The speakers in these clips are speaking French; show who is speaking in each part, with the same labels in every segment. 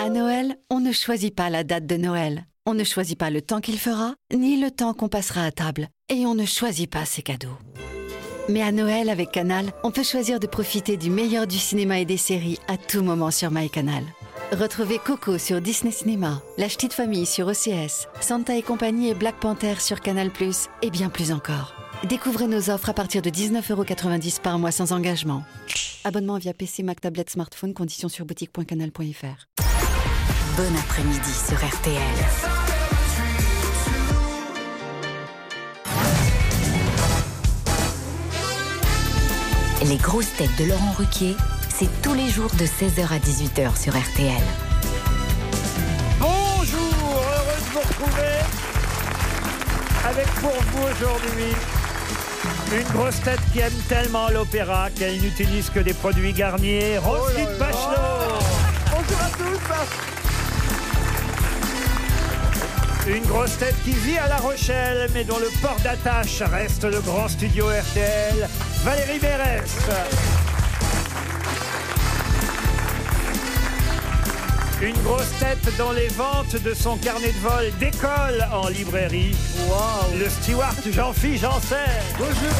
Speaker 1: À Noël, on ne choisit pas la date de Noël. On ne choisit pas le temps qu'il fera, ni le temps qu'on passera à table. Et on ne choisit pas ses cadeaux. Mais à Noël, avec Canal, on peut choisir de profiter du meilleur du cinéma et des séries à tout moment sur MyCanal. Retrouvez Coco sur Disney Cinéma, La Ch'tite Famille sur OCS, Santa et compagnie et Black Panther sur Canal+, et bien plus encore. Découvrez nos offres à partir de 19,90€ par mois sans engagement. Abonnement via PC, Mac, tablette, smartphone, conditions sur boutique.canal.fr.
Speaker 2: Bon après-midi sur RTL. Les grosses têtes de Laurent Ruquier, c'est tous les jours de 16h à 18h sur RTL.
Speaker 3: Bonjour, heureux de vous retrouver avec pour vous aujourd'hui une grosse tête qui aime tellement l'opéra qu'elle n'utilise que des produits garniers. Roselyne Bachelot
Speaker 4: Oh Bonjour à tous
Speaker 3: Une grosse tête qui vit à La Rochelle, mais dont le port d'attache reste le grand studio RTL, Valérie Berès. Une grosse tête dont les ventes de son carnet de vol décollent en librairie. Le steward Jean-Philippe Janssen.
Speaker 4: Bonjour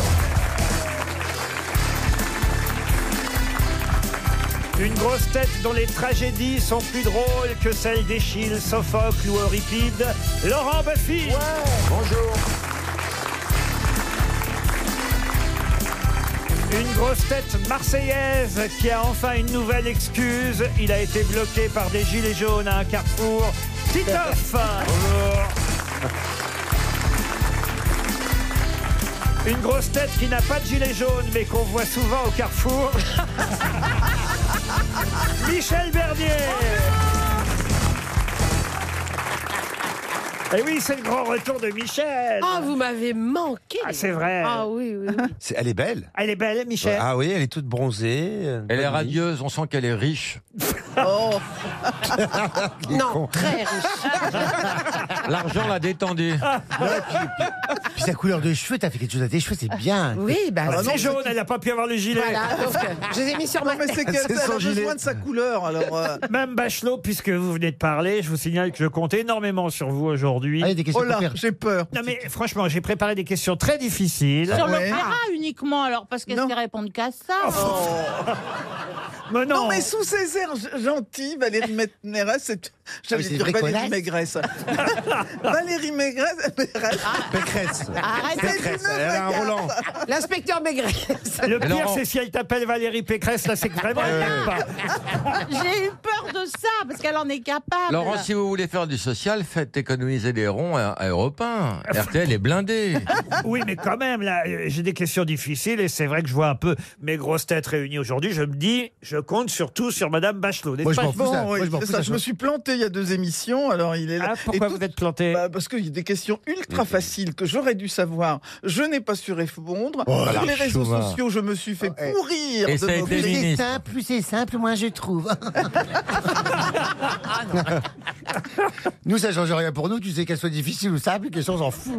Speaker 3: Une grosse tête dont les tragédies sont plus drôles que celles d'Échille, Sophocle ou Euripide, Laurent Buffy.
Speaker 4: Bonjour
Speaker 3: Une grosse tête marseillaise qui a enfin une nouvelle excuse. Il a été bloqué par des gilets jaunes à un carrefour. Titoff Une grosse tête qui n'a pas de gilet jaune mais qu'on voit souvent au carrefour. Michel Bernier Et oui, c'est le grand retour de Michel
Speaker 5: Ah, vous m'avez manqué.
Speaker 3: Ah, c'est vrai
Speaker 5: Ah oui, oui. oui.
Speaker 6: C'est- Elle est belle.
Speaker 3: Elle est belle, Michel
Speaker 6: Ah oui, elle est toute bronzée. euh,
Speaker 7: Elle est
Speaker 6: bonne vie.
Speaker 7: radieuse, on sent qu'elle est riche.
Speaker 5: Oh.
Speaker 4: Ah,
Speaker 6: Il est
Speaker 5: non,
Speaker 6: con.
Speaker 5: très riche.
Speaker 7: L'argent l'a détendue.
Speaker 6: Puis sa couleur de cheveux, t'as fait quelque chose à tes cheveux, c'est bien. Ah,
Speaker 5: Oui, bah
Speaker 3: C'est jaune, elle n'a pas pu avoir le gilet
Speaker 5: voilà. donc, euh, je les ai mis sur ma
Speaker 4: Mais
Speaker 5: tête.
Speaker 4: c'est qu'elle
Speaker 6: C'est
Speaker 4: elle a
Speaker 6: son
Speaker 4: besoin
Speaker 6: gilet.
Speaker 4: de sa couleur, alors... euh,
Speaker 3: Même Bachelot, puisque vous venez de parler, je vous signale que je compte énormément sur vous aujourd'hui.
Speaker 6: Ah, il y a des questions
Speaker 4: Oh là,
Speaker 6: pour faire.
Speaker 4: j'ai peur
Speaker 3: Non mais franchement, j'ai préparé des questions très difficiles.
Speaker 8: Sur
Speaker 4: Ouais.
Speaker 8: l'opéra uniquement, alors, parce qu'elle
Speaker 4: Non.
Speaker 8: ne répondent qu'à ça.
Speaker 3: Mais non,
Speaker 4: Non, mais sous ses airs g- gentils, Valérie Maigresse, c'est... J'allais
Speaker 6: Ah, c'est
Speaker 4: dire
Speaker 6: vrai
Speaker 4: Valérie
Speaker 6: connasse.
Speaker 4: Maigresse. Valérie Ah, Maigresse, Maigresse,
Speaker 6: Ah, Pécresse.
Speaker 5: Arrête.
Speaker 6: Pécresse,
Speaker 4: une
Speaker 6: elle a un
Speaker 4: bagarre.
Speaker 6: Roland.
Speaker 5: L'inspecteur Maigret.
Speaker 3: le
Speaker 7: Mais
Speaker 3: pire
Speaker 7: Laurent-
Speaker 3: c'est si elle t'appelle Valérie Pécresse, là c'est que vraiment elle t'aime pas.
Speaker 8: J'ai eu peur de ça, parce qu'elle en est capable.
Speaker 7: Laurent, si vous voulez faire du social, faites économiser des ronds à, à Europe 1. RTL est blindé.
Speaker 3: Oui, mais quand même là, euh, j'ai des questions difficiles et c'est vrai que je vois un peu mes grosses têtes réunies aujourd'hui, je me dis je compte surtout sur madame Bachelot. n'est-ce
Speaker 6: Moi, je
Speaker 3: pas
Speaker 6: m'en fous, ça.
Speaker 4: Bon, oui,
Speaker 6: Moi, je m'en
Speaker 4: c'est
Speaker 6: fous,
Speaker 4: ça,
Speaker 6: ça.
Speaker 4: je me suis planté il y a deux émissions, alors il est là.
Speaker 3: Ah,
Speaker 4: Et
Speaker 3: pourquoi
Speaker 4: tout-
Speaker 3: vous êtes planté
Speaker 4: Bah, parce qu'il y a des questions ultra faciles que j'aurais dû savoir. Je n'ai pas su répondre.
Speaker 6: Oh,
Speaker 4: Sur
Speaker 6: la
Speaker 4: les réseaux
Speaker 6: chauvin.
Speaker 4: sociaux, je me suis fait
Speaker 6: eh.
Speaker 4: pourrir
Speaker 7: Et
Speaker 4: de
Speaker 7: ça a
Speaker 4: mots
Speaker 7: été
Speaker 6: Plus
Speaker 7: mis.
Speaker 4: clés.
Speaker 6: c'est
Speaker 7: Féministe.
Speaker 6: simple, plus c'est simple, moins je trouve. Nous, ça change rien pour nous. Tu sais qu'elle soit difficile ou simple, question, on s'en fout.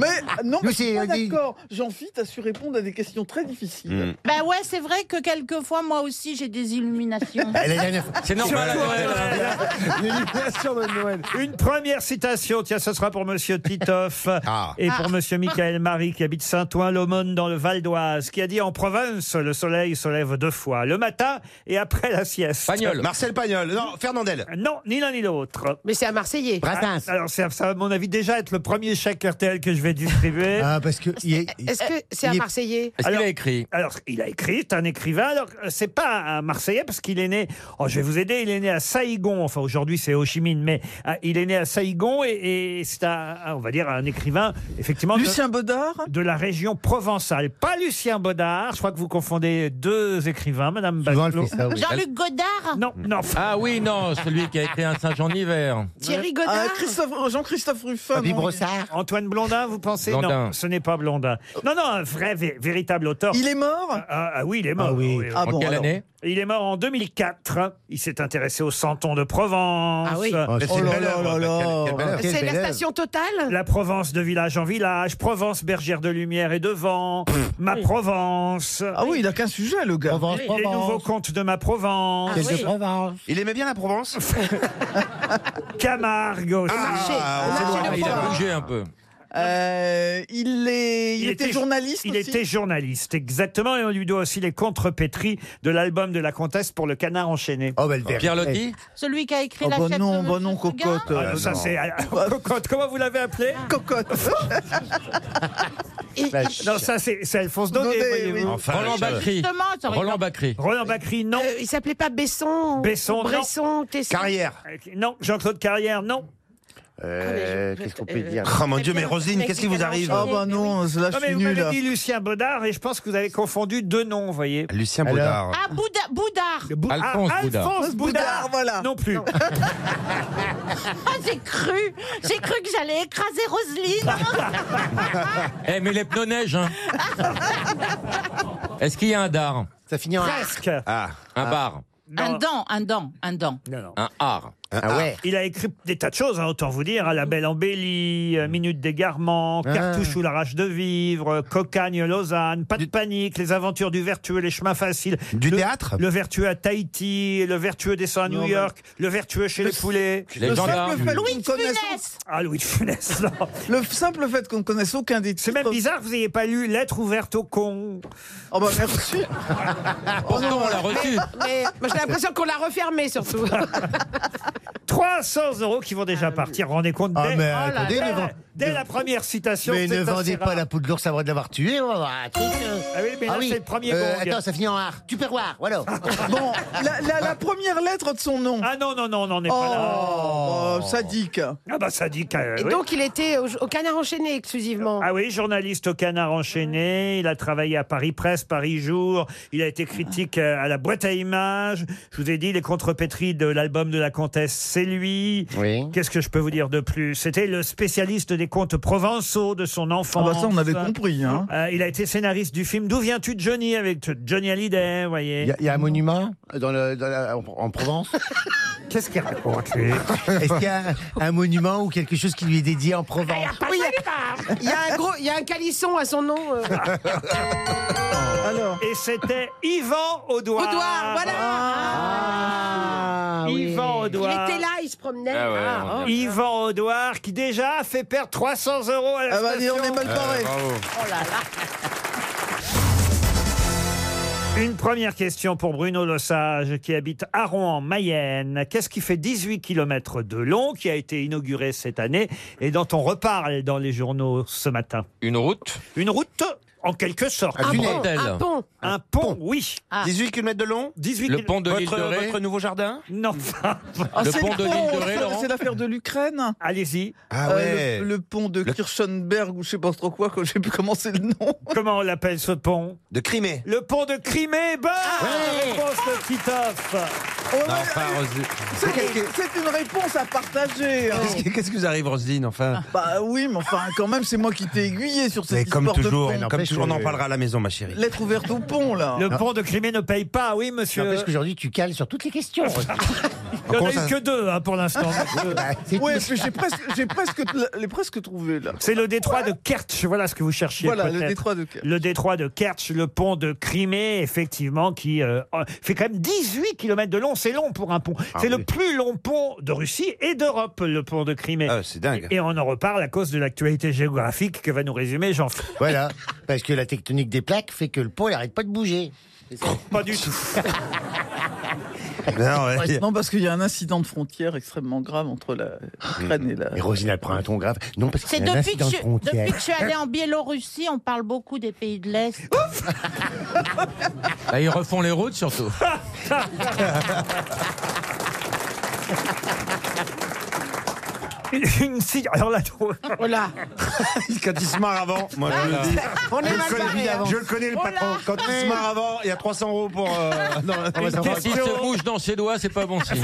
Speaker 4: Mais non,
Speaker 6: Nous,
Speaker 4: mais je suis
Speaker 6: c'est,
Speaker 4: pas
Speaker 6: euh, des-
Speaker 4: d'accord. Jean-Philippe, t'as su répondre à des questions très difficiles.
Speaker 8: Ben ouais, c'est vrai que quelquefois, moi aussi, j'ai des illuminations.
Speaker 6: Elle est dernière
Speaker 7: C'est normal.
Speaker 3: Sur
Speaker 7: à Noël.
Speaker 3: Noël.
Speaker 6: L'élimination de Noël.
Speaker 3: Une première citation, tiens, ce sera pour Monsieur Titoff
Speaker 6: Ah.
Speaker 3: et pour Monsieur Michael Marie qui habite Saint-Ouen-l'Aumône dans le Val d'Oise, qui a dit en province le soleil se lève deux fois, le matin et après la sieste.
Speaker 7: Pagnol.
Speaker 6: Marcel Pagnol. Non, Fernandel.
Speaker 3: Non, ni l'un ni l'autre. Ah,
Speaker 5: Mais c'est à Marseillais. Ah,
Speaker 6: Brassens.
Speaker 3: Alors ça, ça va, à mon avis déjà être le premier chèque RTL que je vais distribuer.
Speaker 6: Ah, parce que. il est-
Speaker 5: Est-ce que c'est à
Speaker 6: il est-
Speaker 5: Marseillais
Speaker 7: Est-ce qu'il
Speaker 3: Alors-
Speaker 7: a écrit
Speaker 3: Alors, il a écrit, c'est un écrivain. Alors, euh, c'est pas un Marseillais parce qu'il est né. Oh, je vais vous aider. Il est né à Saïgon. Enfin, aujourd'hui, c'est Ho Chi Minh, mais euh, il est né à Saïgon et, et c'est un, un- on va dire, un écrivain effectivement de-
Speaker 4: Lucien Baudard
Speaker 3: de la région provençale. Pas Lucien Baudard. Je crois que vous confondez deux écrivains, Madame
Speaker 6: Souvent, elle
Speaker 3: Bachelot.
Speaker 6: fait ça, oui.
Speaker 7: Hmm.
Speaker 8: Jean-Luc Godard
Speaker 3: Ah Non, non.
Speaker 7: Ah oui, non, celui qui a écrit un Saint-Jean-Hiver. faire
Speaker 3: Euh,
Speaker 5: Thierry
Speaker 4: Ah,
Speaker 5: Godard.
Speaker 4: Christophe- Jean-Christophe Ruffin.
Speaker 6: Papy
Speaker 4: mon
Speaker 6: Brossard.
Speaker 3: Antoine Blondin, vous pensez Non,
Speaker 7: Blondin.
Speaker 3: ce n'est pas Blondin. Non, non, un vrai, vé- véritable auteur.
Speaker 4: Dieu. Il est mort
Speaker 3: Ah, ah oui, il est mort.
Speaker 6: Ah oui.
Speaker 4: Ah
Speaker 7: En
Speaker 4: bon,
Speaker 7: quelle
Speaker 4: alors.
Speaker 7: année
Speaker 3: Il est mort en 2004. Il s'est intéressé au Santon de Provence.
Speaker 5: Ah oui.
Speaker 6: Oh, c'est
Speaker 4: Oh là
Speaker 6: une belle
Speaker 4: là
Speaker 6: œuvre,
Speaker 4: là
Speaker 6: quelle-
Speaker 4: là.
Speaker 6: quelle belle œuvre.
Speaker 5: C'est
Speaker 6: Quelle
Speaker 5: la
Speaker 6: belle œuvre.
Speaker 5: station totale
Speaker 3: La Provence de village en village, Provence bergère de lumière et de vent, ma Provence,
Speaker 4: Ah oui, il a qu'un sujet, le gars.
Speaker 6: Provence,
Speaker 3: les nouveaux
Speaker 6: Provence.
Speaker 3: contes de ma Provence,
Speaker 6: Quelle de
Speaker 5: oui.
Speaker 6: Provence.
Speaker 9: Il aimait bien la Provence
Speaker 3: Camargue aussi.
Speaker 9: Ah,
Speaker 5: on marchait
Speaker 7: Ah,
Speaker 5: de
Speaker 7: Il a
Speaker 5: Provence.
Speaker 7: bougé un peu.
Speaker 4: Euh, il, est, il, était, journaliste
Speaker 3: Il
Speaker 4: aussi
Speaker 3: était journaliste, exactement. Et on lui doit aussi les contrepétries de l'album de la comtesse pour le canard enchaîné.
Speaker 6: Oh, belle vertu.
Speaker 7: Pierre Lotti
Speaker 8: Celui qui a écrit
Speaker 4: Oh
Speaker 8: la
Speaker 4: bah
Speaker 8: chef
Speaker 4: non,
Speaker 8: de
Speaker 4: bah
Speaker 8: Monsieur
Speaker 4: non,
Speaker 8: Seguin.
Speaker 4: cocotte.
Speaker 3: Ah,
Speaker 6: Euh,
Speaker 3: ça
Speaker 6: non.
Speaker 3: c'est cocotte. Comment vous l'avez appelé
Speaker 4: Cocotte.
Speaker 3: Non, ça c'est c'est Alphonse Daudet.
Speaker 4: Daudet,
Speaker 3: voyez-vous.
Speaker 4: oui.
Speaker 9: Enfin,
Speaker 7: Roland
Speaker 9: je-
Speaker 7: Bacry.
Speaker 8: Justement, ça aurait
Speaker 7: Roland
Speaker 8: été-
Speaker 7: Bacry.
Speaker 3: Roland Bacry, non.
Speaker 5: Euh, Il s'appelait pas Besson
Speaker 3: Besson, non.
Speaker 5: Bresson, Tesson.
Speaker 9: Carrière.
Speaker 3: Non, Jean-Claude Carrière, non.
Speaker 5: Euh, qu'est-ce qu'on peut dire
Speaker 9: Oh mon Dieu, mais Rosine, qu'est-ce qui vous arrive
Speaker 4: Ah bah non, là je
Speaker 3: Non, mais
Speaker 4: suis
Speaker 3: vous
Speaker 4: nul.
Speaker 3: m'avez dit Lucien Baudard et je pense que vous avez confondu deux noms, vous voyez.
Speaker 9: Lucien
Speaker 6: Alors
Speaker 9: Baudard.
Speaker 8: Ah, Bouda- Boudard.
Speaker 3: Bou-
Speaker 7: Alphonse
Speaker 3: Ah,
Speaker 7: Boudard.
Speaker 3: Alphonse Boudard,
Speaker 4: Boudard, voilà.
Speaker 3: Non plus.
Speaker 8: Ah, j'ai cru. J'ai cru que j'allais écraser Roselyne.
Speaker 7: Eh, mais les pneus neige, hein Est-ce qu'il y a un dard
Speaker 6: Ça finit en.
Speaker 3: Presque.
Speaker 9: Ah,
Speaker 7: Un bar
Speaker 3: Non,
Speaker 8: Un dent, un dent, un dent.
Speaker 3: non, non.
Speaker 7: Un art
Speaker 6: Ah ouais.
Speaker 3: Il a écrit des tas de choses, hein, autant vous dire. hein, La Belle Embellie, euh, Minute d'égarement,
Speaker 4: Ah.
Speaker 3: Cartouche ou la rage de vivre, euh, Cocagne, Lausanne, Pas de panique, Les aventures du vertueux, Les chemins faciles.
Speaker 9: du
Speaker 3: le,
Speaker 9: théâtre
Speaker 3: le vertueux à Tahiti, Le vertueux descend à New
Speaker 4: mais-
Speaker 3: York, Le vertueux chez les poulets.
Speaker 7: Les
Speaker 4: Le
Speaker 7: gendarmes
Speaker 4: simple fait
Speaker 8: Louis
Speaker 4: qu'on
Speaker 8: de
Speaker 4: connaisse-
Speaker 8: Funès.
Speaker 3: Ah, Louis de Funès, non.
Speaker 4: le simple fait qu'on ne connaisse aucun des
Speaker 3: C'est
Speaker 4: titres.
Speaker 3: même bizarre que vous n'ayez pas lu Lettre ouverte au con.
Speaker 4: Oh bah merci.
Speaker 7: Pourtant, on l'a reçu
Speaker 5: Mais moi, j'ai l'impression qu'on l'a refermé surtout.
Speaker 3: 300 euros qui vont déjà partir, rendez compte dès,
Speaker 6: Ah, mais
Speaker 3: Oh là
Speaker 6: attendez,
Speaker 3: là.
Speaker 6: ne vend-
Speaker 3: Dès la première citation.
Speaker 6: Mais
Speaker 3: c'est
Speaker 6: ne vendez
Speaker 3: assez
Speaker 6: pas
Speaker 3: rare.
Speaker 6: la poudre d'ours avant de l'avoir tué. On va voir un truc. euh.
Speaker 3: Ah oui, mais là, c'est le premier
Speaker 6: Euh,
Speaker 3: gong.
Speaker 6: Attends, ça finit en art. Tu peux voir, voilà.
Speaker 4: Bon, la, la-
Speaker 7: Ah,
Speaker 4: la première lettre de son nom.
Speaker 3: Ah non, non, non, on n'en est pas là.
Speaker 4: Oh, sadique.
Speaker 3: Ah bah ça dit qu'à-
Speaker 5: Et
Speaker 3: oui.
Speaker 5: donc, il était au, au canard enchaîné exclusivement.
Speaker 3: Ah oui, journaliste au canard enchaîné, il a travaillé à Paris Presse, Paris Jour, il a été critique euh, à la boîte à images, je vous ai dit les contrepétries de l'album de la comtesse, c'est lui.
Speaker 6: Oui.
Speaker 3: Qu'est-ce que je peux vous dire de plus C'était le spécialiste des contes provençaux de son
Speaker 4: Ah
Speaker 3: enfance.
Speaker 4: bah ça on avait compris. Hein.
Speaker 3: Euh, il a été scénariste du film D'où viens-tu de Johnny avec Johnny Hallyday, vous voyez.
Speaker 6: Il y, a- il y a un monument dans le, dans la- en, en Provence
Speaker 3: Qu'est-ce qu'il raconte lui
Speaker 6: Est-ce qu'il y a un, un monument ou quelque chose qui lui est dédié en Provence
Speaker 5: Oui, il y a un gros, il y a un calisson à son nom. euh.
Speaker 4: Alors,
Speaker 3: Et c'était Yvan Audouard.
Speaker 5: Audouard, voilà.
Speaker 6: Ah, oui.
Speaker 3: Yvan
Speaker 5: Il
Speaker 3: Audouard.
Speaker 5: était là, il se promenait.
Speaker 9: Ah ouais,
Speaker 5: Ah, oh.
Speaker 3: Yvan Audouard qui déjà a fait perdre 300 euros à la
Speaker 4: ah bah dis,
Speaker 3: station. Euh,
Speaker 4: on est mal barré.
Speaker 9: Eh,
Speaker 4: Oh
Speaker 9: Bravo.
Speaker 3: Une première question pour Bruno Lesage qui habite Aron en Mayenne. Qu'est-ce qui fait 18 km de long qui a été inauguré cette année et dont on reparle dans les journaux ce matin
Speaker 7: Une route
Speaker 3: Une route en quelque sorte.
Speaker 5: Un
Speaker 7: Une
Speaker 5: pont,
Speaker 7: hôtel.
Speaker 5: un pont. Ah.
Speaker 3: Un pont, oui.
Speaker 9: 18 km de long
Speaker 3: 18
Speaker 7: Le pont de l'île
Speaker 9: votre,
Speaker 7: de Ré
Speaker 9: votre nouveau jardin
Speaker 3: Non, enfin,
Speaker 5: Oh,
Speaker 4: Ah,
Speaker 7: Le
Speaker 4: c'est
Speaker 7: pont de
Speaker 4: pont,
Speaker 7: l'île de
Speaker 4: c'est-
Speaker 7: Ré, Laurent
Speaker 4: C'est l'affaire de l'Ukraine.
Speaker 3: allez-y.
Speaker 9: Ah
Speaker 4: Euh, le, le pont de
Speaker 9: Le-
Speaker 4: Kirchenberg ou je sais pas trop quoi, que je sais plus comment c'est le nom.
Speaker 3: Comment on l'appelle ce pont
Speaker 9: De Crimée
Speaker 3: Le pont de Crimée, bonne
Speaker 4: Ah,
Speaker 3: réponse de Titoff.
Speaker 4: On
Speaker 7: Non,
Speaker 4: va-
Speaker 7: enfin, Roselyne.
Speaker 4: c'est c'est une réponse à partager. hein.
Speaker 9: Qu'est-ce qui- Qu'est-ce qui vous arrive, Roselyne Enfin,
Speaker 4: Bah oui, mais enfin, quand même, c'est moi qui t'ai aiguillé sur
Speaker 9: Mais
Speaker 4: cette
Speaker 9: comme
Speaker 4: histoire
Speaker 9: toujours,
Speaker 4: de euh. pont.
Speaker 9: comme
Speaker 6: n'empêche
Speaker 9: toujours, on
Speaker 6: que-
Speaker 9: en parlera à la maison, ma chérie.
Speaker 4: Lettre ouverte au pont, là.
Speaker 3: Le pont de Crimée ne paye pas, oui, monsieur.
Speaker 6: N'empêche qu'aujourd'hui, tu cales sur toutes les questions.
Speaker 3: Il n'y en a
Speaker 9: Comment
Speaker 3: eu
Speaker 9: ça-
Speaker 3: que deux hein, pour l'instant.
Speaker 6: Bah, c'est
Speaker 4: Ouais,
Speaker 6: tout.
Speaker 4: mais j'ai presque, j'ai presque, l'ai presque trouvé, là.
Speaker 3: C'est le détroit de Kertch, voilà ce que vous cherchiez.
Speaker 4: Voilà, le
Speaker 3: peut-être.
Speaker 4: détroit de Kerch.
Speaker 3: Le détroit de Kertch, le pont de Crimée, effectivement, qui euh, fait quand même 18 km de long. C'est long pour un pont.
Speaker 6: Ah
Speaker 3: C'est le
Speaker 9: oui.
Speaker 3: plus long pont de Russie et d'Europe, le pont de Crimée.
Speaker 9: Ah, c'est dingue.
Speaker 3: Et on en reparle à cause de l'actualité géographique que va nous résumer Jean-Philippe.
Speaker 6: Voilà, parce que la tectonique des plaques fait que le pont, il arrête pas de bouger.
Speaker 3: Pas du tout.
Speaker 6: Eh ben,
Speaker 9: Non, ouais.
Speaker 4: Non, parce qu'il y a un incident de frontière extrêmement grave entre la l'Ukraine et la.
Speaker 6: Et Rosine, elle prend un ton grave. Non, parce
Speaker 8: C'est
Speaker 6: qu'il y a un
Speaker 8: depuis que,
Speaker 6: incident de
Speaker 8: je, depuis
Speaker 6: frontière.
Speaker 8: que je suis allée en Biélorussie, on parle beaucoup des pays de l'Est.
Speaker 7: Ah, Ils refont les routes, surtout.
Speaker 3: Une cig- Alors là, trop-
Speaker 5: Voilà.
Speaker 9: Quand il se marre avant, moi je le dis.
Speaker 5: On est
Speaker 9: Je
Speaker 5: mal
Speaker 9: le
Speaker 5: barré.
Speaker 9: connais,
Speaker 5: hein.
Speaker 9: je le connais le patron. Quand il se marre avant, il y a 300 euros pour.
Speaker 3: Ah,
Speaker 9: euh,
Speaker 7: Ah,
Speaker 9: dans la-
Speaker 3: Une
Speaker 7: S'il se
Speaker 3: question,
Speaker 7: bouge dans ses doigts, c'est pas bon signe.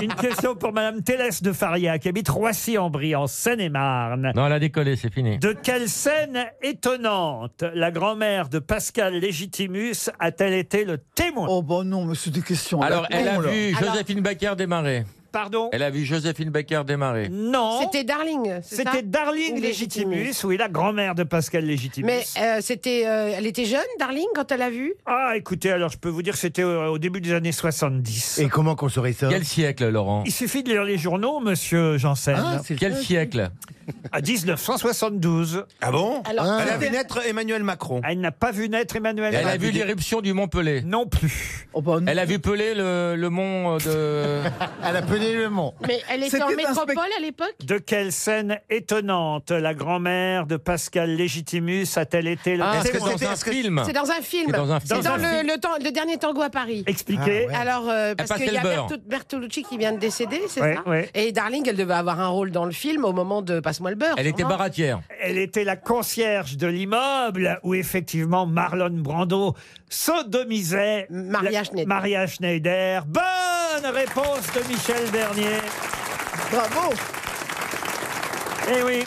Speaker 3: une question pour Madame Télès de Faria, qui habite Roissy-en-Brie, en Seine-et-Marne.
Speaker 7: Non, elle a décollé, c'est fini.
Speaker 3: De quelle scène étonnante la grand-mère de Pascal Légitimus a-t-elle été le témoin
Speaker 4: Oh bah non, mais c'est des questions. à la
Speaker 7: Alors, elle a
Speaker 4: con, là.
Speaker 7: vu
Speaker 5: Alors-
Speaker 7: Joséphine Baker démarrer.
Speaker 3: Pardon
Speaker 7: Elle a vu Joséphine Baker démarrer.
Speaker 3: Non.
Speaker 5: C'était Darling. c'est ça
Speaker 3: C'était Darling
Speaker 5: Ou
Speaker 3: Légitimus,
Speaker 5: Légitimus.
Speaker 3: oui, la grand-mère de Pascal Légitimus.
Speaker 5: Mais euh, c'était, euh, elle était jeune, Darling, quand elle l'a vu.
Speaker 3: Ah, écoutez, alors je peux vous dire que c'était au, au début des années 70.
Speaker 6: Et comment qu'on saurait ça
Speaker 7: Quel siècle, Laurent
Speaker 3: Il suffit de lire les journaux, monsieur Janssen.
Speaker 6: Ah, c'est
Speaker 7: Quel
Speaker 6: ça.
Speaker 7: siècle
Speaker 3: À 1972,
Speaker 9: Ah bon
Speaker 5: Alors,
Speaker 9: Elle a
Speaker 6: Ah,
Speaker 9: vu naître Emmanuel Macron.
Speaker 3: elle n'a pas vu naître Emmanuel
Speaker 7: Elle a
Speaker 3: Macron.
Speaker 7: vu l'éruption du mont Pelé.
Speaker 3: Non plus.
Speaker 4: Oh bah non.
Speaker 7: Elle a vu Pelé le, le mont euh, de...
Speaker 6: Elle a pelé le mont.
Speaker 8: Mais elle était,
Speaker 4: C'était
Speaker 8: en
Speaker 4: un
Speaker 8: métropole
Speaker 4: spect-
Speaker 8: à l'époque
Speaker 3: De quelle scène étonnante la grand-mère de Pascal Légitimus a-t-elle été le
Speaker 7: Ah,
Speaker 9: est-ce
Speaker 7: c'est
Speaker 9: que
Speaker 3: témoin
Speaker 7: dans
Speaker 9: c'était-
Speaker 7: un
Speaker 9: est-ce que-
Speaker 7: film.
Speaker 5: c'est dans un film.
Speaker 7: C'est dans un film.
Speaker 5: C'est dans
Speaker 3: Dans un
Speaker 5: le,
Speaker 3: film.
Speaker 5: le temps- le dernier tango à Paris.
Speaker 3: Expliquez.
Speaker 6: Ah, ouais.
Speaker 5: Alors, euh, parce
Speaker 7: Pascal
Speaker 5: qu'il y a
Speaker 7: Beurre.
Speaker 5: Bertu- Bertolucci qui vient de décéder, c'est
Speaker 3: Ouais,
Speaker 5: ça
Speaker 3: ouais.
Speaker 5: Et Darling, elle devait avoir un rôle dans le film au moment de Passe-moi le beurre.
Speaker 7: Elle était
Speaker 5: sûrement.
Speaker 7: baratière.
Speaker 3: Elle était la concierge de l'immeuble où effectivement Marlon Brando sodomisait
Speaker 5: Maria
Speaker 3: la-
Speaker 5: Schneider.
Speaker 3: Maria Schneider. Bonne réponse de Michel Bernier.
Speaker 4: Bravo
Speaker 3: Eh oui.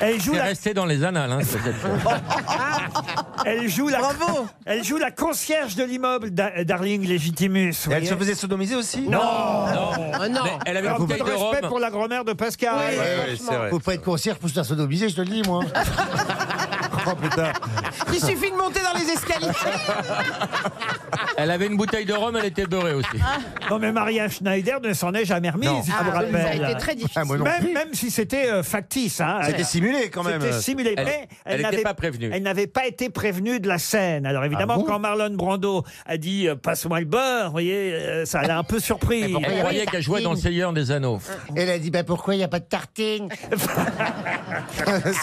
Speaker 3: Elle joue,
Speaker 7: C'est
Speaker 3: la,
Speaker 7: resté dans les annales, hein, cette scène.
Speaker 3: elle, joue la,
Speaker 4: Bravo
Speaker 3: elle joue la concierge de l'immeuble, Da- Darling Legitimus. vous
Speaker 9: Et Elle se
Speaker 3: voyez.
Speaker 9: faisait sodomiser aussi
Speaker 3: Non, non.
Speaker 5: Ah non.
Speaker 7: Mais Elle avait
Speaker 3: Alors,
Speaker 7: une
Speaker 3: peu
Speaker 7: bouteille
Speaker 3: de
Speaker 7: de
Speaker 3: respect
Speaker 7: rhum.
Speaker 3: pour la grand-mère de
Speaker 8: Ah
Speaker 3: Pascal.
Speaker 9: c'est vrai.
Speaker 6: Faut pas être concierge pour se faire sodomiser, je te le dis, moi.
Speaker 9: Oh putain.
Speaker 5: Il suffit de monter dans les escaliers.
Speaker 7: Elle avait une bouteille de rhum, elle était beurrée aussi.
Speaker 3: Non, mais Maria Schneider ne s'en est jamais remise,
Speaker 7: Non.
Speaker 3: je
Speaker 5: Ah,
Speaker 3: vous
Speaker 5: oui, ça a
Speaker 3: rappelle.
Speaker 5: été très difficile.
Speaker 6: Ah, moi non.
Speaker 3: Même, même si c'était euh, factice. hein.
Speaker 9: C'était simulé quand même.
Speaker 3: C'était simulé.
Speaker 7: Elle-
Speaker 3: mais
Speaker 7: elle était
Speaker 3: n'avait-
Speaker 7: pas prévenue.
Speaker 3: Elle n'avait pas été prévenue de la scène. Alors évidemment,
Speaker 6: Ah bon
Speaker 3: quand Marlon Brando a dit euh, passe-moi le beurre, vous voyez, euh, ça l'a un peu surpris.
Speaker 7: Elle croyait qu'elle jouait dans le Seigneur des Anneaux.
Speaker 3: Euh.
Speaker 6: Elle a dit, bah pourquoi il n'y a pas de tartine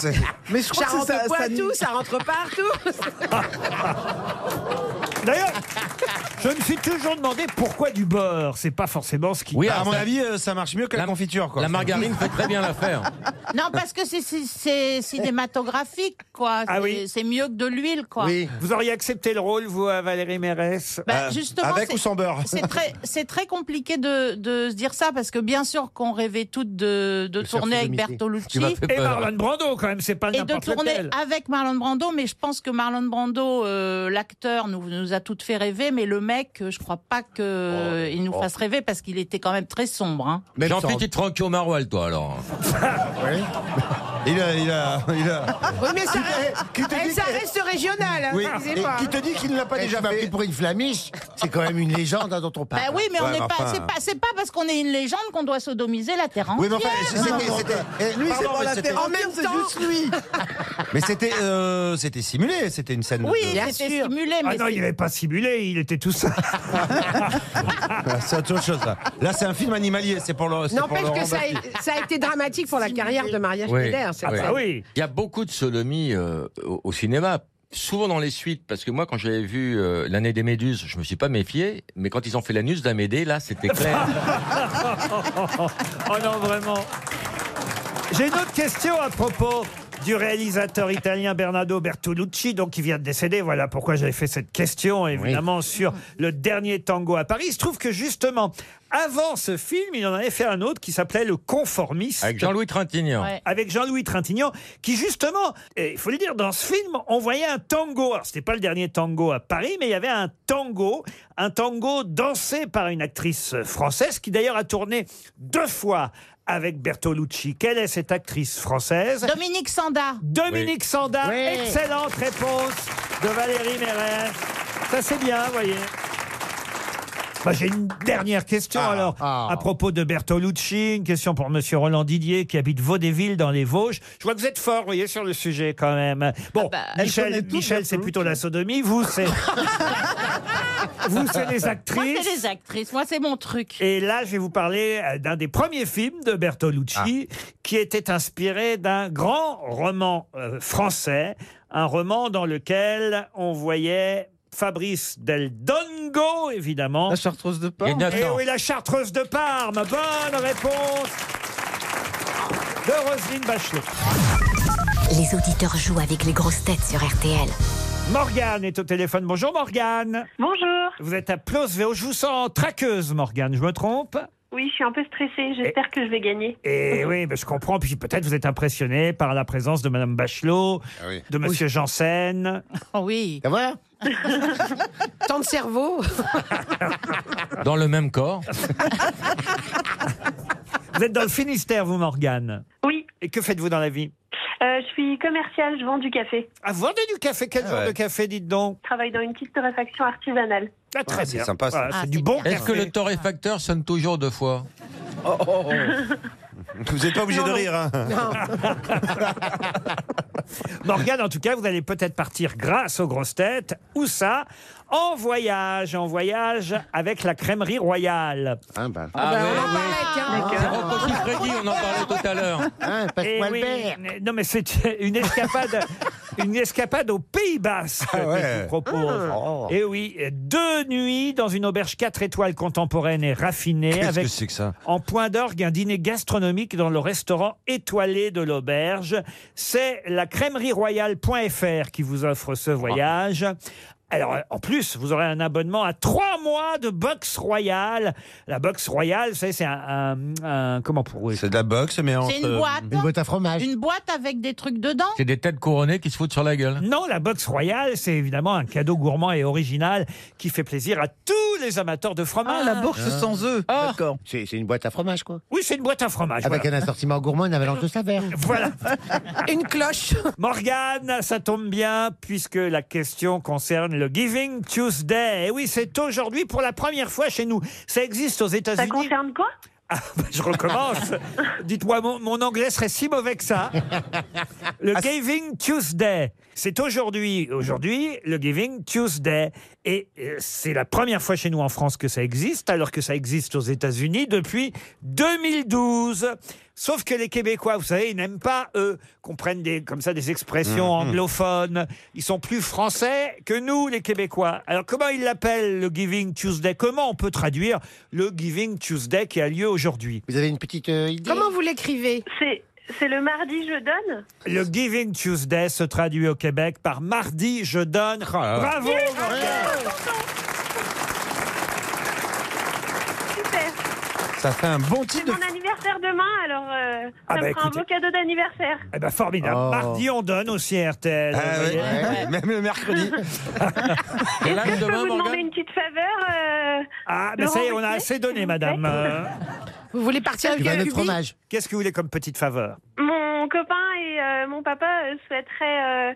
Speaker 6: C'est-
Speaker 4: Mais je crois que c'est ça, ça-
Speaker 5: Charente-Poitou, ça rentre partout.
Speaker 3: D'ailleurs, je me suis toujours demandé pourquoi du beurre. C'est pas forcément ce qui.
Speaker 7: Oui,
Speaker 9: à
Speaker 7: alors,
Speaker 9: mon
Speaker 7: ça-
Speaker 9: avis, euh, ça marche mieux que la,
Speaker 7: La-
Speaker 9: confiture. Quoi.
Speaker 7: La margarine fait très bien l'affaire.
Speaker 8: Non, parce que c'est- c'est c'est cinématographique, quoi.
Speaker 3: Ah
Speaker 8: C'est-
Speaker 3: oui.
Speaker 8: C'est mieux que de l'huile, quoi.
Speaker 6: Oui.
Speaker 3: Vous auriez accepté le rôle, vous, à Valérie Mérès
Speaker 8: Bah,
Speaker 9: Euh,
Speaker 8: justement,
Speaker 9: avec
Speaker 8: c'est-
Speaker 9: ou sans beurre
Speaker 8: C'est très, c'est très compliqué de, de se dire ça parce que bien sûr qu'on rêvait toutes de, de
Speaker 6: surf
Speaker 8: tourner avec
Speaker 6: illimité.
Speaker 8: Bertolucci
Speaker 7: Tu m'as fait
Speaker 3: Et
Speaker 7: peur.
Speaker 3: Marlon Brando, quand même, c'est pas
Speaker 8: et de
Speaker 3: n'importe
Speaker 8: tourner
Speaker 3: lequel.
Speaker 8: avec Marlon Brando, mais je pense que Marlon Brando, euh, l'acteur, nous, nous a toutes fait rêver, mais le mec, euh, je crois pas qu'il
Speaker 9: Oh,
Speaker 8: nous fasse rêver parce qu'il était quand même très sombre. hein.
Speaker 6: Même
Speaker 7: Jean-Pierre,
Speaker 6: sans-
Speaker 7: tu te tranquille au maroilles, toi, alors.
Speaker 6: Ouais.
Speaker 9: Il a, il a, il a.
Speaker 5: Oui, mais ça,
Speaker 9: Qui te
Speaker 5: elle,
Speaker 9: dit
Speaker 5: ça
Speaker 9: que-
Speaker 5: reste régional. hein,
Speaker 9: Oui.
Speaker 5: excusez
Speaker 9: Et
Speaker 5: pas.
Speaker 9: qui te dit qu'il ne l'a pas
Speaker 6: Elle
Speaker 9: déjà
Speaker 6: m'a pris
Speaker 9: fait
Speaker 6: pour une flamiche. C'est quand même une légende hein, dont on
Speaker 8: Bah
Speaker 6: parle.
Speaker 8: oui, mais on
Speaker 9: Ouais,
Speaker 8: n'est
Speaker 9: mais
Speaker 8: pas,
Speaker 9: enfin-
Speaker 8: c'est pas, c'est pas parce qu'on est une légende qu'on doit sodomiser la terre
Speaker 9: Oui,
Speaker 8: entière.
Speaker 9: mais enfin, c'était- c'était. eh,
Speaker 4: Lui, c'est
Speaker 9: pardon,
Speaker 4: pas
Speaker 9: mais
Speaker 4: la
Speaker 9: c'était-
Speaker 4: terre
Speaker 5: En même
Speaker 4: entière, c'est
Speaker 5: temps-
Speaker 4: juste lui
Speaker 9: Mais c'était, euh, c'était simulé. C'était une scène.
Speaker 8: Oui,
Speaker 9: de-
Speaker 8: c'était stimulé,
Speaker 3: Ah
Speaker 8: mais
Speaker 3: non, il n'avait pas simulé, il était tout seul.
Speaker 9: Ah, c'est autre chose. Là, Là, c'est un film animalier. C'est pour le. c'est pour
Speaker 5: N'empêche
Speaker 9: Laurent
Speaker 5: que ça
Speaker 9: Baffie.
Speaker 5: a, ça a été dramatique pour la carrière de Maria
Speaker 7: Oui.
Speaker 5: Schneider. cette
Speaker 3: Ah bah
Speaker 5: scène.
Speaker 3: oui.
Speaker 7: Il y a beaucoup de sodomie euh, au, au cinéma, souvent dans les suites, parce que moi, quand j'avais vu euh, l'année des Méduses, je me suis pas méfié, mais quand ils ont fait l'anus d'Amédée, là, c'était clair.
Speaker 3: Oh non, vraiment. J'ai une autre question à propos du réalisateur italien Bernardo Bertolucci, donc qui vient de décéder. Voilà pourquoi j'avais fait cette question, évidemment, sur le dernier tango à Paris. Il se trouve que justement, avant ce film, il en avait fait un autre qui s'appelait Le Conformiste.
Speaker 7: Avec Jean-Louis Trintignant.
Speaker 8: Ouais.
Speaker 3: avec Jean-Louis Trintignant, qui justement, et il faut le dire, dans ce film, on voyait un tango. Alors, c'était pas le dernier tango à Paris, mais il y avait un tango, un tango dansé par une actrice française, qui d'ailleurs a tourné deux fois avec Bertolucci. Quelle est cette actrice française
Speaker 8: Dominique Sanda.
Speaker 3: Dominique Sanda.
Speaker 5: Oui.
Speaker 3: Excellente réponse de Valérie Mérès. Ça, c'est bien, vous voyez. Bah, J'ai une dernière question alors
Speaker 6: ah.
Speaker 3: à propos de Bertolucci, une question pour Monsieur Roland Didier qui habite Vaudéville dans les Vosges. Je vois que vous êtes fort, vous voyez, sur le sujet quand même. Bon,
Speaker 8: Ah
Speaker 4: elle
Speaker 3: Michel,
Speaker 4: connaît tout,
Speaker 3: Michel c'est
Speaker 4: Bertolucci.
Speaker 3: plutôt la sodomie, vous c'est vous c'est les
Speaker 8: Moi,
Speaker 3: actrices.
Speaker 8: c'est les actrices. Moi, c'est mon truc.
Speaker 3: Et là, je vais vous parler euh, d'un des premiers films de
Speaker 4: Ah.
Speaker 3: Bertolucci qui était inspiré d'un grand roman euh, français, un roman dans lequel on voyait Fabrice Del Dongo, évidemment.
Speaker 4: La chartreuse de
Speaker 7: Et
Speaker 4: Parme
Speaker 7: Nathan.
Speaker 3: Et oui, la chartreuse de Parme. Bonne réponse de Roselyne Bachelot.
Speaker 2: Les auditeurs jouent avec les grosses têtes sur RTL.
Speaker 3: Morgane est au téléphone. Bonjour Morgane.
Speaker 10: Bonjour.
Speaker 3: Vous êtes à Plosveo. Je vous sens traqueuse, Morgane. Je me trompe
Speaker 10: Oui, je suis un peu stressée. J'espère que je vais gagner.
Speaker 3: Et oui, ben, je comprends. Puis peut-être vous êtes impressionné par la présence de Madame Bachelot, de Monsieur Janssen.
Speaker 8: oui.
Speaker 5: Tant de cerveau.
Speaker 7: Dans le même corps.
Speaker 3: vous êtes dans le Finistère, vous, Morgane
Speaker 10: Oui.
Speaker 3: Et que faites-vous dans la vie
Speaker 10: Euh, je suis commerciale, je vends du café.
Speaker 3: Ah, vous vendez du café Quel genre de café, dites donc
Speaker 10: Je travaille dans une petite torréfaction artisanale.
Speaker 3: Ah, Très bien. Voilà,
Speaker 10: Ah,
Speaker 3: c'est du bon
Speaker 7: Est-ce que
Speaker 3: café.
Speaker 7: le torréfacteur sonne toujours deux fois Oh,
Speaker 9: Vous n'êtes pas obligé de rire. hein.
Speaker 7: Ah,
Speaker 3: Morgane, en tout cas, vous allez peut-être partir grâce aux grosses têtes. Où ça En voyage, en voyage avec la crèmerie royale.
Speaker 6: Hein, bah.
Speaker 7: Ah, ouais, ouais. C'est
Speaker 5: D'accord.
Speaker 7: Rocco Siffredi, on en parlait tout à l'heure.
Speaker 3: bah.
Speaker 6: Hein,
Speaker 3: Eh
Speaker 6: Passe-moi
Speaker 3: oui,
Speaker 6: le verre.
Speaker 3: mais- non, mais c'est une escapade. Une escapade au Pays Basque
Speaker 9: Ah
Speaker 3: que je
Speaker 9: ouais.
Speaker 3: vous propose.
Speaker 6: Oh.
Speaker 3: Et Eh oui, deux nuits dans une auberge 4 étoiles contemporaine et raffinée
Speaker 9: Qu'est-ce
Speaker 3: avec
Speaker 9: que c'est que ça
Speaker 3: en point d'orgue un dîner gastronomique dans le restaurant étoilé de l'auberge. C'est la crèmerie royale.fr qui vous offre
Speaker 9: Ah.
Speaker 3: ce voyage. Alors, euh, en plus, vous aurez un abonnement à trois mois de boxe royale. La boxe royale, vous savez, c'est un, un- un- Comment pour
Speaker 9: C'est de la boxe, mais en.
Speaker 8: C'est
Speaker 3: euh,
Speaker 8: une
Speaker 6: Une
Speaker 8: boîte.
Speaker 6: boîte à fromage.
Speaker 8: Une boîte avec des trucs dedans.
Speaker 7: C'est des têtes couronnées qui se foutent sur la gueule.
Speaker 3: Non, la boxe royale, c'est évidemment un cadeau gourmand et original qui fait plaisir à tous les amateurs de fromage.
Speaker 4: Ah, la bourse sans œufs.
Speaker 7: Ah.
Speaker 4: D'accord.
Speaker 6: C'est c'est une boîte à fromage, quoi.
Speaker 3: Oui, c'est une boîte à
Speaker 9: Ah,
Speaker 3: fromage.
Speaker 6: Avec un assortiment gourmand, une avalanche de saveur.
Speaker 3: Voilà. voilà.
Speaker 5: Une cloche.
Speaker 3: Morgane, ça tombe bien puisque la question concerne le Giving Tuesday. Et oui, c'est aujourd'hui pour la première fois chez nous. Ça existe aux
Speaker 10: Ça
Speaker 3: États-Unis.
Speaker 10: concerne quoi
Speaker 3: Ah, bah, je recommence. Dites-moi, mon, mon anglais serait si mauvais que ça. Le Giving Tuesday. C'est aujourd'hui, aujourd'hui, le Giving Tuesday. Et euh, c'est la première fois chez nous en France que ça existe, alors que ça existe aux États-Unis depuis 2012. Sauf que les Québécois, vous savez, ils n'aiment pas, eux, qu'on prenne des, comme ça des expressions
Speaker 9: Mm,
Speaker 3: anglophones. Ils sont plus français que nous, les Québécois. Alors, comment ils l'appellent, le Giving Tuesday Comment on peut traduire le Giving Tuesday qui a lieu aujourd'hui
Speaker 6: Vous avez une petite euh, idée
Speaker 5: Comment vous l'écrivez
Speaker 10: C'est c'est le mardi je donne
Speaker 3: Le Giving Tuesday se traduit au Québec par mardi, je donne.
Speaker 9: là
Speaker 7: Ah
Speaker 9: là.
Speaker 3: Bravo, Morgane.
Speaker 10: Super.
Speaker 9: Ça fait un bon
Speaker 10: C'est
Speaker 9: titre
Speaker 10: mon anniversaire demain, alors euh,
Speaker 3: Ah
Speaker 10: ça
Speaker 3: bah,
Speaker 10: me prend un
Speaker 3: écoutez.
Speaker 10: beau cadeau d'anniversaire.
Speaker 3: Eh ben, formidable.
Speaker 6: Oh.
Speaker 3: Mardi, on donne aussi à RTL.
Speaker 9: Ah
Speaker 3: vous
Speaker 9: ouais,
Speaker 3: voyez.
Speaker 9: ouais, Même le mercredi.
Speaker 7: Et là,
Speaker 10: Je peux
Speaker 7: demain,
Speaker 10: vous demander
Speaker 7: Morgane
Speaker 10: une petite faveur euh,
Speaker 3: Ah, ben ça y est, on a
Speaker 10: Laurent Ruquier,
Speaker 3: assez donné,
Speaker 10: s'il vous
Speaker 3: madame.
Speaker 10: plaît.
Speaker 3: Euh,
Speaker 5: Vous voulez partir
Speaker 6: Tu
Speaker 5: avec
Speaker 6: vas à
Speaker 5: un
Speaker 6: notre
Speaker 5: Ubi
Speaker 6: fromage.
Speaker 3: Qu'est-ce que vous voulez comme petite faveur
Speaker 10: Mon copain et euh, mon papa euh, souhaiteraient euh,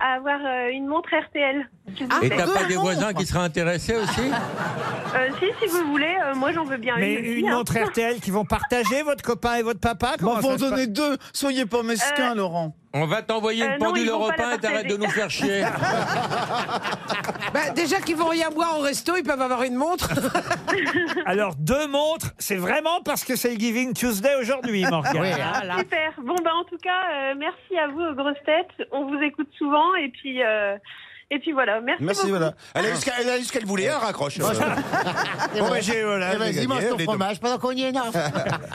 Speaker 10: avoir euh, une montre RTL. s'il vous
Speaker 5: Ah,
Speaker 7: Et
Speaker 10: plaît.
Speaker 7: t'as pas
Speaker 5: Deux
Speaker 7: des
Speaker 5: montres.
Speaker 7: voisins qui seraient intéressés aussi
Speaker 10: Euh, si, si vous voulez, euh, moi j'en veux bien
Speaker 3: Mais
Speaker 10: une. aussi,
Speaker 3: une
Speaker 10: hein.
Speaker 3: montre RTL qui vont partager votre copain et votre papa
Speaker 4: Bon,
Speaker 3: Comment
Speaker 4: vous en
Speaker 3: ça se
Speaker 4: donnez deux. Soyez pas mesquins, Laurent.
Speaker 7: On va t'envoyer
Speaker 10: Euh,
Speaker 7: une
Speaker 10: non,
Speaker 7: pendule
Speaker 10: ils vont pas
Speaker 7: européenne
Speaker 10: la
Speaker 7: et t'arrêtes de
Speaker 10: partager.
Speaker 7: nous faire chier.
Speaker 5: Bah, Déjà qu'ils vont rien boire au resto, ils peuvent avoir une montre.
Speaker 3: passe Alors, deux montres, c'est vraiment parce que c'est le Giving Tuesday aujourd'hui, Morgane.
Speaker 8: Voilà.
Speaker 10: Super. Bon, bah, en tout cas, euh, merci à vous, aux grosses têtes. On vous écoute souvent. Et puis, euh, et puis voilà. Merci.
Speaker 9: Merci,
Speaker 10: beaucoup.
Speaker 9: voilà. Elle a eu ce qu'elle- elle a eu ce qu'elle voulait, elle raccroche. Voilà. Bon, bah, j'ai. Voilà,
Speaker 6: Eh,
Speaker 9: j'ai
Speaker 6: Vas-y, mange
Speaker 9: gagné,
Speaker 6: ton
Speaker 9: les deux.
Speaker 6: fromage pendant qu'on y est, non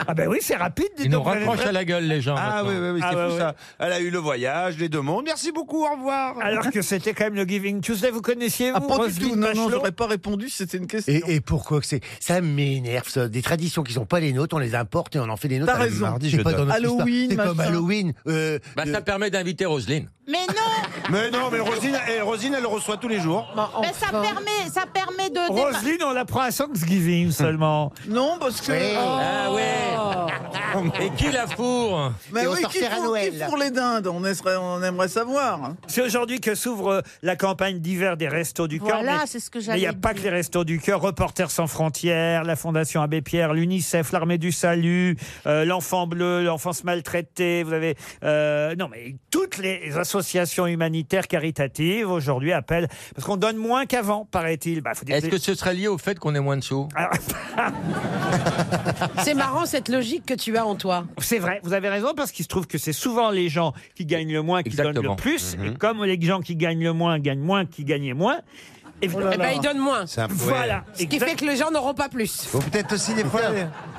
Speaker 3: Ah ben oui, c'est rapide. dites
Speaker 7: Ils nous
Speaker 3: donc, vous avez
Speaker 7: raccrochent à la gueule, les gens.
Speaker 9: Ah
Speaker 7: maintenant.
Speaker 9: oui, oui, oui, c'est
Speaker 3: Ah, ouais,
Speaker 9: fou
Speaker 3: ouais.
Speaker 9: ça. Elle a eu le voyage, les deux mondes. Merci beaucoup, au revoir.
Speaker 3: Alors que c'était quand même le Giving Tuesday, vous connaissiez vous
Speaker 4: Ah, pas du
Speaker 3: Roselyne
Speaker 4: tout. Non, non,
Speaker 3: Bachelot
Speaker 4: j'aurais pas répondu si c'était une question.
Speaker 6: Et, et pourquoi que c'est Ça m'énerve, ça. Des traditions qui sont pas les nôtres, on les importe et on en fait des nôtres.
Speaker 4: T'as
Speaker 6: Ah,
Speaker 4: raison.
Speaker 6: mardi,
Speaker 9: C'est
Speaker 6: je
Speaker 9: pas
Speaker 6: donne.
Speaker 9: dans
Speaker 4: notre histoire.
Speaker 6: C'est
Speaker 4: Halloween,
Speaker 6: comme
Speaker 4: machin.
Speaker 6: Halloween. euh,
Speaker 7: Bah,
Speaker 6: de-
Speaker 7: ça permet d'inviter Roselyne.
Speaker 8: Mais non,
Speaker 9: Mais non, mais Rosine, eh, Rosine, elle le reçoit tous les jours.
Speaker 8: mais ça permet, ça permet de. déma-
Speaker 3: Roselyne, on la prend à Thanksgiving seulement.
Speaker 4: Non, parce que.
Speaker 6: Oui.
Speaker 4: Oh,
Speaker 7: Ah ouais Et qui la fourre
Speaker 4: mais
Speaker 6: Et on
Speaker 4: oui, qui
Speaker 6: sortira
Speaker 4: pour,
Speaker 6: Noël.
Speaker 4: qui pour hein les dindes on, aimerait- on aimerait savoir.
Speaker 3: C'est aujourd'hui que s'ouvre euh, la campagne d'hiver des Restos du Cœur.
Speaker 8: Voilà,
Speaker 3: mais-
Speaker 8: c'est ce que
Speaker 3: mais
Speaker 8: j'allais
Speaker 3: il n'y a pas que les Restos du Cœur, Reporters sans frontières, la Fondation Abbé Pierre, l'UNICEF, l'Armée du Salut, euh, l'Enfant Bleu, l'Enfance Maltraitée. Vous avez. euh, non, mais toutes les associations humanitaires caritatives aujourd'hui appellent. Parce qu'on donne moins qu'avant, paraît-il. Bah, faut dire Ah,
Speaker 7: Est-ce que ce serait lié au fait qu'on ait moins de sous
Speaker 3: Alors,
Speaker 5: C'est marrant cette logique que tu as en toi.
Speaker 3: C'est vrai, vous avez raison, parce qu'il se trouve que c'est souvent les gens qui gagnent le moins qui donnent le
Speaker 7: Exactement.
Speaker 3: plus. Et comme les gens qui gagnent le moins gagnent moins qui gagnent moins, évidemment.
Speaker 5: Eh ben, il donne moins.
Speaker 9: C'est un poète.
Speaker 3: Voilà.
Speaker 5: Ce qui fait que les gens n'auront pas plus.
Speaker 9: Faut peut-être aussi des fois,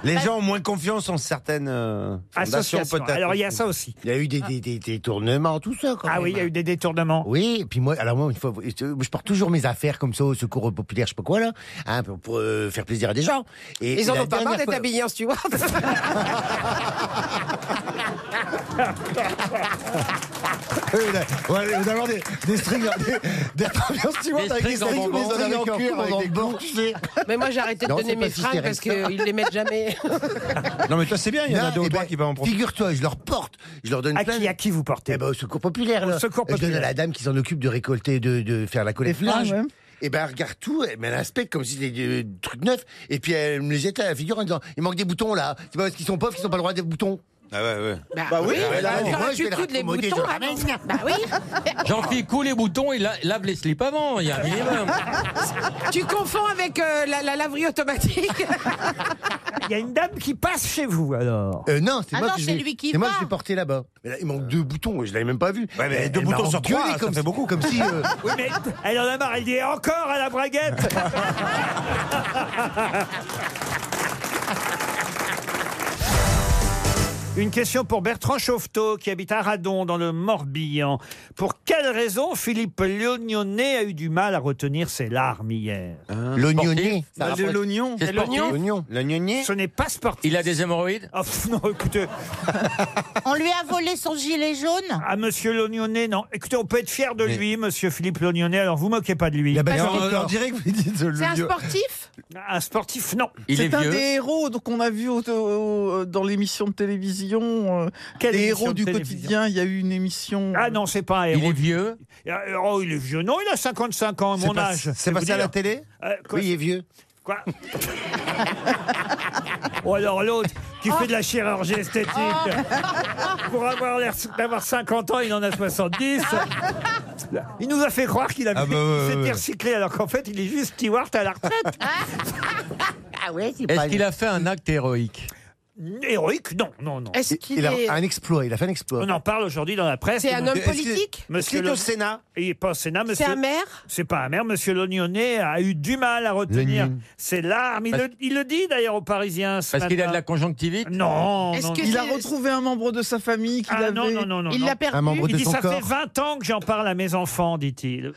Speaker 9: les gens ont moins confiance en certaines euh, fondations
Speaker 3: Association.
Speaker 9: peut-être.
Speaker 3: Alors il y a ça aussi.
Speaker 6: Il y a eu des, des, des- des détournements, tout ça. Quand
Speaker 3: Ah
Speaker 6: même.
Speaker 3: oui, il y a eu des détournements.
Speaker 6: Oui, et puis moi, alors moi, une fois, je porte toujours mes affaires comme ça au secours populaire, je sais pas quoi, là, hein, pour, pour, euh, faire plaisir à des gens. Et, et
Speaker 5: Ils en
Speaker 6: la
Speaker 5: ont pas marre
Speaker 6: dernière
Speaker 5: d'être
Speaker 6: fois-
Speaker 5: habillés en steward.
Speaker 6: Oui, là, ouais, vous allez avoir des, des strings, des, des habits en steward
Speaker 7: Des
Speaker 6: avec des
Speaker 7: strings en
Speaker 6: strings,
Speaker 7: bambou.
Speaker 6: des strings en cuir, avec des boucles, tu sais.
Speaker 5: Mais moi, j'ai arrêté de
Speaker 6: Non,
Speaker 5: donner
Speaker 6: c'est pas
Speaker 5: mes
Speaker 6: si
Speaker 5: fringues parce
Speaker 6: stérile, ça.
Speaker 5: qu'ils les mettent jamais.
Speaker 9: Non mais toi c'est bien, il y en a
Speaker 6: Non,
Speaker 9: deux
Speaker 6: eh
Speaker 9: ou trois
Speaker 6: ben,
Speaker 9: qui va en profiter.
Speaker 6: Figure-toi, je leur porte, je leur donne
Speaker 3: À
Speaker 6: plein.
Speaker 3: qui, à qui vous portez
Speaker 6: Eh ben, au secours populaire.
Speaker 3: Au
Speaker 6: là.
Speaker 3: secours
Speaker 6: Je donne
Speaker 3: populaire.
Speaker 6: à la dame qui s'en occupe de récolter, de, de faire la collecte.
Speaker 4: fleurs,
Speaker 6: Linge.
Speaker 4: ouais.
Speaker 6: Eh ben, elle regarde tout, eh ben, elle inspecte comme si c'était des des trucs neufs, et puis elle me les jette à la figure en disant Il manque des boutons là, c'est pas parce qu'ils sont pauvres qu'ils n'ont pas le droit des boutons.
Speaker 9: Ah ouais, ouais.
Speaker 4: Bah oui,
Speaker 6: Ah,
Speaker 5: elle
Speaker 6: là,
Speaker 5: va
Speaker 6: moi,
Speaker 5: faire un
Speaker 6: je vais la
Speaker 5: tutu de les
Speaker 6: raccommoder,
Speaker 5: boutons.
Speaker 6: je la ramène.
Speaker 5: ah, Bah oui.
Speaker 7: Jean-Philippe, coule les boutons et la- lave les slips avant, il y a un minimum.
Speaker 5: Tu confonds avec euh, la, la laverie automatique.
Speaker 3: Il y a une dame qui passe chez vous alors.
Speaker 6: Euh, non, c'est
Speaker 8: Ah
Speaker 6: moi
Speaker 8: non,
Speaker 6: que je
Speaker 8: c'est
Speaker 6: l'ai-
Speaker 8: lui qui
Speaker 6: c'est moi
Speaker 8: va.
Speaker 6: que je l'ai porté là-bas. Mais là, il manque deux boutons, je l'avais même pas vu.
Speaker 9: Ouais, mais
Speaker 6: Elle-
Speaker 9: deux
Speaker 6: elle
Speaker 9: boutons
Speaker 6: m'a
Speaker 9: sur trois,
Speaker 6: engueulé
Speaker 9: ça
Speaker 6: comme
Speaker 9: fait
Speaker 6: si-
Speaker 9: beaucoup.
Speaker 6: Comme si. euh,
Speaker 3: Oui, mais elle en a marre, elle dit encore à la braguette. Une question pour Bertrand Chauvetot, qui habite à Radon, dans le Morbihan. Pour quelle raison Philippe Lognonet a eu du mal à retenir ses larmes hier
Speaker 6: L'oignonnier. ça
Speaker 4: De
Speaker 6: rapproche-
Speaker 4: l'oignon.
Speaker 7: C'est sportif.
Speaker 6: L'oignon.
Speaker 9: Bah, Le gnognier
Speaker 3: Ce n'est pas sportif.
Speaker 7: Il a des hémorroïdes
Speaker 3: Oh, pff, non, écoutez,
Speaker 8: On lui a volé son gilet jaune.
Speaker 3: à Ah, Monsieur Lognonnet, non. Écoutez, on peut être fier de lui, Monsieur Philippe Lognonnet, alors vous moquez pas de lui.
Speaker 6: Il a battu
Speaker 9: Alors,
Speaker 6: record.
Speaker 9: on dirait que vous dites le
Speaker 5: C'est un
Speaker 9: lieu.
Speaker 5: sportif
Speaker 3: Un sportif, non.
Speaker 7: Il est
Speaker 4: C'est un
Speaker 7: vieux.
Speaker 4: des héros donc, qu'on a vu au- au- dans l'émission de télévision. euh,
Speaker 3: Quelle
Speaker 4: les
Speaker 3: émission
Speaker 4: héros
Speaker 3: de
Speaker 4: du
Speaker 3: télévision
Speaker 4: quotidien. Il y a eu une émission.
Speaker 3: Ah non, c'est pas un
Speaker 7: Il
Speaker 3: héros.
Speaker 7: est vieux.
Speaker 3: Euh, Oh, il est vieux. Non, il a 55 ans, à
Speaker 9: C'est
Speaker 3: mon
Speaker 9: pas-
Speaker 3: âge.
Speaker 9: C'est passé à la télé
Speaker 3: Euh, quoi,
Speaker 6: Oui, il est vieux.
Speaker 3: quoi Ou alors l'autre qui fait de la chirurgie esthétique. Pour avoir l'air d'avoir 50 ans, il en a 70. Il nous a fait croire qu'il avait
Speaker 9: Ah bah ouais,
Speaker 3: s'était
Speaker 9: ouais, ouais.
Speaker 3: recyclé, alors qu'en fait, il est juste steward à la retraite.
Speaker 6: Ah ouais, c'est
Speaker 7: Est-ce qu'il a fait un acte héroïque
Speaker 3: Héroïque Non, non, non.
Speaker 5: Est-ce qu'il
Speaker 6: Il a
Speaker 5: est.
Speaker 6: un exploit, il a fait un exploit.
Speaker 3: On en parle aujourd'hui dans la presse.
Speaker 5: C'est un homme
Speaker 9: Est-ce que-
Speaker 5: politique
Speaker 9: Est-ce
Speaker 3: Monsieur
Speaker 9: qu'il est
Speaker 3: Le-
Speaker 9: au Sénat
Speaker 3: Il est pas au Sénat,
Speaker 5: C'est
Speaker 3: monsieur.
Speaker 5: un maire
Speaker 3: C'est pas amer. Monsieur Lognonnet a eu du mal à retenir ses larmes. Il,
Speaker 7: Parce-
Speaker 3: le, il le dit d'ailleurs aux Parisiens. ce
Speaker 7: Parce qu'il a de la
Speaker 3: matin.
Speaker 7: conjonctivite
Speaker 3: Non.
Speaker 5: Est-ce
Speaker 3: non,
Speaker 5: que
Speaker 3: non.
Speaker 4: Il
Speaker 5: c'est-
Speaker 4: a retrouvé un membre de sa famille qu'il
Speaker 3: Ah,
Speaker 4: avait.
Speaker 3: non, non, non, non,
Speaker 5: Il
Speaker 3: non.
Speaker 5: l'a perdu.
Speaker 6: Un membre
Speaker 3: Il
Speaker 6: de
Speaker 3: dit
Speaker 6: son
Speaker 3: ça fait
Speaker 6: corps.
Speaker 3: 20 ans que j'en parle à mes enfants, dit-il.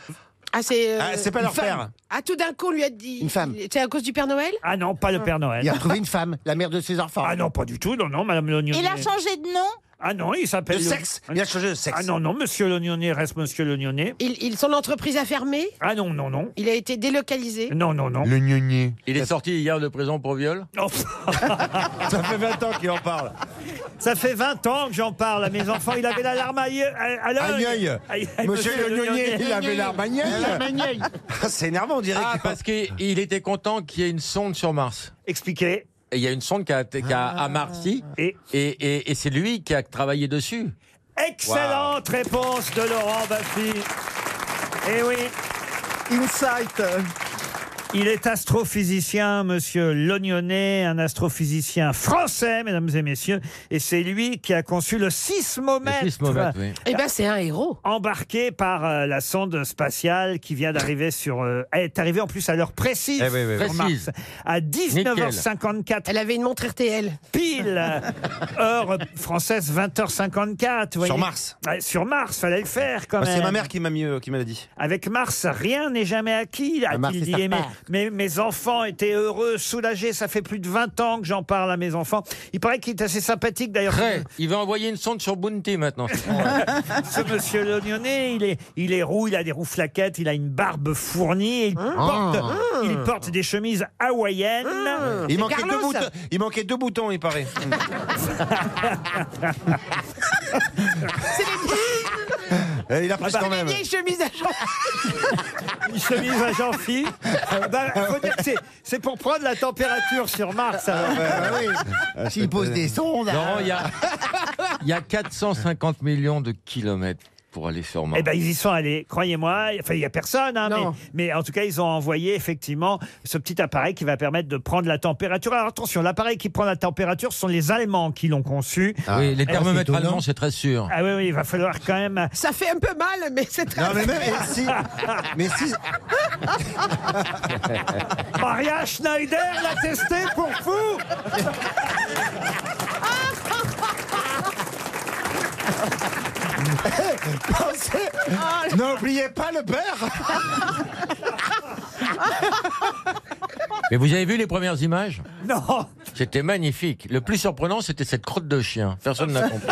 Speaker 5: Ah, c'est. euh,
Speaker 9: Ah, C'est pas leur
Speaker 5: femme.
Speaker 9: père.
Speaker 5: Ah, tout d'un coup, on lui a dit.
Speaker 6: Une femme.
Speaker 5: C'est à cause du Père Noël
Speaker 3: Ah non, pas le Père Noël.
Speaker 6: Il a retrouvé une femme, la mère de ses enfants.
Speaker 3: Ah non, pas du tout. Non, non, Madame Lognonnet.
Speaker 8: Il a changé de nom.
Speaker 3: Ah non, il s'appelle.
Speaker 9: De sexe. Il a changé de sexe.
Speaker 3: Ah non, non, Monsieur Lognonnet reste Monsieur Lognonnet.
Speaker 5: il, il- Son entreprise a fermé
Speaker 3: Ah non, non, non.
Speaker 5: Il a été délocalisé
Speaker 3: Non, non, non.
Speaker 9: Le gnognier.
Speaker 7: Il est sorti hier de prison pour viol
Speaker 3: Oh,
Speaker 9: Ça fait 20 ans qu'il en parle.
Speaker 3: ça fait 20 ans que j'en parle à mes enfants. Il avait la larme à l'œil. à l'œil.
Speaker 9: Aïe, aïe.
Speaker 3: Aïe,
Speaker 9: Monsieur Le Gnognier, il avait l'armagnac.
Speaker 6: Manuel.
Speaker 9: C'est énervant, on dirait.
Speaker 7: Ah,
Speaker 9: que-
Speaker 7: parce qu'il il était content qu'il y ait une sonde sur Mars.
Speaker 3: Expliquez.
Speaker 7: Et il y a une sonde qui a, qui a à Marcy,
Speaker 3: Et
Speaker 7: et, et- et c'est lui qui a travaillé dessus.
Speaker 3: Excellente réponse de Laurent Baffy. Eh oui,
Speaker 4: Insight.
Speaker 3: il est astrophysicien, monsieur Lognonnet, un astrophysicien français, mesdames et messieurs, et c'est lui qui a conçu le sismomètre.
Speaker 7: Le sismomètre, oui.
Speaker 5: Eh ben, c'est un héros
Speaker 3: Embarqué par euh, la sonde spatiale qui vient d'arriver sur. euh, est arrivée en plus à l'heure précise.
Speaker 9: Eh oui, oui, oui.
Speaker 3: sur Mars,
Speaker 7: Précise.
Speaker 3: à 19h54
Speaker 5: Elle avait une montre RTL.
Speaker 3: pile heure française 20h54. vous
Speaker 9: Sur
Speaker 3: voyez.
Speaker 9: Mars.
Speaker 3: Ouais, Sur Mars, fallait le faire quand
Speaker 9: Moi,
Speaker 3: même.
Speaker 9: C'est ma mère qui m'a mis, euh, qui m'a dit.
Speaker 3: Avec Mars, rien n'est jamais acquis,
Speaker 6: Mars,
Speaker 3: a-t-il
Speaker 6: c'est
Speaker 3: dit.
Speaker 6: sympa.
Speaker 3: Mais, mais mes enfants étaient heureux, soulagés. Ça fait plus de 20 ans que j'en parle à mes enfants. Il paraît qu'il est assez sympathique d'ailleurs.
Speaker 7: Très. Il va envoyer une sonde sur Bounty maintenant.
Speaker 3: Ce monsieur Lognonnet, il est, il est roux, il a des roues flaquettes, il a une barbe fournie. et il, porte, il porte des chemises hawaïennes.
Speaker 9: Il manquait, deux
Speaker 5: Carlos.
Speaker 9: boutons, il manquait deux boutons, il paraît. Eh, il a pris
Speaker 3: bah,
Speaker 9: quand
Speaker 5: Les
Speaker 9: même.
Speaker 5: vieilles chemises à jour.
Speaker 3: Une chemise à Bah, jean c'est c'est pour prendre la température sur Mars. alors.
Speaker 9: bah,
Speaker 6: Ah oui.
Speaker 5: hein.
Speaker 6: S'il pose des sondes.
Speaker 7: Laurent, il y a, il y a 450 millions de kilomètres. pour aller sur Mars.
Speaker 3: Eh ben, ils y sont allés, croyez-moi. Enfin, il n'y a personne, hein, mais, mais en tout cas, ils ont envoyé effectivement ce petit appareil qui va permettre de prendre la température. Alors attention, l'appareil qui prend la température, ce sont les Allemands qui l'ont conçu.
Speaker 5: Ah.
Speaker 9: Ah.
Speaker 7: Oui, les
Speaker 3: Alors,
Speaker 7: thermomètres
Speaker 3: c'est
Speaker 7: allemands, c'est très sûr.
Speaker 3: Ah oui, oui, il va falloir quand même.
Speaker 5: Ça fait un peu mal, mais c'est très
Speaker 9: Non, mais même, et si- mais si-
Speaker 5: Oh
Speaker 3: Maria Schneider l'a testé pour fou
Speaker 9: Pensez- N'oubliez pas le beurre
Speaker 7: Mais vous avez vu les premières images
Speaker 3: Non
Speaker 7: C'était magnifique. Le plus surprenant, c'était cette crotte de chien. Personne n'a compris.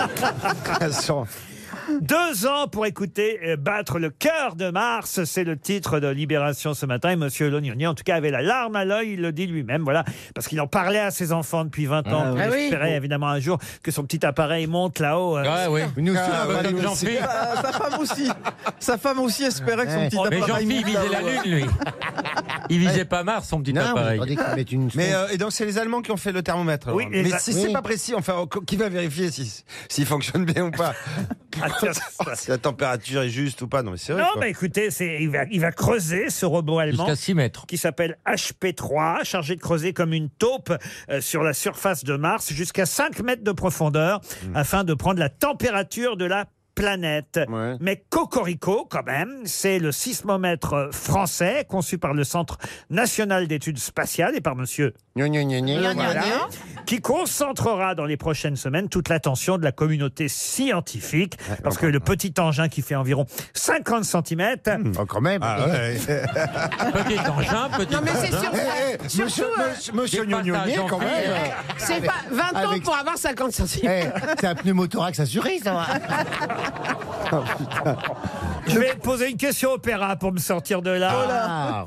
Speaker 3: Deux ans pour écouter euh, Battre le cœur de Mars, c'est le titre de Libération ce matin. Et Monsieur Lognoni, en tout cas, avait la larme à l'œil, il le dit lui-même, voilà, parce qu'il en parlait à ses enfants depuis 20 ans.
Speaker 9: Ah
Speaker 3: Il
Speaker 9: oui. Ah oui.
Speaker 3: espérait évidemment un jour que son petit appareil monte là-haut. euh,
Speaker 7: Ah oui. Nous aussi,
Speaker 9: Ah,
Speaker 7: on va
Speaker 9: ouais,
Speaker 7: comme
Speaker 9: nous aussi.
Speaker 7: Jean-Philippe.
Speaker 4: Ah, sa femme aussi. Sa femme aussi espérait que son petit
Speaker 7: Oh, Eh. Mais
Speaker 4: appareil.
Speaker 7: Jean-Philippe
Speaker 4: monte
Speaker 7: visait la
Speaker 4: là-haut.
Speaker 7: lune, lui. Il visait pas Mars, son petit
Speaker 6: Non, mais
Speaker 7: appareil.
Speaker 6: attendez qu'ils mettent une
Speaker 9: Mais euh, et donc c'est les Allemands qui ont fait le thermomètre.
Speaker 3: Oui,
Speaker 9: alors.
Speaker 3: les
Speaker 9: mais
Speaker 3: A-
Speaker 9: si
Speaker 3: oui.
Speaker 9: c'est pas précis, enfin on- qui va vérifier si s'il fonctionne bien ou pas
Speaker 3: à terre, Ah, ça.
Speaker 9: Si la température est juste ou pas Non mais c'est vrai.
Speaker 3: Non,
Speaker 9: quoi.
Speaker 3: mais écoutez, c'est- il va, il va creuser ce robot allemand.
Speaker 7: Jusqu'à 6 mètres.
Speaker 3: qui s'appelle HP3, chargé de creuser comme une taupe euh, sur la surface de Mars jusqu'à 5 mètres de profondeur afin de prendre la température de la planète.
Speaker 9: Ouais.
Speaker 3: Mais Cocorico, quand même, c'est le sismomètre français conçu par le Centre national d'études spatiales et par monsieur
Speaker 6: Gna, gna, gna, gna.
Speaker 3: voilà, qui concentrera dans les prochaines semaines toute l'attention de la communauté scientifique parce que le petit engin qui fait environ 50 cm
Speaker 6: Oh, quand même.
Speaker 9: Ah ouais.
Speaker 7: Petit engin, petit
Speaker 5: Non, mais c'est
Speaker 7: engin.
Speaker 5: sûr.
Speaker 9: Eh, eh,
Speaker 5: Surtout,
Speaker 9: monsieur
Speaker 5: euh,
Speaker 9: monsieur- monsieur
Speaker 7: des passages
Speaker 9: Gnognonier, quand
Speaker 7: en
Speaker 9: même.
Speaker 7: cuir.
Speaker 5: Eh,
Speaker 3: Eh,
Speaker 5: C'est pas 20 ans
Speaker 6: Avec-
Speaker 5: pour avoir 50 centimes.
Speaker 6: Eh, c'est un pneumothorax assuré, ça va.
Speaker 7: Ah,
Speaker 3: Je vais poser une question au Péra pour me sortir de là.
Speaker 6: Ah.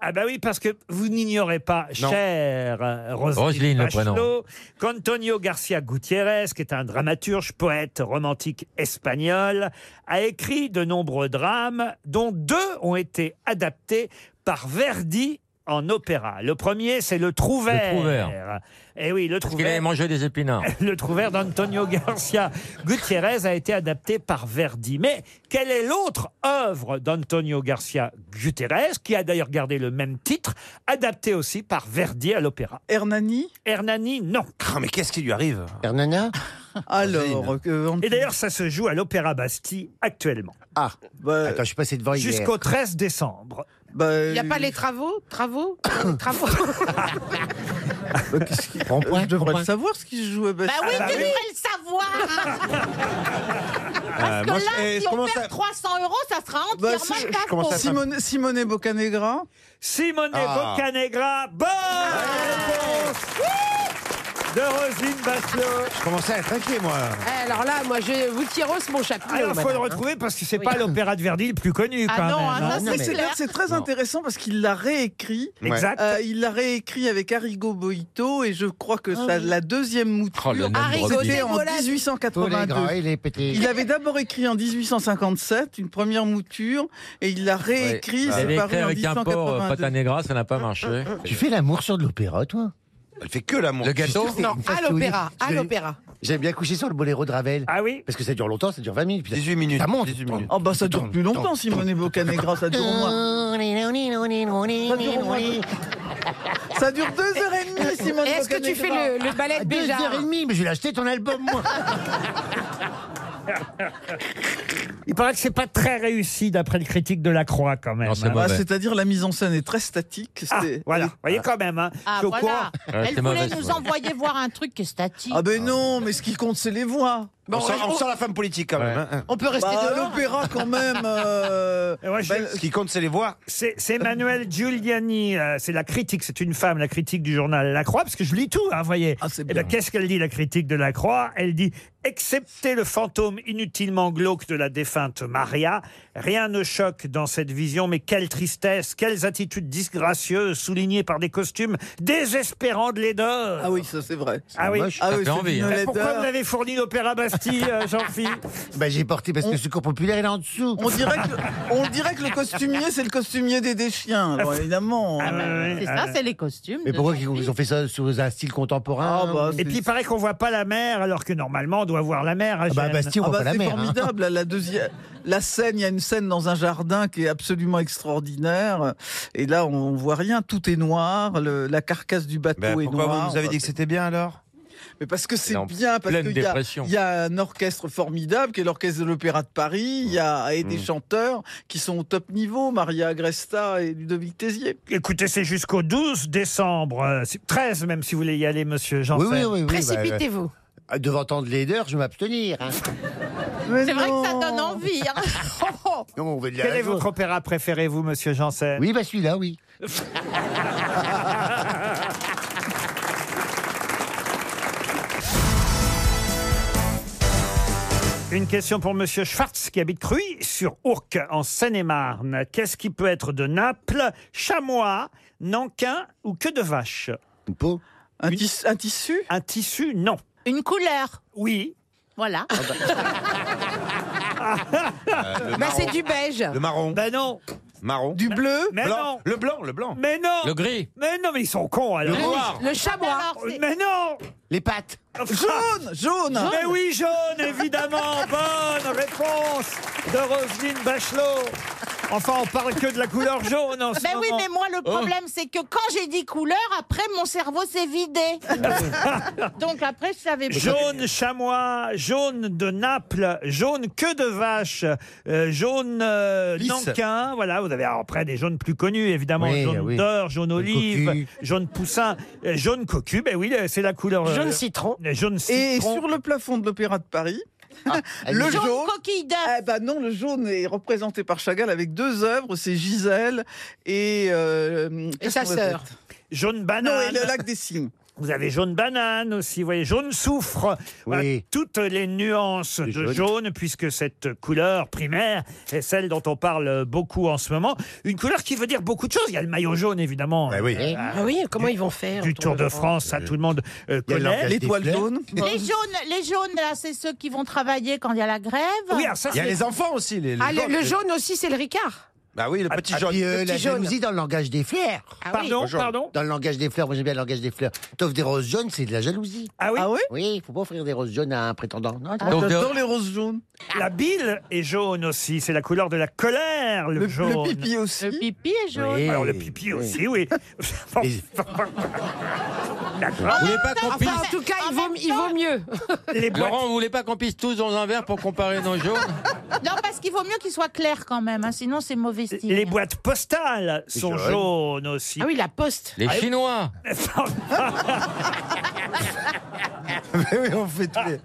Speaker 3: Ah bah oui, parce que vous n'ignorez pas,
Speaker 9: Non.
Speaker 3: cher euh, Roselyne
Speaker 7: Roselyne, le
Speaker 3: Bachelot, qu'Antonio Garcia Gutiérrez, qui est un dramaturge, poète, romantique espagnol, a écrit de nombreux drames, dont deux ont été adaptés par Verdi en opéra. Le premier, c'est Le Trouvert.
Speaker 7: Le Trouvert.
Speaker 3: Eh oui, Le
Speaker 7: Parce qu'il avait
Speaker 3: Trouvert.
Speaker 7: mangé des épinards.
Speaker 3: Le Trouvert d'Antonio Garcia Gutiérrez a été adapté par Verdi. Mais quelle est l'autre œuvre d'Antonio Garcia Gutiérrez, qui a d'ailleurs gardé le même titre, adapté aussi par Verdi à l'opéra
Speaker 4: Hernani.
Speaker 3: Hernani, non.
Speaker 9: Ah, mais qu'est-ce qui lui arrive
Speaker 6: Hernana
Speaker 4: Alors. euh, on-
Speaker 3: Et d'ailleurs, ça se joue à l'Opéra Bastille actuellement,
Speaker 6: Ah,
Speaker 4: bah,
Speaker 6: attends, je suis passé devant hier.
Speaker 3: jusqu'au 13 décembre.
Speaker 4: bah,
Speaker 5: Il n'y a pas les travaux Travaux Travaux
Speaker 4: Bah,
Speaker 6: Prends point, prends
Speaker 4: Je devrais
Speaker 6: point.
Speaker 4: le savoir ce qui se joue.
Speaker 8: Bah oui,
Speaker 3: Ah,
Speaker 8: tu devrais le savoir
Speaker 9: Ah, moi,
Speaker 8: Parce que
Speaker 9: je- eh,
Speaker 8: là,
Speaker 9: je
Speaker 8: si on
Speaker 9: commence
Speaker 8: perd
Speaker 9: à-
Speaker 8: 300 euros, ça sera
Speaker 4: Bah,
Speaker 8: entièrement
Speaker 4: si, je-
Speaker 8: de
Speaker 4: je
Speaker 8: ta
Speaker 9: commence à
Speaker 8: faute.
Speaker 4: Simone, Simone Bocanegra.
Speaker 3: Simone
Speaker 9: Ah.
Speaker 3: Boccanegra, bonne réponse de Roselyne Bachelot.
Speaker 9: je commençais à être inquiet moi.
Speaker 5: Eh, Alors là, moi, je vous tire mon chapeau.
Speaker 3: Alors, Ah, il faut le
Speaker 5: madame.
Speaker 3: retrouver parce que c'est
Speaker 5: Oui.
Speaker 3: pas l'opéra de Verdi le plus connu,
Speaker 8: hein. Ah
Speaker 3: quand même.
Speaker 8: non, hein,
Speaker 3: hein.
Speaker 8: ça,
Speaker 4: Mais
Speaker 8: c'est
Speaker 4: c'est
Speaker 8: clair.
Speaker 4: c'est très intéressant parce qu'il l'a réécrit.
Speaker 3: Exact.
Speaker 4: Euh, il l'a réécrit avec Arrigo Boito et je crois que
Speaker 9: Ah
Speaker 4: ça, la deuxième mouture,
Speaker 7: Oh, le nombre
Speaker 8: Arrigo,
Speaker 7: de
Speaker 4: c'était
Speaker 8: c'est
Speaker 4: en
Speaker 8: voilà.
Speaker 6: Oh, les gras,
Speaker 4: 1882.
Speaker 6: il est pété.
Speaker 4: Il avait d'abord écrit en 1857 une première mouture et il l'a réécrit.
Speaker 7: Il
Speaker 4: c'est
Speaker 7: avait écrit
Speaker 4: paru en
Speaker 7: avec un porc euh,
Speaker 4: 1882.
Speaker 7: patanégra, ça n'a pas marché.
Speaker 6: Tu fais l'amour sur de l'opéra, toi
Speaker 9: Elle fait que l'amour.
Speaker 7: Le gâteau
Speaker 5: Non,
Speaker 6: Une
Speaker 5: à
Speaker 6: fastouille.
Speaker 5: l'opéra,
Speaker 6: Je
Speaker 5: à
Speaker 6: vais-
Speaker 5: l'opéra.
Speaker 6: J'aime bien coucher sur le boléro de Ravel.
Speaker 3: Ah oui
Speaker 6: Parce que ça dure longtemps, ça dure 20 minutes. puis ça-
Speaker 9: 18 minutes.
Speaker 6: Ça monte.
Speaker 9: 18 minutes.
Speaker 4: Oh bah ça dure plus longtemps Simone Bocanegra, ça dure au moins. Ça dure, au moins deux- ça dure deux heures et demie Simone
Speaker 5: Et Est-ce que tu fais le, le ballet de
Speaker 6: À deux
Speaker 5: Béjar
Speaker 6: heures et demie, mais je vais acheter ton album, moi.
Speaker 3: Il paraît que c'est pas très réussi d'après le critique de la Croix quand même.
Speaker 7: Non, c'est
Speaker 3: hein.
Speaker 7: mauvais.
Speaker 4: Ah, C'est-à-dire la mise en scène est très statique.
Speaker 3: Ah,
Speaker 4: c'est-
Speaker 3: voilà, vous voyez quand même. Hein.
Speaker 8: Ah,
Speaker 3: Je suis au
Speaker 8: voilà.
Speaker 7: courant. Ouais,
Speaker 8: Elle
Speaker 7: c'est
Speaker 8: voulait
Speaker 7: mauvaise,
Speaker 8: nous
Speaker 7: ouais.
Speaker 8: envoyer voir un truc qui est statique.
Speaker 4: Ah ben non, mais ce qui compte c'est les voix.
Speaker 9: on, sent, on sent la femme politique quand même.
Speaker 7: Ouais.
Speaker 9: hein, hein.
Speaker 5: On peut rester
Speaker 4: Bah,
Speaker 5: dehors
Speaker 4: l'opéra quand même. euh,
Speaker 3: Et moi, je-
Speaker 4: ben,
Speaker 9: Bah, Ce qui compte c'est les voix.
Speaker 3: C'est c'est Emmanuel Giuliani, euh, c'est la critique, c'est une femme, la critique du journal La Croix, parce que je lis tout, hein, vous voyez.
Speaker 4: Ah, c'est
Speaker 3: Eh
Speaker 4: bien.
Speaker 3: ben, Qu'est-ce qu'elle dit, la critique de La Croix Elle dit Excepté le fantôme inutilement glauque de la défunte Maria, rien ne choque dans cette vision, mais quelle tristesse, quelles attitudes disgracieuses soulignées par des costumes désespérants de laideur.
Speaker 4: Ah oui, ça c'est vrai.
Speaker 3: Ah oui.
Speaker 6: Moche.
Speaker 4: Ah
Speaker 7: Ça
Speaker 4: oui,
Speaker 7: fait
Speaker 4: c'est
Speaker 7: envie,
Speaker 4: une
Speaker 7: hein.
Speaker 3: Pourquoi vous
Speaker 4: laideur.
Speaker 3: m'avez fourni l'opéra Bastille Bastille, euh, Jean-Philippe
Speaker 6: Bah, j'ai porté parce que le secours populaire, il est en dessous.
Speaker 4: On dirait que, on dirait que le costumier, c'est le costumier des déchiens,
Speaker 6: Ah,
Speaker 4: alors évidemment.
Speaker 6: bah,
Speaker 8: C'est ça, c'est les costumes.
Speaker 6: Mais
Speaker 8: de-
Speaker 6: pourquoi ils ils ont fait ça sous un Bah, style contemporain
Speaker 3: Et puis il paraît qu'on voit pas la mer, alors que normalement on doit voir la mer. hein, À
Speaker 6: Ah bah,
Speaker 3: Gênes.
Speaker 6: Bastille, on
Speaker 4: Ah
Speaker 6: voit
Speaker 4: bah,
Speaker 6: pas la
Speaker 4: c'est
Speaker 6: mer. hein.
Speaker 4: formidable. La deuxième, la scène, il y a une scène dans un jardin qui est absolument extraordinaire. Et là, on, on voit rien. Tout est noir. le- la carcasse du bateau
Speaker 9: Ben,
Speaker 4: est
Speaker 9: pourquoi vous
Speaker 4: noire.
Speaker 9: nous avez dit que c'était bien alors
Speaker 4: Mais parce que c'est
Speaker 7: en
Speaker 4: bien, parce
Speaker 7: pleine
Speaker 4: qu'il y, a-
Speaker 7: dépression.
Speaker 4: il y a un orchestre formidable qui est l'orchestre de l'Opéra de Paris. Il y a et des
Speaker 7: Mmh.
Speaker 4: chanteurs qui sont au top niveau. Maria Agresta et Ludovic Tézier.
Speaker 3: Écoutez, c'est jusqu'au 12 décembre, euh, c'est- 13 même si vous voulez y aller, monsieur jean
Speaker 6: Oui, oui, oui. oui bah,
Speaker 5: Précipitez-vous.
Speaker 6: euh, devant tant de laideur, je vais m'abstenir. hein.
Speaker 8: C'est vrai que ça donne envie. hein.
Speaker 6: Non, on veut de la
Speaker 3: Quel est
Speaker 6: joie.
Speaker 3: votre opéra préféré, vous, monsieur Janssen
Speaker 6: Oui, bah celui-là, oui.
Speaker 3: Une question pour monsieur Schwartz qui habite Cruy sur Ourcq en Seine-et-Marne. Qu'est-ce qui peut être de Naples, chamois, nankin ou queue de vache
Speaker 6: Une peau
Speaker 4: Un, tis- un tissu.
Speaker 3: Un tissu, non.
Speaker 8: Une couleur.
Speaker 3: Oui,
Speaker 8: Voilà.
Speaker 5: Bah, c'est du beige.
Speaker 9: Euh, Le marron.
Speaker 3: ben non,
Speaker 9: marron.
Speaker 4: Du bleu.
Speaker 3: mais
Speaker 9: blanc.
Speaker 3: non,
Speaker 9: Le blanc, le blanc.
Speaker 3: mais non,
Speaker 7: Le gris.
Speaker 3: mais non, mais ils sont cons alors. Ah,
Speaker 5: Le chamois.
Speaker 8: Alors, c'est-
Speaker 3: Mais non
Speaker 6: Les pattes.
Speaker 4: Jaune. Jaune.
Speaker 3: Mais oui, jaune, évidemment. Bonne réponse de Roselyne Bachelot. Enfin, on parle que de la couleur jaune en ce
Speaker 8: Ben oui,
Speaker 3: moment.
Speaker 8: mais moi, le
Speaker 9: Oh.
Speaker 3: Oh.
Speaker 8: problème, c'est que quand j'ai dit couleur, après, mon cerveau s'est vidé. Donc après, je savais plus.
Speaker 3: Jaune chamois, jaune de Naples, jaune queue de vache, euh, jaune euh,
Speaker 9: Lisse.
Speaker 3: nankin. Voilà, vous avez alors, après des jaunes plus connus, évidemment.
Speaker 6: Oui,
Speaker 3: jaune
Speaker 6: oui.
Speaker 3: d'or, jaune olive,
Speaker 6: cocu.
Speaker 3: jaune poussin, euh, jaune cocu. Ben oui, euh, c'est la couleur. euh,
Speaker 5: Jaune citron.
Speaker 3: euh, jaune
Speaker 4: Et
Speaker 3: citron.
Speaker 4: sur le plafond de l'Opéra de Paris.
Speaker 7: Ah,
Speaker 6: allez.
Speaker 4: le
Speaker 8: Jaune
Speaker 4: jaune.
Speaker 8: coquille d'œuf.
Speaker 4: Ah bah non, le jaune est représenté par Chagall avec deux œuvres, c'est Gisèle et euh,
Speaker 5: Et sa
Speaker 4: qu'est-ce qu'on
Speaker 5: sœur.
Speaker 4: répète
Speaker 3: Jaune
Speaker 4: Ah Non,
Speaker 3: banane.
Speaker 4: et le lac des cygnes.
Speaker 3: Vous avez jaune banane aussi, vous voyez, jaune soufre. Voilà, toutes les nuances de jaune.
Speaker 6: jaune.
Speaker 3: puisque cette couleur primaire est celle dont on parle beaucoup en ce moment. Une couleur qui veut dire beaucoup de choses. Il y a le maillot jaune, évidemment, Euh,
Speaker 9: Ben oui.
Speaker 6: Eh,
Speaker 5: Ah oui, comment ils vont faire
Speaker 3: du Tour de France, ça tout le monde euh,
Speaker 6: Il y a
Speaker 3: connaît.
Speaker 6: l'orchestre.
Speaker 4: L'étoile
Speaker 6: des fleurs.
Speaker 4: jaune.
Speaker 8: Les jaunes, les jaunes, là, c'est ceux qui vont travailler quand il y a la grève.
Speaker 3: Oui, alors ça,
Speaker 9: Il y a
Speaker 3: c'est-
Speaker 9: les enfants aussi. Les, les
Speaker 5: Ah, le,
Speaker 9: gosses,
Speaker 5: le
Speaker 9: les-
Speaker 5: jaune aussi, c'est le Ricard.
Speaker 9: Bah oui, le petit
Speaker 6: Ah,
Speaker 9: jaune.
Speaker 6: puis, euh,
Speaker 5: Le petit
Speaker 6: la
Speaker 5: jaune.
Speaker 6: jalousie dans le langage des fleurs.
Speaker 5: Ah oui.
Speaker 3: Pardon, pardon.
Speaker 6: Dans le langage des fleurs, moi j'aime bien le langage des fleurs. T'offres des roses jaunes, c'est de la jalousie.
Speaker 3: Ah oui,
Speaker 4: Ah oui
Speaker 6: Oui, Ah. il faut pas offrir des roses jaunes à un prétendant. Non,
Speaker 7: Donc, de-
Speaker 6: euh,
Speaker 4: J'adore les roses jaunes.
Speaker 3: la bile est jaune aussi. C'est la couleur de la colère, le,
Speaker 4: Le, le
Speaker 3: jaune.
Speaker 4: pipi aussi.
Speaker 8: Le pipi est jaune.
Speaker 6: Oui.
Speaker 3: Alors le pipi aussi, oui. Bon,
Speaker 6: Et-
Speaker 3: d'accord.
Speaker 7: Vous voulez pas qu'on
Speaker 5: Enfin, en
Speaker 7: pisse
Speaker 5: tout cas,
Speaker 8: Bah, en
Speaker 5: il vaut,
Speaker 8: même
Speaker 5: il vaut mieux.
Speaker 3: Les boîtes-
Speaker 7: Laurent, vous voulez pas qu'on pisse tous dans un verre pour comparer nos jaunes
Speaker 8: Non, parce qu'il vaut mieux qu'il soit clair quand même, hein, sinon c'est mauvais style.
Speaker 3: les boîtes postales sont
Speaker 6: jaune.
Speaker 3: jaunes aussi.
Speaker 5: Ah oui, la poste.
Speaker 7: Les Chinois.
Speaker 9: Mais oui, on fait tous les-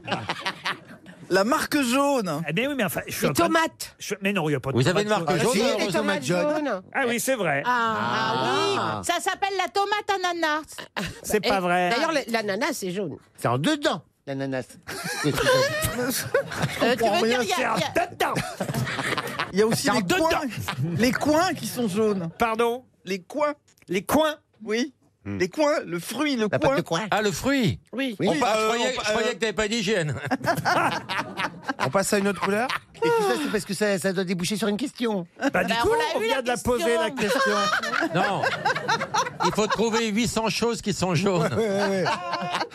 Speaker 4: La marque jaune.
Speaker 3: Eh bien oui, mais enfin, je suis en
Speaker 5: Les
Speaker 3: train de-
Speaker 5: tomates.
Speaker 3: Je- Mais non, il n'y a pas de Ah,
Speaker 7: Vous avez une
Speaker 3: tomate.
Speaker 7: marque jaune euh,
Speaker 6: si,
Speaker 5: Si,
Speaker 6: les
Speaker 5: les tomates
Speaker 6: tomates jaunes.
Speaker 5: jaunes.
Speaker 3: Ah oui, c'est vrai.
Speaker 5: Ah,
Speaker 8: Ah oui, ça s'appelle la tomate ananas.
Speaker 3: c'est pas
Speaker 5: Et
Speaker 3: vrai.
Speaker 5: D'ailleurs, la- l'ananas, c'est jaune.
Speaker 6: C'est en dedans, l'ananas.
Speaker 8: Euh, tu
Speaker 4: comprends
Speaker 8: veux
Speaker 4: rien,
Speaker 8: dire, il y a-
Speaker 3: C'est un
Speaker 8: il y a-
Speaker 3: dedans.
Speaker 4: Il y a aussi les
Speaker 3: dedans.
Speaker 4: coins. Les coins qui sont jaunes.
Speaker 3: Pardon
Speaker 4: Les coins.
Speaker 3: Les coins
Speaker 4: Oui. Les coins, le fruit, le
Speaker 6: La
Speaker 4: coin.
Speaker 6: pâte de quoi
Speaker 7: Hmm. Ah, le fruit.
Speaker 5: Oui.
Speaker 7: On pa-
Speaker 9: euh,
Speaker 7: je croyais,
Speaker 9: on pa-
Speaker 7: je croyais que t'avais pas d'hygiène.
Speaker 9: On passe à une autre couleur
Speaker 6: Et tout ça, c'est parce que ça, ça doit déboucher sur une question.
Speaker 3: Bah, du
Speaker 8: Bah,
Speaker 3: coup,
Speaker 8: on l'a
Speaker 3: on
Speaker 8: eu,
Speaker 3: vient
Speaker 8: la
Speaker 3: de la
Speaker 8: question.
Speaker 3: poser la question.
Speaker 7: Non. Il faut trouver 800 choses qui sont jaunes.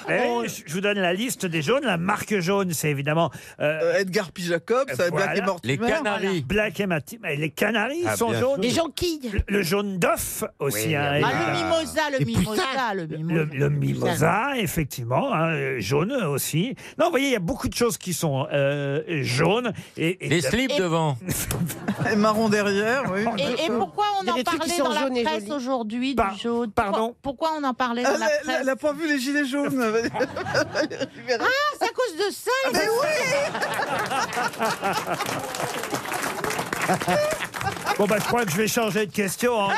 Speaker 3: Eh, je je vous donne la liste des jaunes. La marque jaune, c'est évidemment euh,
Speaker 4: Euh, Edgar P. Jacob,
Speaker 3: Euh,
Speaker 4: ça
Speaker 3: voilà.
Speaker 4: Black et
Speaker 7: Les
Speaker 4: Mortimer.
Speaker 7: Canaries.
Speaker 3: Black et Mati- mais Les Canaries
Speaker 9: Ah,
Speaker 3: sont
Speaker 9: bien
Speaker 3: jaunes.
Speaker 5: Les jonquilles.
Speaker 3: Le- Le jaune d'œuf aussi.
Speaker 6: Oui,
Speaker 3: hein,
Speaker 6: oui.
Speaker 3: et-
Speaker 8: Ah, le mimosa, le mimosa, le
Speaker 3: Le,
Speaker 8: mimosa.
Speaker 3: le mimosa, effectivement, hein, euh, jaune aussi. Non, vous voyez, il y a beaucoup de choses qui sont euh, jaunes. Et, et-
Speaker 7: Les slips devant.
Speaker 4: Et marron derrière, oui.
Speaker 8: Et, et pourquoi on
Speaker 5: Il y a
Speaker 8: en
Speaker 5: des trucs qui
Speaker 8: parlait
Speaker 5: sont
Speaker 8: dans la
Speaker 5: jaunes et
Speaker 8: presse
Speaker 5: jolis.
Speaker 8: aujourd'hui
Speaker 3: Par-
Speaker 8: du jaune
Speaker 3: pardon
Speaker 8: pourquoi, pourquoi on en parlait dans
Speaker 4: Elle,
Speaker 8: Euh, la
Speaker 4: elle-
Speaker 8: presse
Speaker 4: elle a pas vu les gilets jaunes. Valérie Rivera.
Speaker 8: Ah, c'est à cause de ça les-
Speaker 3: ben
Speaker 4: Mais oui
Speaker 3: Bon, bah, je crois que je vais changer de question. hein.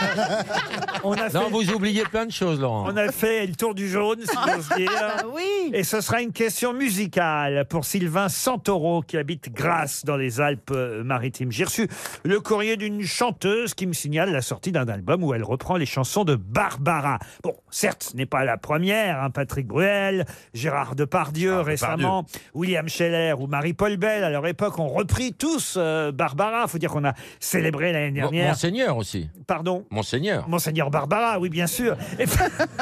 Speaker 3: On a fait
Speaker 7: Non, vous oubliez plein de choses, Laurent.
Speaker 3: On a fait le tour du jaune, si j'ose dire.
Speaker 8: Ah, Oui
Speaker 3: Et ce sera une question musicale pour Sylvain Santoro qui habite Grasse dans les Alpes-Maritimes. J'ai reçu le courrier d'une chanteuse qui me signale la sortie d'un album où elle reprend les chansons de Barbara. Bon, certes, ce n'est pas la première. hein, Patrick Bruel, Gérard Depardieu récemment, William Scheller ou Marie-Paul Bell à leur époque ont repris tous euh, Barbara. Faut dire qu'on a célébré l'année
Speaker 7: Mon-
Speaker 3: dernière.
Speaker 7: Monseigneur Ah, aussi.
Speaker 3: Pardon
Speaker 7: Monseigneur.
Speaker 3: Monseigneur Barbara, oui, bien sûr. Et-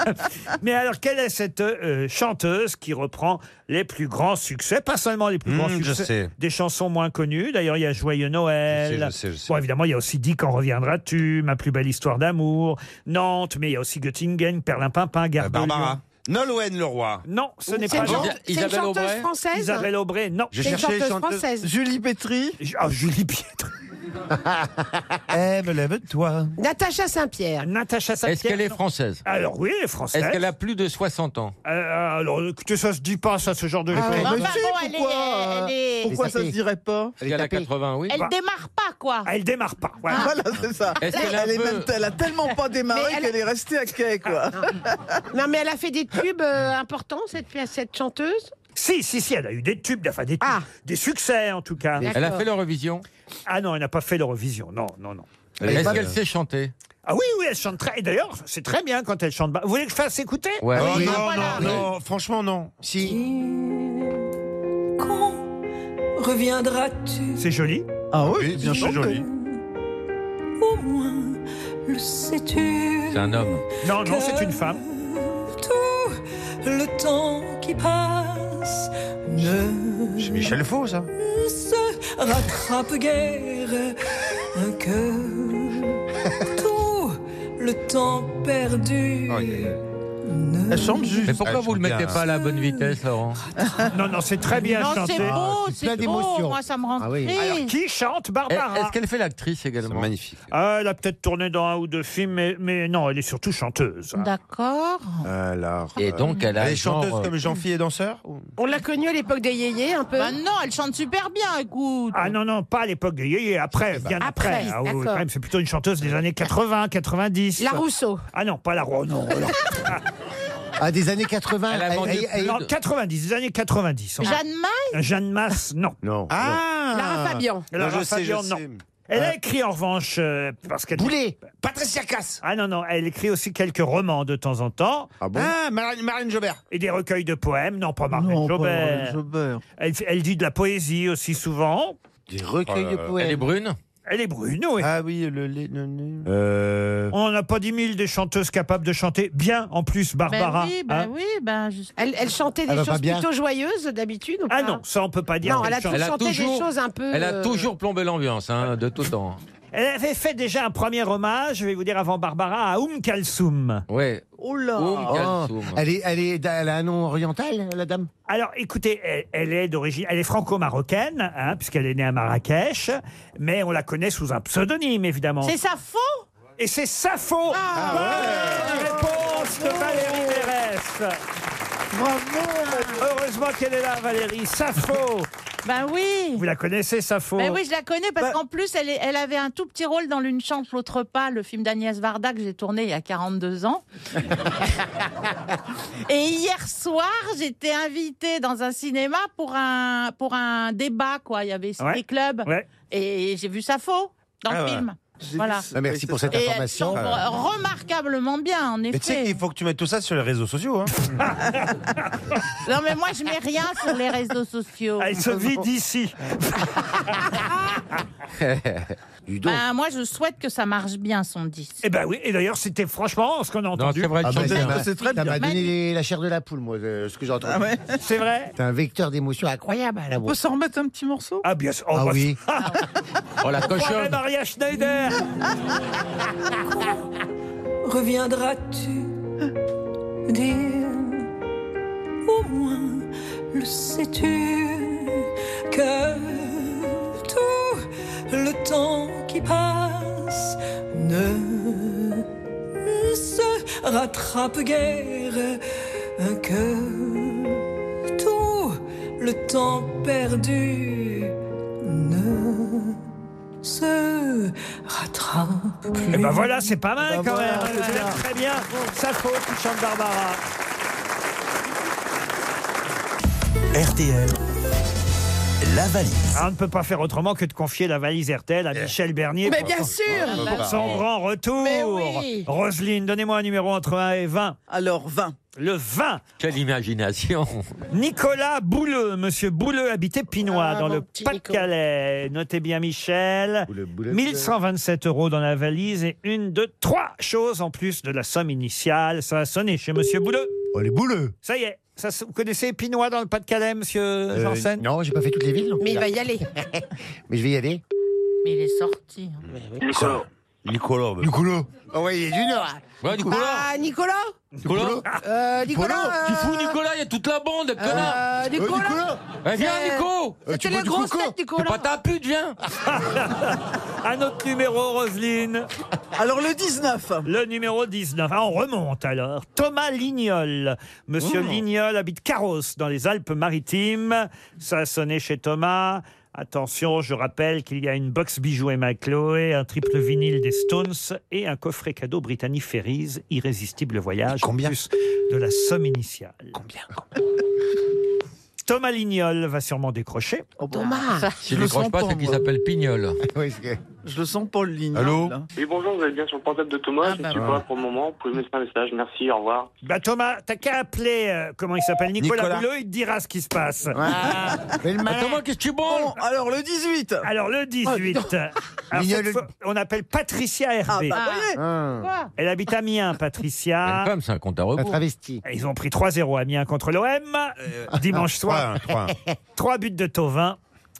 Speaker 3: Mais alors, quelle est cette euh, chanteuse qui reprend les plus grands succès Pas seulement les plus
Speaker 9: Hmm,
Speaker 3: grands
Speaker 9: je
Speaker 3: succès,
Speaker 9: sais.
Speaker 3: des chansons moins connues. D'ailleurs, il y a Joyeux Noël.
Speaker 9: Je sais, je sais, je sais.
Speaker 3: Bon, évidemment, il y a aussi Dit quand reviendras-tu Ma plus belle histoire d'amour, Nantes, mais il y a aussi Göttingen, Perlin-Pimpin, Gare de
Speaker 9: Euh, Barbara.
Speaker 3: Lyon.
Speaker 9: Nolwenn Leroy.
Speaker 3: Non, ce n'est
Speaker 5: C'est
Speaker 3: pas
Speaker 5: une chante-
Speaker 3: Nantes.
Speaker 5: c'est une
Speaker 7: Isabelle
Speaker 5: chanteuse
Speaker 7: Aubray
Speaker 5: française
Speaker 3: Isabelle Aubray, non.
Speaker 9: Je
Speaker 5: C'est une
Speaker 9: cherchais
Speaker 5: chanteuse
Speaker 9: chanteuse.
Speaker 5: française.
Speaker 4: Julie Pétri
Speaker 3: Ah, Julie Pietri.
Speaker 9: Aime, lève-toi.
Speaker 5: Natacha Saint-Pierre.
Speaker 3: Natacha Saint-Pierre.
Speaker 7: Est-ce qu'elle est
Speaker 3: non.
Speaker 7: française
Speaker 3: Alors oui, elle est française.
Speaker 7: Est-ce qu'elle a plus de 60 ans
Speaker 3: Euh, alors, écoutez, ça se dit pas, ça, ce genre de choses.
Speaker 8: bah,
Speaker 4: mais
Speaker 8: bah,
Speaker 4: si,
Speaker 8: bon, elle est-
Speaker 4: pourquoi,
Speaker 8: elle est-
Speaker 4: pourquoi ça se dirait pas
Speaker 7: Est-ce qu'elle a 80, oui
Speaker 8: Elle
Speaker 3: Bah,
Speaker 8: démarre pas, quoi.
Speaker 3: Ah, Elle démarre pas. Voilà.
Speaker 4: Voilà, c'est ça.
Speaker 7: Est-ce qu'elle a un
Speaker 4: Elle, est
Speaker 7: peu-
Speaker 4: même- elle a tellement pas démarré
Speaker 5: Mais elle-
Speaker 4: qu'elle est restée à quai, quoi.
Speaker 5: Non, mais elle a fait des tubes euh, importants, cette, cette chanteuse.
Speaker 3: Si, si, si, elle a eu des tubes, enfin des, tubes,
Speaker 5: Ah.
Speaker 3: des succès en tout cas.
Speaker 7: Elle a fait l'Eurovision
Speaker 3: Ah non, elle n'a pas fait l'Eurovision, non, non, non.
Speaker 9: est
Speaker 7: Est-ce
Speaker 9: pas-
Speaker 7: qu'elle sait chanter
Speaker 3: Ah oui, oui, elle chante très. Et d'ailleurs, c'est très bien quand elle chante. bas. Vous voulez que je fasse écouter
Speaker 7: Ouais.
Speaker 9: Oh
Speaker 8: Oui,
Speaker 9: non,
Speaker 8: ah, voilà.
Speaker 9: non, non, franchement, non.
Speaker 6: Si.
Speaker 11: Quand reviendras-tu
Speaker 3: C'est joli.
Speaker 4: Ah
Speaker 9: Oui, bien sûr,
Speaker 4: chanté.
Speaker 9: joli.
Speaker 11: Au moins le sais-tu.
Speaker 7: C'est un homme.
Speaker 3: Non, non, c'est une femme.
Speaker 11: Tout le temps qui passe ne
Speaker 9: C'est Michel Faux, ça.
Speaker 11: se rattrape guère. Un cœur. Tout le temps perdu.
Speaker 9: Oh, yeah, yeah.
Speaker 11: ne-
Speaker 4: Elle chante juste.
Speaker 7: Mais pourquoi
Speaker 9: Ah, je
Speaker 7: vous le
Speaker 9: trouve
Speaker 7: mettez
Speaker 9: bien,
Speaker 7: pas à la bonne vitesse, Laurent
Speaker 3: Non, non, c'est très bien
Speaker 8: Non,
Speaker 3: chanté. Ah,
Speaker 8: c'est beau,
Speaker 6: c'est plein
Speaker 8: c'est beau.
Speaker 6: d'émotions.
Speaker 8: Moi, ça me rend
Speaker 6: Ah oui.
Speaker 8: triste.
Speaker 3: Alors, qui chante Barbara
Speaker 7: Est-ce qu'elle fait l'actrice
Speaker 9: C'est
Speaker 7: également
Speaker 9: magnifique.
Speaker 3: Ah, elle a peut-être tourné dans un ou deux films, mais, mais non, elle est surtout chanteuse.
Speaker 8: D'accord.
Speaker 9: Alors.
Speaker 7: Et donc, elle a
Speaker 9: Elle est chanteuse
Speaker 7: genre, euh,
Speaker 9: comme Jean-Phil est danseur ou-
Speaker 5: On l'a connue à l'époque des yéyés, un peu.
Speaker 8: Bah non, elle chante super bien, écoute.
Speaker 3: Ah non, non, pas à l'époque de Yéyé, après, bien après.
Speaker 5: après,
Speaker 3: Ah oui, oui,
Speaker 5: d'accord.
Speaker 3: quand même, c'est plutôt une chanteuse des années 80, 90.
Speaker 5: La Rousseau.
Speaker 3: Ah non, pas la Rousseau, non. non.
Speaker 6: Ah, des années 80.
Speaker 7: Elle a vendu plus
Speaker 3: Non,
Speaker 7: de-
Speaker 3: 90, des années 90.
Speaker 8: Jeanne Maille
Speaker 3: Jeanne Masse, non.
Speaker 6: Non.
Speaker 9: Ah
Speaker 5: Lara Fabian.
Speaker 9: Non,
Speaker 3: Lara
Speaker 9: je sais, je
Speaker 3: Fabian, non.
Speaker 9: sais.
Speaker 3: Elle a écrit en revanche euh, parce qu'elle
Speaker 6: Boulet.
Speaker 9: Patricia Cass.
Speaker 3: Ah non non, elle écrit aussi quelques romans de temps en temps
Speaker 6: Ah bon
Speaker 9: Ah, Marine, Marine Jobert.
Speaker 3: et des recueils de poèmes. Non pas Marlène
Speaker 4: Non, pas
Speaker 3: Jobert.
Speaker 4: Oh, Jobert.
Speaker 3: Elle, elle dit de la poésie aussi souvent.
Speaker 6: Des
Speaker 7: Oh
Speaker 6: recueils de
Speaker 7: Elle est
Speaker 6: poèmes.
Speaker 7: brune
Speaker 3: Elle est brune, oui.
Speaker 9: Ah oui, le lait. le- le-
Speaker 6: Euh,
Speaker 3: On n'a pas dix mille des chanteuses capables de chanter bien en plus Barbara.
Speaker 8: Ben oui, ben
Speaker 3: hein.
Speaker 8: oui, ben juste.
Speaker 5: Elle, elle chantait des
Speaker 6: Elle va pas
Speaker 5: choses
Speaker 6: bien.
Speaker 5: plutôt joyeuses d'habitude ou
Speaker 3: Ah
Speaker 5: pas
Speaker 3: non, ça on peut pas dire.
Speaker 5: Non, elle a
Speaker 3: qu'elle
Speaker 5: toujours
Speaker 7: Elle a
Speaker 3: chante.
Speaker 5: chanté des
Speaker 7: toujours-
Speaker 5: choses un peu.
Speaker 7: Elle a
Speaker 5: euh,
Speaker 7: toujours plombé l'ambiance, hein, de tout temps.
Speaker 3: Elle avait fait déjà un premier hommage, je vais vous dire avant Barbara, à Oum Kalsoum.
Speaker 7: Ouais.
Speaker 4: Oh là
Speaker 7: Oum
Speaker 8: Ah.
Speaker 6: oh,
Speaker 7: Kalsoum.
Speaker 6: elle, est, elle, est, elle a un nom oriental, la dame
Speaker 3: Alors, écoutez, elle, elle est d'origine, elle est franco-marocaine, hein, puisqu'elle est née à Marrakech, mais on la connaît sous un pseudonyme, évidemment.
Speaker 8: C'est ça faux
Speaker 3: Et c'est Sappho
Speaker 5: Ah,
Speaker 3: Bonne réponse de Valérie Mérès
Speaker 4: Bravo
Speaker 3: Heureusement qu'elle est là, Valérie Sappho
Speaker 8: Ben oui.
Speaker 3: Vous la connaissez, Sappho
Speaker 8: Ben oui, je la connais parce
Speaker 4: Bah-
Speaker 8: qu'en plus, elle, est- elle avait un tout petit rôle dans L'une chante, l'autre pas, le film d'Agnès Varda que j'ai tourné il y a 42 ans. Et hier soir, j'étais invitée dans un cinéma pour un, pour un débat, quoi. Il y avait Cité
Speaker 3: Ouais.
Speaker 8: Club.
Speaker 3: Ouais.
Speaker 8: Et j'ai vu sa faux dans
Speaker 9: Ah
Speaker 8: le
Speaker 9: ouais.
Speaker 8: film.
Speaker 4: J'ai
Speaker 8: Voilà.
Speaker 4: vu ça.
Speaker 6: Ah, Merci
Speaker 4: Oui,
Speaker 6: pour
Speaker 4: c'est
Speaker 6: cette
Speaker 8: Et elle
Speaker 6: information.
Speaker 8: chante remarquablement bien, en
Speaker 9: Mais tu sais,
Speaker 8: effet.
Speaker 9: il faut que tu mettes tout ça sur les réseaux sociaux. Hein.
Speaker 8: Non, mais moi, je mets rien sur les réseaux sociaux.
Speaker 3: Elle se vit d'ici.
Speaker 6: Du don.
Speaker 8: Ben, moi, je souhaite que ça marche bien, son disque.
Speaker 3: Eh ben oui, et d'ailleurs, c'était franchement ce qu'on a
Speaker 7: Non,
Speaker 3: entendu.
Speaker 7: c'est vrai, elle
Speaker 6: Ah,
Speaker 7: chante
Speaker 6: bah,
Speaker 7: bien.
Speaker 3: hein.
Speaker 6: ça m'a-
Speaker 4: C'est très
Speaker 8: Ben
Speaker 6: ça
Speaker 4: bien.
Speaker 6: m'a donné les- la chair de la poule, moi, de ce que j'ai entendu.
Speaker 4: Ah ouais
Speaker 3: C'est vrai
Speaker 6: C'est un vecteur d'émotion incroyable, la
Speaker 4: On peut
Speaker 6: voix.
Speaker 4: s'en remettre un petit morceau
Speaker 3: Ah, bien sûr. Oh,
Speaker 6: Ah
Speaker 3: bah,
Speaker 6: oui.
Speaker 7: Oh, la
Speaker 3: Soirée
Speaker 7: cochonne.
Speaker 3: Maria Schneider
Speaker 11: Reviendras-tu dire au moins le sais-tu que tout le temps qui passe ne se rattrape guère que tout le temps perdu ne se rattrape
Speaker 3: Eh
Speaker 11: plus.
Speaker 3: ben voilà, c'est pas mal
Speaker 4: Bah
Speaker 3: quand même.
Speaker 4: voilà,
Speaker 3: hein,
Speaker 4: c'est
Speaker 3: C'est
Speaker 4: bien.
Speaker 3: très bien. Sappho qui chante Barbara. RTL. La valise. Ah, on ne peut pas faire autrement que de confier la valise RTL à Michel Bernier.
Speaker 5: Mais
Speaker 3: pour
Speaker 5: bien
Speaker 3: son-
Speaker 5: sûr.
Speaker 3: Pour son grand retour.
Speaker 5: Mais oui.
Speaker 3: Roselyne, donnez-moi un numéro entre 1 et 20. Alors 20. Le 20.
Speaker 7: Quelle imagination
Speaker 3: Nicolas Bouleux, monsieur Bouleux habitait Pinois
Speaker 5: Ah,
Speaker 3: dans le Pas-de-Calais. Notez bien Michel. 1127 euros dans la valise et une de trois choses en plus de la somme initiale. Ça a sonné chez monsieur Bouleux.
Speaker 6: Oh, les bouleux
Speaker 3: Ça y est. Ça, se- vous connaissez Pinois dans le Pas-de-Calais, monsieur
Speaker 6: Euh,
Speaker 3: Janssen
Speaker 6: Non, j'ai pas fait toutes les villes. donc
Speaker 5: Mais il
Speaker 6: là.
Speaker 5: va y aller.
Speaker 6: Mais je vais y aller.
Speaker 8: Mais il est sorti.
Speaker 6: Nicolas.
Speaker 9: ben.
Speaker 7: Nicolas.
Speaker 6: Nicolas. Ah ouais, il est du Nord.
Speaker 7: Ouais, Nicolas
Speaker 5: Ah, Nicolas
Speaker 7: Nicolas
Speaker 5: Euh, Nicolas
Speaker 7: Tu fous Nicolas, il y a toute la bande, connard
Speaker 5: euh, Nicolas, Nicolas
Speaker 7: Eh, Viens,
Speaker 5: c'est-
Speaker 7: Nico
Speaker 9: Euh,
Speaker 5: c'était
Speaker 7: Tu
Speaker 5: la
Speaker 7: veux du
Speaker 5: grosse
Speaker 7: coco
Speaker 5: tête, Nicolas.
Speaker 7: T'es pas ta pute, viens
Speaker 3: Un autre numéro, Roselyne. Alors le 19. Le numéro 19. Ah, on remonte alors. Thomas Lignol. Monsieur Lignol habite Carros dans les Alpes-Maritimes. Ça a sonné chez Thomas. Attention, je rappelle qu'il y a une box bijoux Emma Chloé, un triple vinyle des Stones et un coffret cadeau Britannique Ferries, Irrésistible Voyage. Combien plus de la somme initiale. Combien, Thomas Lignol va sûrement décrocher.
Speaker 7: bah.
Speaker 5: Thomas.
Speaker 7: S'il décroche pas, c'est qu'il s'appelle Pignol.
Speaker 4: Je le sens pas le ligne.
Speaker 7: Allô
Speaker 9: hein.
Speaker 12: Oui, bonjour, vous êtes bien sur le portable de Thomas. je ne suis pas là pour le moment. Vous pouvez me laisser un message. Merci, au revoir.
Speaker 3: Bah Thomas, t'as qu'à appeler, euh, comment il s'appelle, Nicolas,
Speaker 12: Nicolas.
Speaker 3: Bouleux, il te dira ce qui se passe. Ah.
Speaker 4: Thomas,
Speaker 7: qu'est-ce que tu
Speaker 4: bon Alors le 18.
Speaker 3: Alors le 18. Alors, cette fois, on appelle Patricia Hervé.
Speaker 4: Ah, bah, voyez.
Speaker 8: Quoi
Speaker 3: Elle habite Amiens, Patricia.
Speaker 7: Comme c'est un compte à rebours.
Speaker 3: Ils ont pris 3-0 Amiens contre l'OM dimanche soir.
Speaker 9: 3-1, 3-1.
Speaker 3: 3 buts de Tauvin.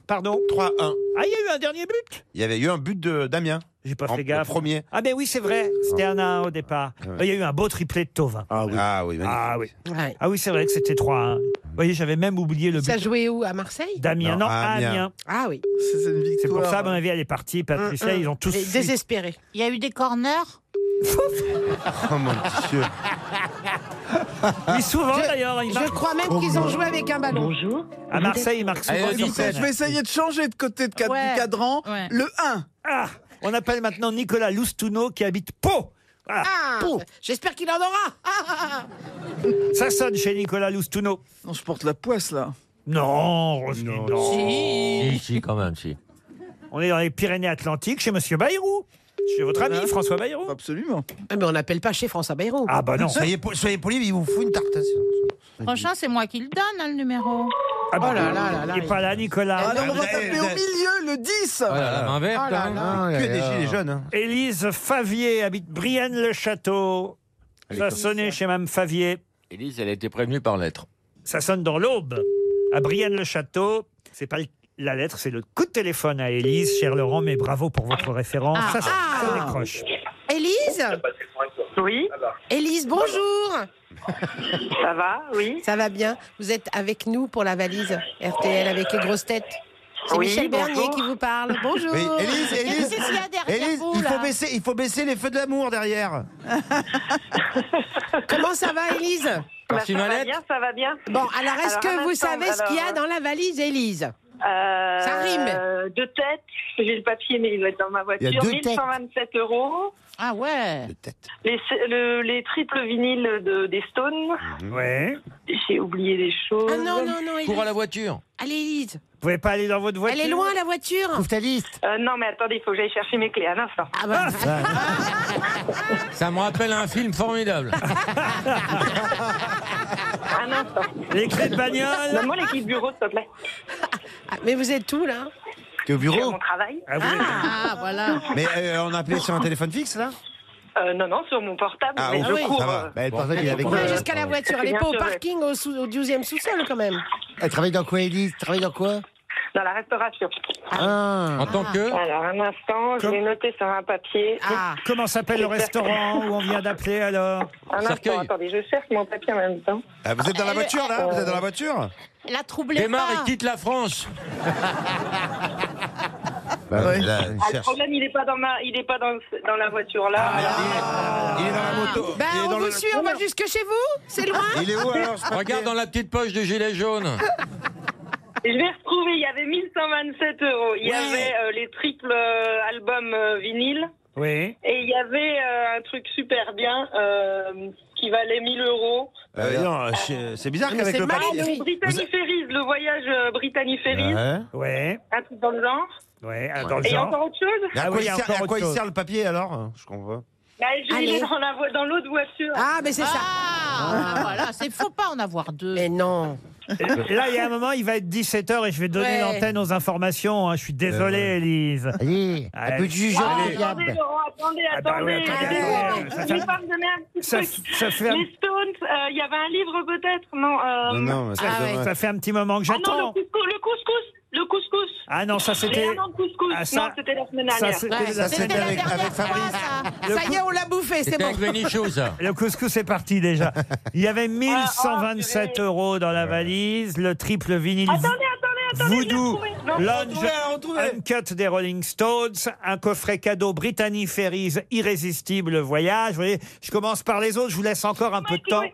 Speaker 3: Pardon
Speaker 9: 3-1.
Speaker 3: Ah, il y a eu un dernier but
Speaker 9: Il y avait eu un but de Damien.
Speaker 3: J'ai pas
Speaker 9: fait gaffe. Premier.
Speaker 3: Ah ben oui, c'est vrai. C'était un 1 au départ.
Speaker 9: Ouais.
Speaker 3: Il y a eu un beau triplé de Tauvin.
Speaker 9: Ah oui. Ah oui, magnifique.
Speaker 3: Ah oui. Ah oui, c'est vrai que c'était 3-1. Vous voyez, j'avais même oublié le but.
Speaker 5: Ça jouait où À Marseille
Speaker 3: Damien, non, à Amiens.
Speaker 5: Ah oui.
Speaker 3: C'est pour ça, à mon avis, elle est partie.
Speaker 5: Mm,
Speaker 3: Patricia, ils ont tous. fui.
Speaker 5: Désespéré.
Speaker 8: Il y a eu des corners
Speaker 9: Oh mon dieu.
Speaker 4: Ah.
Speaker 3: Oui, souvent d'ailleurs. ils
Speaker 5: Je
Speaker 3: marquent.
Speaker 5: crois même qu'ils ont joué avec un ballon. Bonjour.
Speaker 3: À Marseille, ils marquent souvent.
Speaker 4: Allez,
Speaker 3: sur
Speaker 4: je vais-
Speaker 3: scène.
Speaker 4: je vais essayer de changer de côté de ca-
Speaker 5: Ouais.
Speaker 4: du cadran.
Speaker 5: Ouais.
Speaker 4: Le 1.
Speaker 3: Ah On appelle maintenant Nicolas Loustouno qui habite Pau. Voilà.
Speaker 5: Ah, J'espère qu'il en aura. Ah, ah, ah.
Speaker 3: Ça sonne chez Nicolas Loustouno.
Speaker 4: Non, je porte la poisse là.
Speaker 3: Non, Roselyne, non.
Speaker 7: Si, si, quand même, si.
Speaker 3: On est dans les Pyrénées-Atlantiques chez Monsieur Bayrou. Chez votre ami François Bayrou.
Speaker 4: Absolument.
Speaker 5: Ah, Mais on n'appelle pas chez François Bayrou.
Speaker 3: Ah bah non.
Speaker 9: Soyez, po- soyez polis, mais il vous fout une tarte. hein.
Speaker 8: Prochain, c'est moi qui le donne, hein, le numéro.
Speaker 3: Ah bah,
Speaker 5: Oh là là là là.
Speaker 3: Il n'est pas là, Nicolas.
Speaker 4: Alors on va
Speaker 9: eh,
Speaker 4: taper
Speaker 9: eh,
Speaker 4: au
Speaker 9: eh.
Speaker 4: milieu le 10.
Speaker 7: Ah, la main
Speaker 8: Oh
Speaker 7: verte,
Speaker 5: Oh là
Speaker 7: hein.
Speaker 5: là.
Speaker 9: Que des gilets jaunes. hein.
Speaker 3: Élise Favier habite Brienne-le-Château. Ça sonnait chez Mme Favier.
Speaker 7: Élise, elle a été prévenue par lettre.
Speaker 3: Ça sonne dans l'aube. À Brienne-le-Château, c'est pas le- la lettre, c'est le coup de téléphone à Élise, cher Laurent, mais bravo pour votre référence. ça, ça, ça décroche.
Speaker 5: Ah. Élise
Speaker 10: Oui,
Speaker 5: Élise, bonjour.
Speaker 10: ça va, Ah, oui.
Speaker 5: Ça va bien Vous êtes avec nous pour la valise RTL avec les grosses têtes. C'est
Speaker 10: Oui,
Speaker 5: Michel
Speaker 10: bonjour.
Speaker 5: Bernier qui vous parle. Bonjour.
Speaker 9: Oui, Élise, Élise,
Speaker 8: Qu'est-ce qu'il y a derrière
Speaker 9: Élise,
Speaker 8: vous,
Speaker 9: il faut
Speaker 8: là
Speaker 9: baisser, il faut baisser les feux de l'amour derrière.
Speaker 5: Comment ça va, Élise
Speaker 10: Bah,
Speaker 7: Merci,
Speaker 10: ça va
Speaker 7: Manette.
Speaker 10: bien, ça va bien.
Speaker 5: Bon, alors est-ce
Speaker 10: Alors,
Speaker 5: que
Speaker 10: un
Speaker 5: vous
Speaker 10: instant,
Speaker 5: savez ce qu'il y a
Speaker 10: alors,
Speaker 5: dans la valise, Élise
Speaker 10: Euh,
Speaker 5: Ça rime.
Speaker 10: De tête, j'ai le papier, mais il doit être dans ma voiture.
Speaker 9: Il y a deux têtes.
Speaker 10: 1127 euros.
Speaker 8: Ah ouais.
Speaker 10: Les, le- les triples vinyles de, des Stones.
Speaker 3: Ouais. Vous
Speaker 10: J'ai oublié des choses.
Speaker 5: Ah non, non, non,
Speaker 7: Cours à
Speaker 5: Élise.
Speaker 7: la voiture.
Speaker 5: Allez, Élise.
Speaker 3: pouvez pas aller dans votre voiture
Speaker 5: Elle est loin, la voiture.
Speaker 9: Trouve ta liste.
Speaker 10: Euh, non, mais attendez, il faut que j'aille chercher mes clés. Un instant.
Speaker 5: Ah bah,
Speaker 7: Ça me rappelle un film formidable.
Speaker 10: Un instant.
Speaker 3: Les clés de bagnole
Speaker 10: Donne-moi les clés de bureau, s'il te plaît.
Speaker 5: ah, mais vous êtes où, là
Speaker 9: T'es au
Speaker 10: Je suis à
Speaker 9: bureau
Speaker 10: mon travail.
Speaker 3: Ah, vous-
Speaker 8: Ah, voilà.
Speaker 9: Mais euh, on a appelé sur un téléphone fixe là
Speaker 10: Euh, non, non, sur mon portable. mais
Speaker 9: oui,
Speaker 10: je cours.
Speaker 9: ça va.
Speaker 10: euh,
Speaker 9: Bah, elle, parle, elle est avec
Speaker 5: Vous
Speaker 9: nous.
Speaker 5: allez jusqu'à la voiture. Elle est
Speaker 10: Ah Bien
Speaker 5: pas au
Speaker 10: sûr, ouais.
Speaker 5: parking, au, sous- au 12e sous-sol, quand même.
Speaker 6: Elle travaille dans quoi, Élise Elle Travaille dans quoi
Speaker 10: Dans la restauration.
Speaker 9: Ah.
Speaker 5: Ah.
Speaker 7: En tant que.
Speaker 10: Alors, un instant, je
Speaker 3: Comme-
Speaker 10: vais noter sur un papier.
Speaker 5: Ah,
Speaker 3: Comment s'appelle le restaurant où on vient d'appeler alors
Speaker 10: Un
Speaker 7: cercueil.
Speaker 10: instant, attendez, je cherche mon papier en même temps.
Speaker 9: Ah, vous êtes
Speaker 5: Euh,
Speaker 9: dans la voiture là Vous êtes dans la voiture
Speaker 8: Elle a troublé
Speaker 7: Démarre
Speaker 8: pas.
Speaker 7: et quitte la France.
Speaker 5: Ah.
Speaker 9: Bah
Speaker 4: ouais.
Speaker 9: là,
Speaker 10: Ah, le problème, Ah, il n'est pas dans ma, il est pas dans, dans la voiture là.
Speaker 9: Ah,
Speaker 10: Ah. Bah,
Speaker 9: Il est dans la moto.
Speaker 5: Ben,
Speaker 9: il, est
Speaker 5: on
Speaker 9: dans
Speaker 5: vous
Speaker 9: le-
Speaker 5: suit, on va jusque chez vous C'est loin
Speaker 9: il est où alors ce papier
Speaker 7: Regarde dans la petite poche du gilet jaune.
Speaker 10: Je vais retrouver. Il y avait 1127 euros. Il y
Speaker 7: Ouais.
Speaker 10: avait euh, les triples euh, albums euh, vinyles.
Speaker 3: Oui.
Speaker 10: Et il y avait euh, un truc super bien euh, qui valait 1000 euros.
Speaker 9: Euh, non, je- c'est bizarre qu'avec le
Speaker 10: Ah,
Speaker 9: papier. Ah,
Speaker 10: le Brittany Ferries, le voyage euh, Brittany Ferries,
Speaker 3: Ouais,
Speaker 10: un truc dans le genre.
Speaker 3: Eh, ouais, dans le
Speaker 10: Et
Speaker 3: genre.
Speaker 10: encore autre chose
Speaker 9: Mais à
Speaker 3: Ah
Speaker 9: quoi,
Speaker 3: oui,
Speaker 9: il,
Speaker 3: il y a
Speaker 9: sert,
Speaker 3: encore
Speaker 9: à quoi
Speaker 3: autre
Speaker 9: il
Speaker 3: chose.
Speaker 9: sert le papier alors Je comprends pas.
Speaker 10: bah, Je l'ai
Speaker 5: Allez.
Speaker 10: dans la vo- dans l'autre voiture.
Speaker 5: Ah, mais c'est
Speaker 8: Ah, voilà, c'est faut pas en avoir deux.
Speaker 5: Mais non. Ah
Speaker 3: Là, il y a un moment, il va être 17h et je vais donner
Speaker 8: Ouais.
Speaker 3: l'antenne aux informations. hein. Je suis désolé, Élise.
Speaker 6: Allez,
Speaker 3: un peu de
Speaker 10: Ah, attendez, Laurent, attendez,
Speaker 3: Ah bah oui,
Speaker 10: attendez.
Speaker 3: attendez, attendez. Ça
Speaker 10: Je vais
Speaker 3: fait-
Speaker 10: pas me donner un petit
Speaker 3: ça-
Speaker 10: truc.
Speaker 3: ça fait un-
Speaker 10: Les Stones, euh, il y avait un livre peut-être Non. euh,
Speaker 5: Ah
Speaker 3: ça, ça fait un petit moment que
Speaker 10: Ah non, le
Speaker 3: j'attends.
Speaker 10: couscous, le couscous, le couscous.
Speaker 3: Ah non, ça c'était.
Speaker 10: J'ai un an de couscous.
Speaker 3: Ah, ça-
Speaker 10: non, c'était la semaine
Speaker 3: ça,
Speaker 10: dernière.
Speaker 3: c'était Ouais, la ça, semaine c'était la dernière.
Speaker 6: Avec Fabrice.
Speaker 3: Le
Speaker 5: Ça y est, on l'a bouffé, c'est
Speaker 7: C'était
Speaker 5: bon.
Speaker 7: avec Benichou, ça.
Speaker 3: Le couscous est parti déjà. Il y
Speaker 10: Ah, oh,
Speaker 3: avait 1127
Speaker 10: purée.
Speaker 3: euros dans la valise, le triple vinyle
Speaker 10: Attendez, attendez, attendez.
Speaker 3: Voodoo,
Speaker 10: je l'ai retrouvé. Non,
Speaker 3: Lounge, Uncut des Rolling Stones, un coffret cadeau Brittany Ferries Irrésistible Voyage. Vous voyez, je commence par les autres, je vous laisse encore un peu de temps.
Speaker 10: Et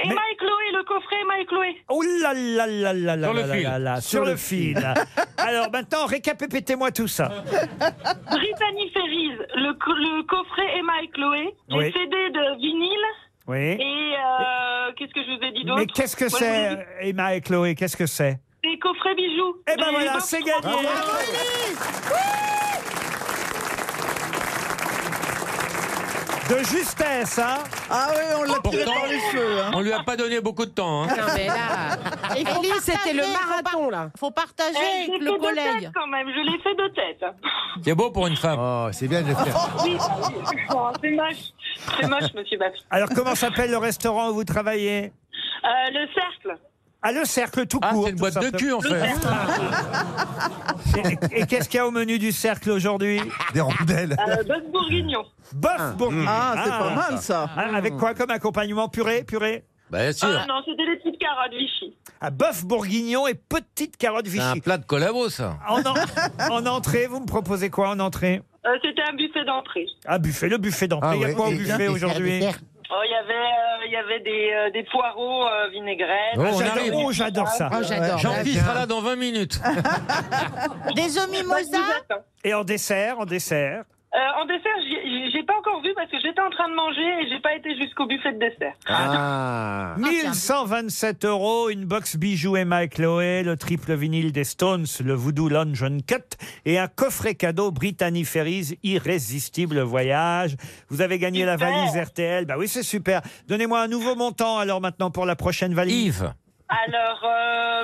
Speaker 3: Mais-
Speaker 10: Mike Chloé, le coffret Mike Chloé.
Speaker 3: Oh là là là là là
Speaker 7: Sur le
Speaker 3: là
Speaker 7: fil.
Speaker 3: là là, sur le fil. Alors maintenant, récapitulez-moi tout ça.
Speaker 10: Brittany Ferries, le, co- le coffret et Mike Chloé. Les
Speaker 3: Oui.
Speaker 10: CD de vinyle.
Speaker 3: Oui.
Speaker 10: Et euh, qu'est-ce que je vous ai dit d'autre
Speaker 3: Mais qu'est-ce que
Speaker 10: Moi, je vous ai dit
Speaker 3: c'est, Emma et Chloé Qu'est-ce que c'est
Speaker 10: Des coffrets bijoux.
Speaker 3: Eh ben
Speaker 10: Des
Speaker 3: voilà,
Speaker 10: box-
Speaker 3: c'est gagné. De justesse, hein
Speaker 4: Ah oui, on l'a
Speaker 7: Oh,
Speaker 4: tiré
Speaker 7: Pourtant-
Speaker 4: par les cheveux. hein.
Speaker 7: On lui a pas donné beaucoup de temps. hein.
Speaker 5: Non, mais là. Élise, c'était le marathon, là.
Speaker 8: Faut partager
Speaker 10: Eh, je l'ai
Speaker 8: avec
Speaker 10: fait
Speaker 8: le
Speaker 10: de
Speaker 8: collègue.
Speaker 10: tête quand même, je l'ai fait de tête.
Speaker 7: C'est beau pour une femme.
Speaker 6: Oh, c'est bien de le faire.
Speaker 10: Oui, oh, c'est moche. C'est moche, monsieur Bafi.
Speaker 3: Alors, comment s'appelle le restaurant où vous travaillez
Speaker 10: Euh, le cercle.
Speaker 3: À le cercle tout
Speaker 7: Ah,
Speaker 3: court.
Speaker 7: c'est une
Speaker 3: tout
Speaker 7: boîte de
Speaker 3: simplement.
Speaker 7: cul, en fait.
Speaker 3: Et, et qu'est-ce qu'il y a au menu du cercle aujourd'hui
Speaker 9: Des rondelles.
Speaker 10: Euh, Boss Bourguignon.
Speaker 3: Bœuf bourguignon.
Speaker 4: Ah, c'est pas
Speaker 3: Ah.
Speaker 4: mal ça.
Speaker 3: Ah, Avec quoi comme accompagnement Purée, purée
Speaker 7: Bien
Speaker 10: Ah
Speaker 7: sûr.
Speaker 10: non, c'était les petites carottes Vichy.
Speaker 3: à bœuf bourguignon et petite carotte
Speaker 7: C'est un
Speaker 3: Vichy.
Speaker 7: plat de collabo, ça.
Speaker 3: En, en- en entrée, vous me proposez quoi en entrée
Speaker 10: Euh, c'était un buffet d'entrée.
Speaker 3: Ah, buffet, le buffet d'entrée.
Speaker 6: Ah
Speaker 3: Il y a
Speaker 6: ouais,
Speaker 3: quoi au
Speaker 6: et-
Speaker 3: buffet aujourd'hui
Speaker 10: Oh, il y avait, euh, il y avait des, euh, des poireaux euh, vinaigrettes.
Speaker 7: Oh,
Speaker 3: Ah,
Speaker 7: on
Speaker 3: j'adore-
Speaker 7: arrive.
Speaker 3: Oh, j'adore ça.
Speaker 4: Ah,
Speaker 5: Oh, j'adore.
Speaker 7: Jean-Pierre sera là dans 20 minutes.
Speaker 8: Des œufs
Speaker 10: Bah,
Speaker 8: mimosa
Speaker 3: Et en dessert, en dessert.
Speaker 10: Euh, en dessert, j'ai- j'ai pas encore vu parce que j'étais en train de manger et j'ai pas été jusqu'au buffet de dessert.
Speaker 6: Ah.
Speaker 3: 1127 euros, une box bijoux Emma et Chloé, le triple vinyle des Stones, le Voodoo Lounge Cut et un coffret cadeau Brittany Ferries Irrésistible Voyage. Vous avez gagné la
Speaker 10: Super.
Speaker 3: valise RTL. Bah oui, c'est super. Donnez-moi un nouveau montant alors maintenant pour la prochaine valise.
Speaker 7: Yves.
Speaker 10: Alors,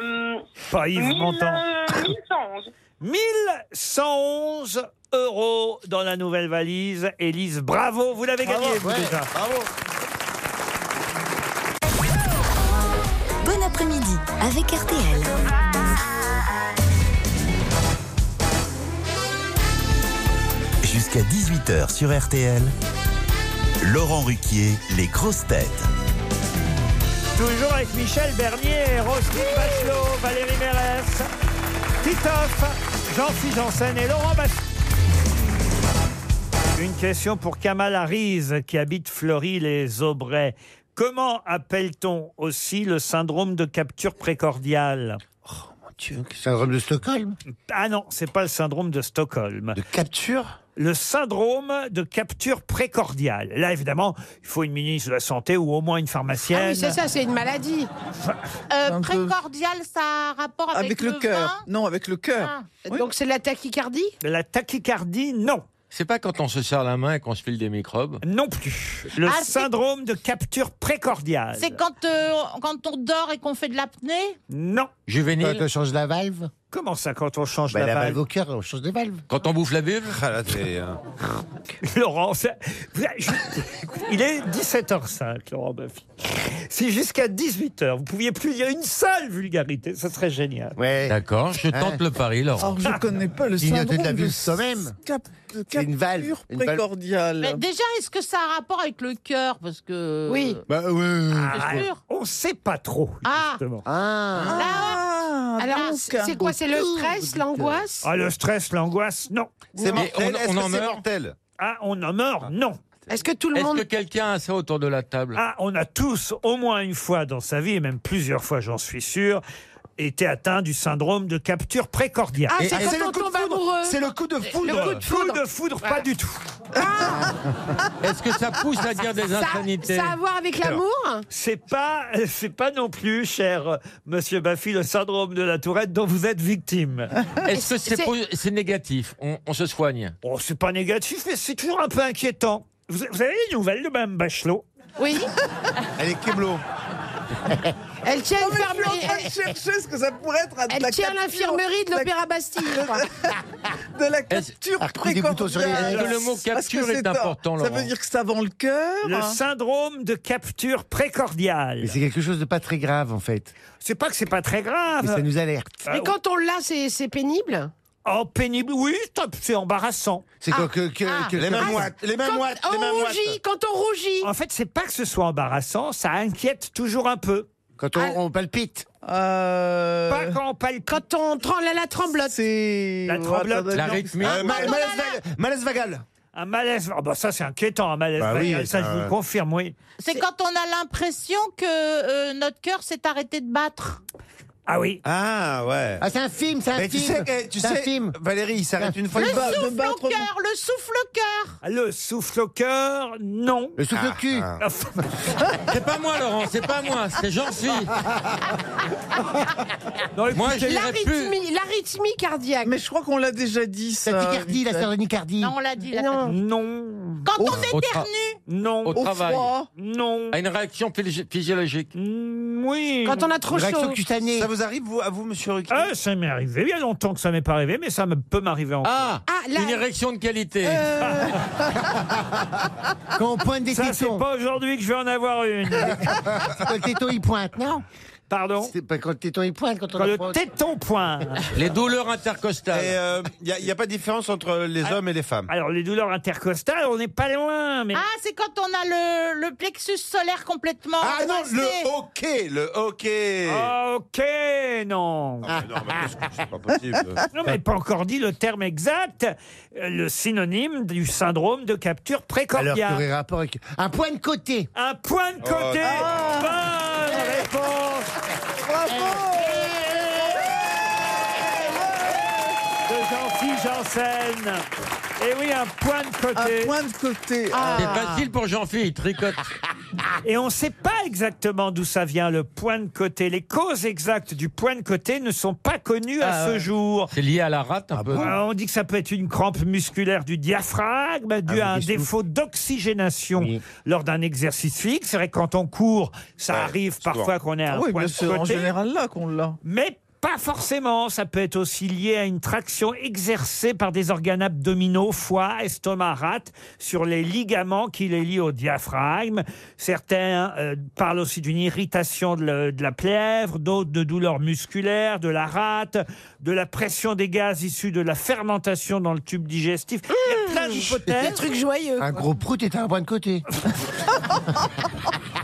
Speaker 10: euh,
Speaker 3: Pas Yves
Speaker 10: 1000,
Speaker 3: Montand.
Speaker 10: euh, 1111.
Speaker 3: 1111 euros dans la nouvelle valise. Élise, bravo, vous l'avez gagné vous
Speaker 6: ouais.
Speaker 3: déjà.
Speaker 2: Bon après-midi avec RTL.
Speaker 13: Jusqu'à 18h sur RTL, Laurent Ruquier, les grosses têtes.
Speaker 3: Toujours avec Michel Bernier, Roselyne Bachelot, Valérie Mérès, Titoff, Jean-Philippe Janssen et Laurent Bas. Une question pour Kamal Ariz qui habite Fleury-les-Aubrais. Comment appelle-t-on aussi le syndrome de capture précordiale
Speaker 6: Oh, Dieu, Syndrome de Stockholm
Speaker 3: Ah non, c'est pas le syndrome de Stockholm.
Speaker 6: De capture
Speaker 3: le syndrome de capture précordiale. Là, évidemment, il faut une ministre de la Santé ou au moins une pharmacienne.
Speaker 5: Ah oui, c'est ça, c'est une maladie.
Speaker 8: Euh,
Speaker 4: Un peu.
Speaker 8: précordial, ça a un rapport avec,
Speaker 4: Avec le cœur.
Speaker 8: vin
Speaker 4: Non, avec le cœur.
Speaker 8: Ah.
Speaker 4: Oui.
Speaker 5: Donc, c'est de la tachycardie
Speaker 3: La tachycardie, non.
Speaker 7: C'est pas quand on se serre la main et qu'on se file des microbes.
Speaker 3: Non plus. Le
Speaker 8: Ah, c'est-
Speaker 3: syndrome de capture
Speaker 7: Ah,
Speaker 3: précordiale.
Speaker 8: C'est quand, euh, quand on dort et qu'on fait de l'apnée
Speaker 3: Non.
Speaker 6: Quand
Speaker 7: Juvénile.
Speaker 6: on change la valve
Speaker 3: Comment ça, quand on change
Speaker 6: bah,
Speaker 3: la,
Speaker 6: La valve
Speaker 3: valve
Speaker 6: au cœur, on change de valve.
Speaker 7: Quand on bouffe la buve.
Speaker 9: Ah, là, t'es, euh,
Speaker 3: Laurent, ça- vous- je- il est 17h05, Laurent Buffy. Si jusqu'à 18h, vous pouviez plus dire une seule vulgarité, ça serait génial.
Speaker 6: Ouais. Hein.
Speaker 7: D'accord, je tente le pari, Laurent.
Speaker 4: Alors, Oh, je connais pas le
Speaker 6: Clignoter de
Speaker 4: syndrome
Speaker 6: la
Speaker 4: de
Speaker 6: vue soi-même.
Speaker 4: cap- de
Speaker 6: C'est une valve,
Speaker 4: capture
Speaker 6: une valve.
Speaker 8: Mais
Speaker 4: précordiale.
Speaker 8: Déjà, est-ce que ça a un rapport avec le cœur Parce que. euh,
Speaker 5: Oui.
Speaker 6: Bah ouais, ouais, ouais.
Speaker 3: Ah,
Speaker 8: C'est sûr.
Speaker 3: on sait pas trop,
Speaker 8: Ah.
Speaker 3: justement.
Speaker 6: Ah.
Speaker 4: Ah,
Speaker 5: Alors,
Speaker 4: donc,
Speaker 5: c'est c'est quoi C'est le stress, l'angoisse
Speaker 3: Ah, le stress, l'angoisse, non.
Speaker 9: C'est
Speaker 7: Mais
Speaker 9: mortel.
Speaker 7: on-
Speaker 9: Est-ce
Speaker 7: on
Speaker 9: que
Speaker 7: en
Speaker 9: c'est
Speaker 7: meurt
Speaker 9: mortel
Speaker 3: Ah, on en meurt, non.
Speaker 5: Est-ce que tout le
Speaker 7: Est-ce
Speaker 5: monde.
Speaker 7: que quelqu'un a ça autour de la table
Speaker 3: Ah, on a tous, au moins une fois dans sa vie, et même plusieurs fois, j'en suis sûr, été atteint du syndrome de capture précordiale.
Speaker 5: Ah,
Speaker 9: Et-
Speaker 5: c'est
Speaker 9: et c'est le
Speaker 5: quand on
Speaker 9: coup de
Speaker 5: tombe
Speaker 9: foudre.
Speaker 5: amoureux.
Speaker 9: C'est le coup de foudre. Ah.
Speaker 5: Le coup de
Speaker 3: Coup
Speaker 5: foudre.
Speaker 3: de foudre, pas du tout.
Speaker 7: Est-ce que ça pousse à dire des
Speaker 5: Ça-
Speaker 7: insanités
Speaker 5: ça a à voir avec l'amour
Speaker 3: C'est pas, c'est pas non plus, cher euh, Monsieur Baffy, le syndrome de la Tourette dont vous êtes victime.
Speaker 7: Est-ce que c'est po- c'est négatif on, on se soigne
Speaker 3: Oh, c'est pas négatif, mais c'est toujours un peu inquiétant. Vous, vous avez les nouvelles de Mme Bachelot
Speaker 5: Oui.
Speaker 3: Elle est Keblo.
Speaker 5: Elle tient
Speaker 4: Non, mais je suis en
Speaker 5: l'infirmerie-
Speaker 4: train de chercher ce que ça pourrait être. à- de la
Speaker 5: Elle tient
Speaker 4: capture-
Speaker 5: l'infirmerie de
Speaker 4: la-
Speaker 5: l'Opéra Bastille. je crois.
Speaker 4: De la capture précordiale.
Speaker 7: Est-ce que le mot
Speaker 4: Parce que
Speaker 7: capture est
Speaker 4: c'est un-
Speaker 7: important,
Speaker 4: Ça
Speaker 7: Laurent
Speaker 4: veut dire que c'est avant le cœur.
Speaker 3: Le syndrome de capture précordiale.
Speaker 6: Mais c'est quelque chose de pas très grave, en fait.
Speaker 3: C'est pas que c'est pas très grave.
Speaker 6: Mais ça nous alerte.
Speaker 3: ah,
Speaker 5: Mais quand on l'a, c'est c'est pénible
Speaker 3: Oh, pénible, oui, top, c'est embarrassant.
Speaker 6: C'est que- que- que- que- Les mains
Speaker 3: Ah,
Speaker 6: moites, les mains
Speaker 3: quand-
Speaker 6: moites,
Speaker 5: les mains moites. quand on rougit.
Speaker 3: En fait, c'est pas que ce soit embarrassant, ça inquiète toujours un peu.
Speaker 6: Quand on, palpite.
Speaker 3: Pas quand on palpite.
Speaker 5: Quand on tremble la tremblote.
Speaker 3: La tremblote.
Speaker 9: La rythmie. Euh, ma- Quand on malaise a
Speaker 3: malaise vagal. Un malaise. ah bah ça, c'est inquiétant, un malaise
Speaker 9: Bah oui,
Speaker 3: vagal. ça, je
Speaker 9: ça-
Speaker 3: vous le confirme, oui.
Speaker 8: C'est quand on a l'impression que euh, notre cœur s'est arrêté de battre.
Speaker 3: Ah oui.
Speaker 9: Ah ouais.
Speaker 8: Ah, c'est un film, c'est un
Speaker 6: Eh,
Speaker 9: Mais Tu
Speaker 8: film.
Speaker 9: sais, que- tu
Speaker 8: C'est un
Speaker 9: sais
Speaker 8: film.
Speaker 9: Valérie, il s'arrête une fois.
Speaker 8: le
Speaker 9: il bat-
Speaker 8: souffle
Speaker 9: de battre-
Speaker 8: au cœur, le souffle au cœur.
Speaker 3: Ah, Le souffle au cœur, non. Ah,
Speaker 6: Le souffle
Speaker 7: au cul. C'est pas moi, Laurent, c'est pas moi, Ah, c'est Jean-Phi. Moi, je dirais plus.
Speaker 5: L'arythmie l'arythmie cardiaque.
Speaker 4: Mais je crois qu'on l'a déjà dit, ça.
Speaker 6: tachycardie, la séronicardi.
Speaker 8: Non, on l'a dit.
Speaker 5: Non.
Speaker 3: Non.
Speaker 8: Quand
Speaker 4: Oh.
Speaker 7: Au-
Speaker 8: on
Speaker 7: au tra-
Speaker 8: éternue.
Speaker 3: Non.
Speaker 7: Au travail.
Speaker 3: Non. Mm,
Speaker 7: À une réaction physi- physiologique.
Speaker 3: Oui.
Speaker 9: Ça vous arrive, vous, à vous, monsieur Ruquier
Speaker 3: Ah, ça m'est arrivé. Il y a longtemps que ça m'est pas arrivé, mais ça me- peut m'arriver encore.
Speaker 7: Ah,
Speaker 5: la-
Speaker 7: Une érection de qualité.
Speaker 8: euh,
Speaker 9: Ah,
Speaker 6: Ah, Quand on pointe des
Speaker 3: ça, c'est
Speaker 6: tétons.
Speaker 3: pas aujourd'hui que je vais en avoir une.
Speaker 6: Quand le téton, il pointe, non
Speaker 3: Pardon
Speaker 6: C'est pas quand le téton, il pointe, quand on
Speaker 3: Quand
Speaker 6: en
Speaker 3: le
Speaker 6: pointe.
Speaker 3: téton pointe.
Speaker 7: Les douleurs intercostales.
Speaker 9: Il n'y euh, a, pas de différence entre les hommes et les femmes.
Speaker 3: Ah, Alors, les douleurs intercostales, on n'est pas loin, mais.
Speaker 8: Ah, c'est quand on a le, le plexus solaire complètement.
Speaker 9: Ah non,
Speaker 8: dévasté.
Speaker 9: le hockey, le hockey.
Speaker 3: Ah, ok, non.
Speaker 9: Ah, mais non, mais qu'est-ce que- c'est pas possible.
Speaker 3: Non, mais pas encore dit le terme exact, euh, le synonyme du syndrome de capture
Speaker 6: Alors, qu'il y aurait
Speaker 3: précordiale.
Speaker 6: rapport avec. Un point de côté.
Speaker 3: Un point de
Speaker 9: Oh
Speaker 3: côté.
Speaker 11: Ah.
Speaker 3: Bonne réponse de Jean-Philippe Janssen. Et oui, un point de côté.
Speaker 4: Un point de côté.
Speaker 7: Ah.
Speaker 4: Ah.
Speaker 7: C'est facile pour Jean-Phi, il tricote.
Speaker 3: Et on ne sait pas exactement d'où ça vient, le point de côté. Les causes exactes du point de côté ne sont pas connues
Speaker 4: Ah
Speaker 3: à ce jour.
Speaker 7: Ah, C'est lié à la rate
Speaker 9: Ah
Speaker 7: un peu.
Speaker 3: Euh, on dit que ça peut être une crampe musculaire du diaphragme
Speaker 4: Ah,
Speaker 3: due à un défaut d'oxygénation lors d'un exercice physique. C'est vrai que quand on court, ça arrive parfois qu'on ait un
Speaker 4: Ah oui,
Speaker 3: point
Speaker 4: bien
Speaker 3: de
Speaker 4: sûr, en
Speaker 3: côté,
Speaker 4: général, là qu'on l'a.
Speaker 3: mais pas forcément. Ça peut être aussi lié à une traction exercée par des organes abdominaux, foie, estomac, rate sur les ligaments qui les lient au diaphragme. Certains euh, parlent aussi d'une irritation de, le- de la plèvre, d'autres de douleurs musculaires, de la rate, de la pression des gaz issus de la fermentation dans le tube digestif. Il y a plein
Speaker 5: Des
Speaker 3: d'hypothèses.
Speaker 5: trucs joyeux.
Speaker 6: Un gros prout est un point de côté.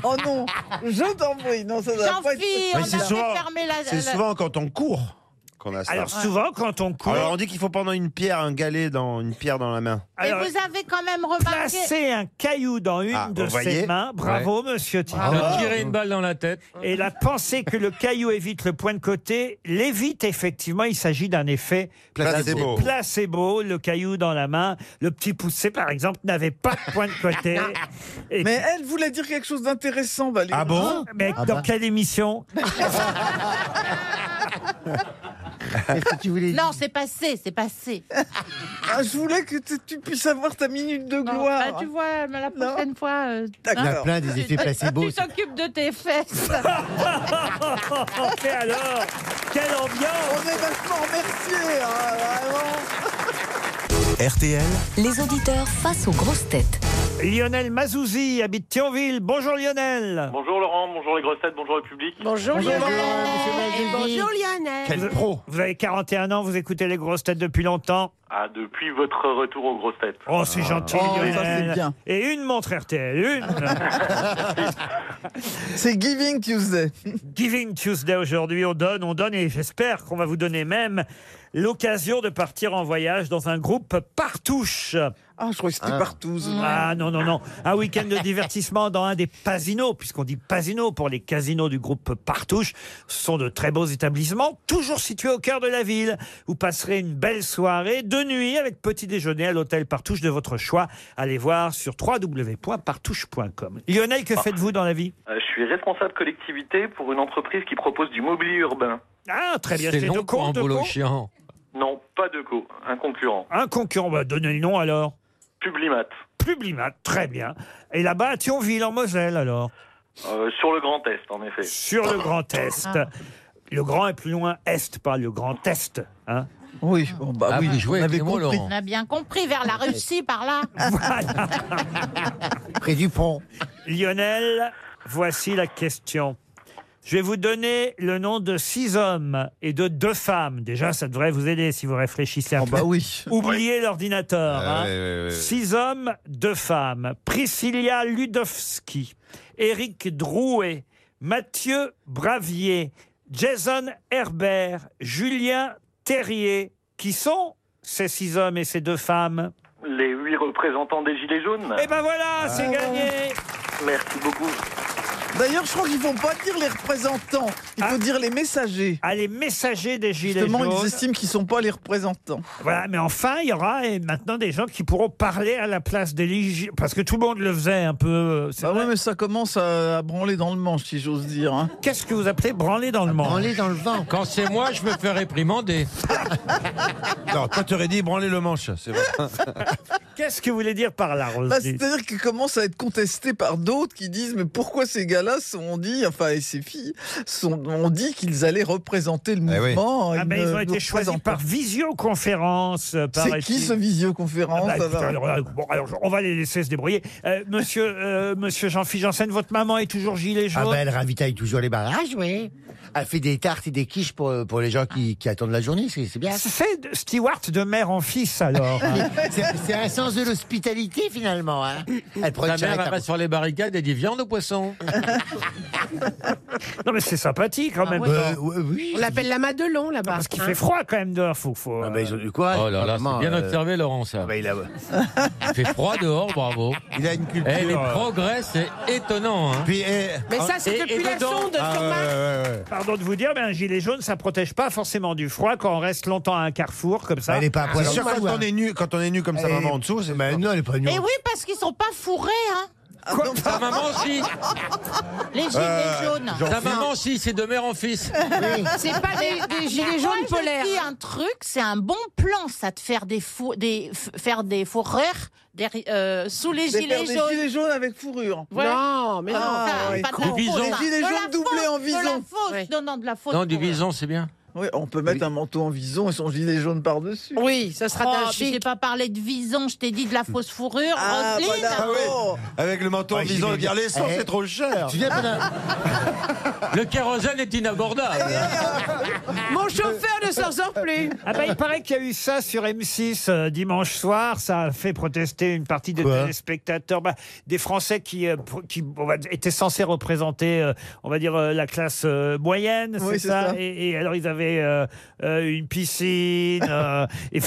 Speaker 4: Oh non, je t'en prie. Non, ça doit pas
Speaker 8: Jean-Phi,
Speaker 4: être...
Speaker 8: on
Speaker 9: Mais c'est
Speaker 8: avait
Speaker 9: souvent-
Speaker 8: fermé la.
Speaker 9: C'est
Speaker 8: la-
Speaker 9: souvent quand on court qu'on a ça.
Speaker 3: Alors souvent, quand on court,
Speaker 9: Alors, on dit qu'il faut prendre une pierre, un galet dans une pierre dans la main.
Speaker 8: Mais
Speaker 3: alors, hein.
Speaker 8: vous avez quand même remarqué.
Speaker 3: placer un caillou dans une
Speaker 9: Ah,
Speaker 3: de
Speaker 9: vous voyez Ah.
Speaker 3: ses mains. Bravo, monsieur Tito.
Speaker 7: Se tirer une balle dans la tête.
Speaker 3: Et la pensée que le caillou évite le point de côté l'évite effectivement. Il s'agit d'un effet
Speaker 9: Placebo.
Speaker 3: placebo. Le caillou dans la main, le petit poussé par exemple n'avait pas de point de côté. Et-
Speaker 4: Mais elle voulait dire quelque chose d'intéressant, Valérie.
Speaker 9: Ah bon
Speaker 3: mais dans quelle émission
Speaker 6: Qu'est-ce que tu voulais dire
Speaker 8: Non, c'est passé, c'est passé.
Speaker 4: Ah, je voulais que tu tu puisses avoir ta minute de
Speaker 8: Non,
Speaker 4: gloire.
Speaker 8: bah, tu vois, mais la prochaine fois. euh,
Speaker 6: Il y en a
Speaker 4: D'accord.
Speaker 6: plein des effets placebo.
Speaker 8: Tu t'occupes de tes fesses.
Speaker 3: Et alors, quelle
Speaker 4: On
Speaker 3: ambiance
Speaker 4: est vachement remerciés, hein, vraiment.
Speaker 13: RTL,
Speaker 2: Les auditeurs face aux grosses têtes.
Speaker 3: Lionel Mazouzi habite Thionville. Bonjour Lionel.
Speaker 12: Bonjour Laurent, bonjour les grosses têtes, bonjour le public.
Speaker 5: Bonjour,
Speaker 4: Oh,
Speaker 5: Lionel.
Speaker 6: Monsieur
Speaker 5: Et
Speaker 6: Mazouzi.
Speaker 5: Bonjour Lionel.
Speaker 9: Quel pro
Speaker 3: Vous avez 41 ans, vous écoutez les grosses têtes depuis longtemps.
Speaker 12: Ah, depuis votre retour aux grosses têtes.
Speaker 3: Oh,
Speaker 9: Ah.
Speaker 3: c'est gentil,
Speaker 4: Oh, ça,
Speaker 3: Lionel.
Speaker 4: c'est bien.
Speaker 3: Et une montre RTL, une.
Speaker 4: C'est Giving Tuesday.
Speaker 3: Giving Tuesday aujourd'hui, on donne, on donne et j'espère qu'on va vous donner même l'occasion de partir en voyage dans un groupe partouche.
Speaker 4: Ah, je croyais que c'était partout.
Speaker 3: Ah non, non, non. Un week-end de divertissement dans un des pasinos, puisqu'on dit pasino pour les casinos du groupe Partouche. Ce sont de très beaux établissements, toujours situés au cœur de la ville. Vous passerez une belle soirée, de deux nuits avec petit déjeuner à l'hôtel Partouche de votre choix. Allez voir sur www.partouche.com. Lionel, que
Speaker 12: Ah.
Speaker 3: faites-vous dans la vie
Speaker 12: Euh, je suis responsable collectivité pour une entreprise qui propose du mobilier urbain.
Speaker 3: Ah, très bien. Deco, Deco
Speaker 12: Non, pas de co, un concurrent.
Speaker 3: Un concurrent, bah, donnez le nom alors.
Speaker 12: Publimat.
Speaker 3: Publimat, très bien. Et là-bas, à Thionville, en Moselle, alors
Speaker 12: Euh, sur le Grand Est, en effet.
Speaker 3: Sur le Grand Est.
Speaker 12: Ah.
Speaker 3: Le Grand est plus loin, Est, pas le Grand Est. Hein
Speaker 4: oui, bah
Speaker 7: Ah, oui, vous jouez on avec avait les mots, compris.
Speaker 8: On a bien compris, vers la Russie, par là.
Speaker 3: Près du pont. Lionel, voici la question. Je vais vous donner le nom de six hommes et de deux femmes. Déjà, ça devrait vous aider si vous réfléchissez un peu.
Speaker 4: bah oui.
Speaker 3: Oubliez l'ordinateur.
Speaker 4: Ah,
Speaker 3: hein.
Speaker 4: ouais, ouais, ouais, ouais.
Speaker 3: Six hommes, deux femmes. Priscilla Ludowski, Éric Drouet, Mathieu Bravier, Jason Herbert, Julien Terrier. Qui sont ces six hommes et ces deux femmes
Speaker 12: Les huit représentants des Gilets jaunes.
Speaker 3: Eh ben voilà, c'est
Speaker 5: Ah.
Speaker 3: gagné
Speaker 12: Merci beaucoup.
Speaker 4: D'ailleurs, je crois qu'ils vont pas dire les représentants. Il faut dire les messagers.
Speaker 3: Ah, les messagers des Gilets
Speaker 4: Justement,
Speaker 3: jaunes.
Speaker 4: ils estiment qu'ils sont pas les représentants.
Speaker 3: Voilà, mais enfin, il y aura et maintenant des gens qui pourront parler à la place des ligi- Parce que tout le monde le faisait un peu. euh, c'est
Speaker 4: Ah
Speaker 3: vrai.
Speaker 4: ouais, mais ça commence à, à branler dans le manche, si j'ose dire. hein.
Speaker 3: Qu'est-ce que vous appelez branler dans le manche
Speaker 7: Branler dans le vent. Quand c'est moi, je me fais réprimander.
Speaker 9: Non, toi, t'aurais dit branler le manche, c'est vrai.
Speaker 3: Qu'est-ce que vous voulez dire par là, Roselyne
Speaker 4: Bah, C'est-à-dire qu'ils commencent à être contestés par d'autres qui disent mais pourquoi ces gars-là sont- ont dit enfin et ces filles sont, ont dit qu'ils allaient représenter le
Speaker 7: Eh
Speaker 4: mouvement.
Speaker 3: Ah ben, ils
Speaker 4: ne
Speaker 3: ont
Speaker 4: le
Speaker 3: été choisis
Speaker 4: représentent
Speaker 3: par
Speaker 4: pas.
Speaker 3: visioconférence. euh,
Speaker 4: C'est
Speaker 3: paraît-il.
Speaker 4: qui ce visioconférence
Speaker 3: Ah bah,
Speaker 4: ça va
Speaker 3: putain, alors là, bon, alors, on va les laisser se débrouiller. Euh, monsieur euh, monsieur Jean-Philippe Janssen, votre maman est toujours gilet jaune
Speaker 6: Ah ben, elle ravitaille toujours les barrages, oui. Elle fait des tartes et des quiches pour, pour les gens qui, qui attendent la journée, c'est c'est bien.
Speaker 3: C'est de- Stewart de mère en fils, alors. hein.
Speaker 6: C'est c'est un sens de l'hospitalité, finalement. Hein. Elle prend
Speaker 7: Ta
Speaker 6: une charrette
Speaker 7: mère,
Speaker 6: à
Speaker 7: elle va sur les barricades et dit viande au poisson.
Speaker 3: non, mais c'est sympathique,
Speaker 8: Ah,
Speaker 5: Ah
Speaker 3: quand même.
Speaker 6: Euh, ouais, oui.
Speaker 5: On l'appelle la Madelon là-bas. Hein
Speaker 3: Parce qu'il fait froid, quand même, dehors. Faut,
Speaker 6: Ah
Speaker 3: faut,
Speaker 6: bah, ben,
Speaker 3: euh,
Speaker 6: quoi
Speaker 7: Oh là là, c'est
Speaker 6: Maman,
Speaker 7: bien
Speaker 6: euh,
Speaker 7: observé, Laurent, ça.
Speaker 6: il, a...
Speaker 7: Il fait froid dehors, bravo.
Speaker 9: Il a une culture. euh,
Speaker 7: Eh, les progrès, c'est étonnant. Hein.
Speaker 6: eh,
Speaker 5: Mais ça, c'est
Speaker 7: Et-
Speaker 5: depuis
Speaker 7: et
Speaker 5: la
Speaker 7: dedans-
Speaker 5: sonde
Speaker 6: Ah,
Speaker 5: sur Mars.
Speaker 3: Pardon de vous dire, mais un gilet jaune, ça protège pas forcément du froid quand on reste longtemps à un carrefour comme ça.
Speaker 6: Elle est pas à poil
Speaker 9: Ah, C'est sûr,
Speaker 6: en dessous,
Speaker 9: quand on
Speaker 6: hein.
Speaker 9: est nu, quand on est nu comme sa
Speaker 6: Elle est-
Speaker 9: maman en dessous, c'est
Speaker 6: Ben non, elle est pas nue.
Speaker 8: Et Eh oui, parce qu'ils sont pas fourrés, hein.
Speaker 7: Ta maman, si.
Speaker 8: Les gilets
Speaker 7: Euh,
Speaker 8: jaunes.
Speaker 7: Ta maman, si, c'est de mère en fils.
Speaker 5: C'est pas des, des gilets
Speaker 8: Moi,
Speaker 5: jaunes
Speaker 8: je
Speaker 5: polaires. hein.
Speaker 8: dis un truc, c'est un bon plan, ça, de faire des, fou- des, f- faire des fourrures derri- euh, sous les
Speaker 4: Des paires
Speaker 8: gilets
Speaker 4: de
Speaker 8: jaunes.
Speaker 4: gilets jaunes avec fourrure.
Speaker 8: Ouais.
Speaker 5: Non, mais non.
Speaker 8: Ah,
Speaker 4: ouais,
Speaker 8: pas de
Speaker 4: con.
Speaker 8: la
Speaker 7: Du bison.
Speaker 8: fausse,
Speaker 7: Des
Speaker 8: hein.
Speaker 4: gilets
Speaker 8: De la
Speaker 4: jaunes doublés en
Speaker 8: fausse, De la
Speaker 4: bison.
Speaker 8: fausse, non, non, de la euh, fausse.
Speaker 7: Non, du
Speaker 8: pour-
Speaker 7: bison, c'est bien.
Speaker 4: Oui, on peut mettre un manteau en vison et son gilet jaune par-dessus.
Speaker 5: Oui, ça sera
Speaker 8: Oh,
Speaker 5: d'un
Speaker 8: mais je t'ai
Speaker 5: chic.
Speaker 8: pas parlé de vison, je t'ai dit de la fausse fourrure.
Speaker 4: Ah,
Speaker 8: Roselyne.
Speaker 4: voilà. bon.
Speaker 9: Avec le menton en
Speaker 6: Ouais,
Speaker 9: disant,
Speaker 6: j'ai-
Speaker 9: dire les sons,
Speaker 6: Eh.
Speaker 9: c'est trop cher.
Speaker 6: Tu viens pendant-
Speaker 7: Le kérosène est
Speaker 9: Eh,
Speaker 7: inabordable.
Speaker 5: Mon chauffeur ne s'en sort plus.
Speaker 3: Ah bah, il paraît qu'il y a eu ça sur M6 euh, dimanche soir. Ça a fait protester une partie des
Speaker 6: Quoi
Speaker 3: téléspectateurs, Bah, des Français qui, euh, pro- qui on va- étaient censés représenter, euh, on va dire, euh, la classe euh, moyenne,
Speaker 4: Oui,
Speaker 3: c'est
Speaker 4: c'est
Speaker 3: ça,
Speaker 4: ça.
Speaker 3: Et, et alors ils avaient euh, euh, une piscine. euh, et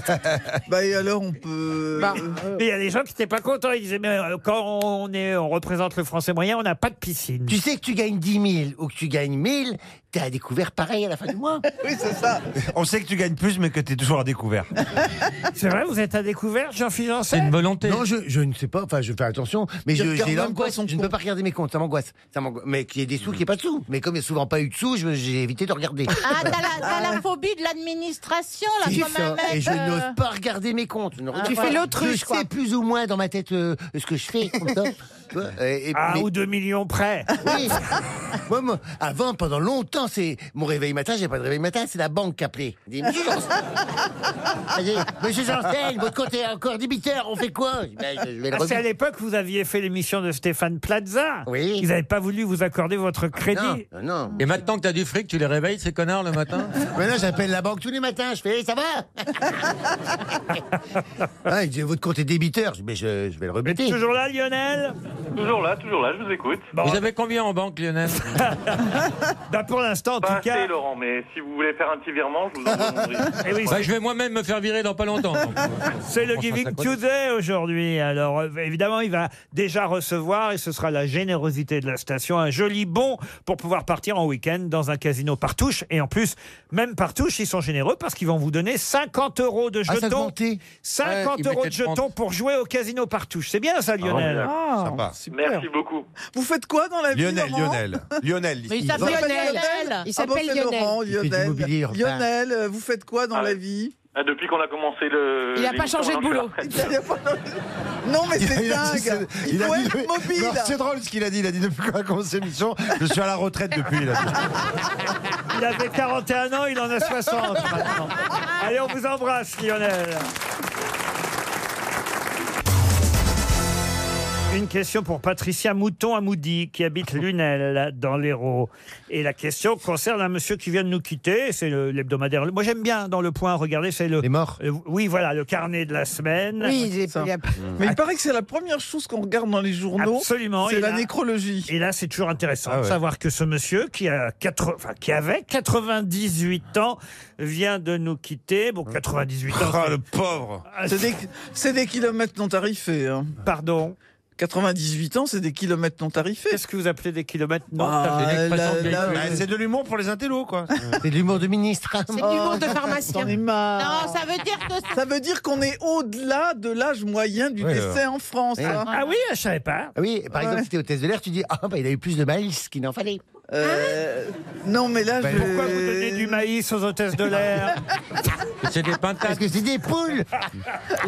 Speaker 4: Bah et alors on peut.
Speaker 3: Bah,
Speaker 11: Bah.
Speaker 4: Euh,
Speaker 3: mais il y a des gens qui n'étaient pas contents. Ils disaient mais euh, quand on est, on représente le Français moyen, on n'a pas de piscine.
Speaker 6: Tu sais que tu gagnes 10 000 ou que tu gagnes 1000, t'as découvert pareil à la fin du mois.
Speaker 4: oui c'est ça.
Speaker 9: On sait que tu gagnes plus, mais que t'es toujours à découvert.
Speaker 3: C'est vrai, vous êtes à découvert, Jean-Philippe
Speaker 7: C'est
Speaker 3: Janssen
Speaker 7: une volonté.
Speaker 6: Non, je, je ne sais pas, enfin je fais attention, mais
Speaker 4: Tu
Speaker 6: je-
Speaker 4: regardes
Speaker 6: j'ai
Speaker 4: même
Speaker 6: l'angoisse,
Speaker 4: pas
Speaker 6: je
Speaker 4: son
Speaker 6: ne
Speaker 4: compte.
Speaker 6: peux pas regarder mes comptes, ça m'angoisse. Ça m'angoisse. Mais qu'il y ait des sous, qu'il n'y ait pas de sous. Mais comme il n'y a souvent pas eu de sous, je- j'ai évité de regarder.
Speaker 8: Ah, t'as la, t'as la phobie de l'administration, là,
Speaker 6: C'est
Speaker 8: quand
Speaker 6: ça.
Speaker 8: même. mec,
Speaker 6: Et je
Speaker 8: euh.
Speaker 6: n'ose pas regarder mes comptes. Je ne regarde
Speaker 5: Ah, tu
Speaker 6: pas.
Speaker 5: fais l'autruche,
Speaker 6: Je
Speaker 5: quoi.
Speaker 6: sais plus ou moins dans ma tête euh, ce que je fais. comme ça. Tu vois, et- et-
Speaker 3: Ah,
Speaker 6: mais-
Speaker 3: ou deux millions près.
Speaker 6: oui. Moi, moi, avant, pendant longtemps, c'est mon réveil matin, j'ai pas de réveil matin, c'est la banque qui appelait. Elle dit, Monsieur Janssen, Elle dit, Monsieur Janssen, votre compte est encore débiteur, on fait quoi Je dis, Ben, je, je vais le
Speaker 3: Ah, C'est à
Speaker 6: remettre.
Speaker 3: l'époque vous aviez fait l'émission de Stéphane Plaza.
Speaker 6: Oui. Ah,
Speaker 3: Ils n'avaient pas voulu vous accorder votre crédit.
Speaker 6: Non, euh, non.
Speaker 9: eh.
Speaker 7: Et maintenant que t'as du fric, tu les réveilles, ces connards, le matin
Speaker 6: Maintenant, j'appelle la banque tous les matins. Je fais, Eh, ça va ah, Il dit, votre compte est débiteur. Je dis, mais je, je vais le
Speaker 3: Mais
Speaker 6: rebuter.
Speaker 3: toujours là, Lionel
Speaker 12: Toujours là, toujours là, je vous écoute.
Speaker 7: Vous avez combien en banque, Lionel
Speaker 3: Bah, pour l'instant, en
Speaker 12: Pas
Speaker 3: tout cas.
Speaker 12: assez, Laurent, mais si vous voulez faire un petit virement, je vous envoie mon RIB.
Speaker 3: Eh oui,
Speaker 7: Bah, je vais moi-même me faire virer dans pas longtemps.
Speaker 3: C'est le Giving Tuesday aujourd'hui. Alors, euh, évidemment, il va déjà recevoir, et ce sera la générosité de la station, un joli bon pour pouvoir partir en week-end dans un casino par touche. Et en plus, même par touche, ils sont généreux parce qu'ils vont vous donner 50 euros de
Speaker 6: Ah, ça
Speaker 3: jetons.
Speaker 6: augmentait.
Speaker 3: 50
Speaker 6: Ouais, ils
Speaker 3: euros de
Speaker 6: mettaient
Speaker 3: jetons
Speaker 6: 30.
Speaker 3: pour jouer au casino par touche. C'est bien ça, Lionel.
Speaker 4: Ah,
Speaker 9: Sympa.
Speaker 12: Merci beaucoup.
Speaker 4: Vous faites quoi dans la vie
Speaker 9: Lionel,
Speaker 4: Laurent
Speaker 9: Lionel, Lionel.
Speaker 8: Mais il
Speaker 9: il-
Speaker 8: s'appelle Lionel.
Speaker 4: Ah
Speaker 5: Il
Speaker 4: bon,
Speaker 5: s'appelle
Speaker 4: c'est
Speaker 5: Lionel.
Speaker 4: Laurent,
Speaker 6: Il fait du
Speaker 4: Lionel.
Speaker 6: mobilier urbain.
Speaker 4: Lionel, euh, vous faites quoi dans
Speaker 12: Ah.
Speaker 4: la vie
Speaker 12: Ah, depuis qu'on a commencé le.
Speaker 5: Il a pas
Speaker 12: l'émission,
Speaker 5: changé de
Speaker 12: non, je suis à la
Speaker 5: boulot.
Speaker 12: retraite.
Speaker 4: Non, mais
Speaker 9: il a
Speaker 4: c'est
Speaker 9: dit-
Speaker 4: dingue.
Speaker 9: c'est-
Speaker 4: Il
Speaker 9: a
Speaker 4: faut
Speaker 9: dit-
Speaker 4: être mobile.
Speaker 9: Non, C'est drôle ce qu'il a dit. Il a dit depuis qu'on a commencé l'émission, je suis à la retraite depuis. il a dit.
Speaker 3: Il avait 41 ans, il en a 60 maintenant. Allez, on vous embrasse, Lionel. Une question pour Patricia Mouton Amoudi qui habite Lunel dans l'Hérault. Et la question concerne un monsieur qui vient de nous quitter. C'est le- l'hebdomadaire. Moi j'aime bien dans le point. Regardez, c'est le.
Speaker 9: Les morts.
Speaker 3: Euh, oui, voilà, le carnet de la semaine.
Speaker 5: Oui, il est-
Speaker 4: Ça.
Speaker 5: il a-
Speaker 4: Mais il paraît que c'est la première chose qu'on regarde dans les journaux.
Speaker 3: Absolument.
Speaker 4: C'est
Speaker 3: Et
Speaker 4: la
Speaker 3: là-
Speaker 4: nécrologie.
Speaker 3: Et là, c'est toujours intéressant
Speaker 9: Ah
Speaker 3: de
Speaker 9: ouais.
Speaker 3: savoir que ce monsieur qui, a 80, enfin, qui avait 98 ans vient de nous quitter. Bon, 98 ans.
Speaker 9: Ah,
Speaker 3: c'est-
Speaker 9: le pauvre.
Speaker 3: Ah,
Speaker 4: C'est des, c'est des kilomètres non tarifés. hein.
Speaker 3: Pardon.
Speaker 4: 98 ans, c'est des kilomètres non tarifés.
Speaker 3: Qu'est-ce que vous appelez des kilomètres non ça
Speaker 4: Bah,
Speaker 3: fait-
Speaker 4: euh,
Speaker 7: l'expression
Speaker 4: là-
Speaker 7: de
Speaker 4: là-
Speaker 7: véhicule.
Speaker 9: Bah, c'est de l'humour pour les intellos, quoi.
Speaker 6: C'est de l'humour de ministre.
Speaker 5: C'est de l'humour de pharmacien.
Speaker 4: J'en ai Oh, marre.
Speaker 8: Non, ça veut dire que
Speaker 4: Ça veut dire qu'on est au-delà de l'âge moyen du
Speaker 9: Ouais,
Speaker 4: décès
Speaker 6: euh.
Speaker 4: en France.
Speaker 6: Ouais.
Speaker 4: hein.
Speaker 3: Ah oui, je savais pas.
Speaker 6: Ah Oui, par exemple, si t'es hôtesse de l'air, tu dis Ah, bah, il a eu plus de maïs qu'il n'en fallait. Bah,
Speaker 4: Euh, non, mais là,
Speaker 9: Ben,
Speaker 4: je...
Speaker 3: Pourquoi vous donnez du maïs aux hôtesses de l'air
Speaker 7: C'est des
Speaker 6: Parce
Speaker 7: pintades.
Speaker 6: que c'est des poules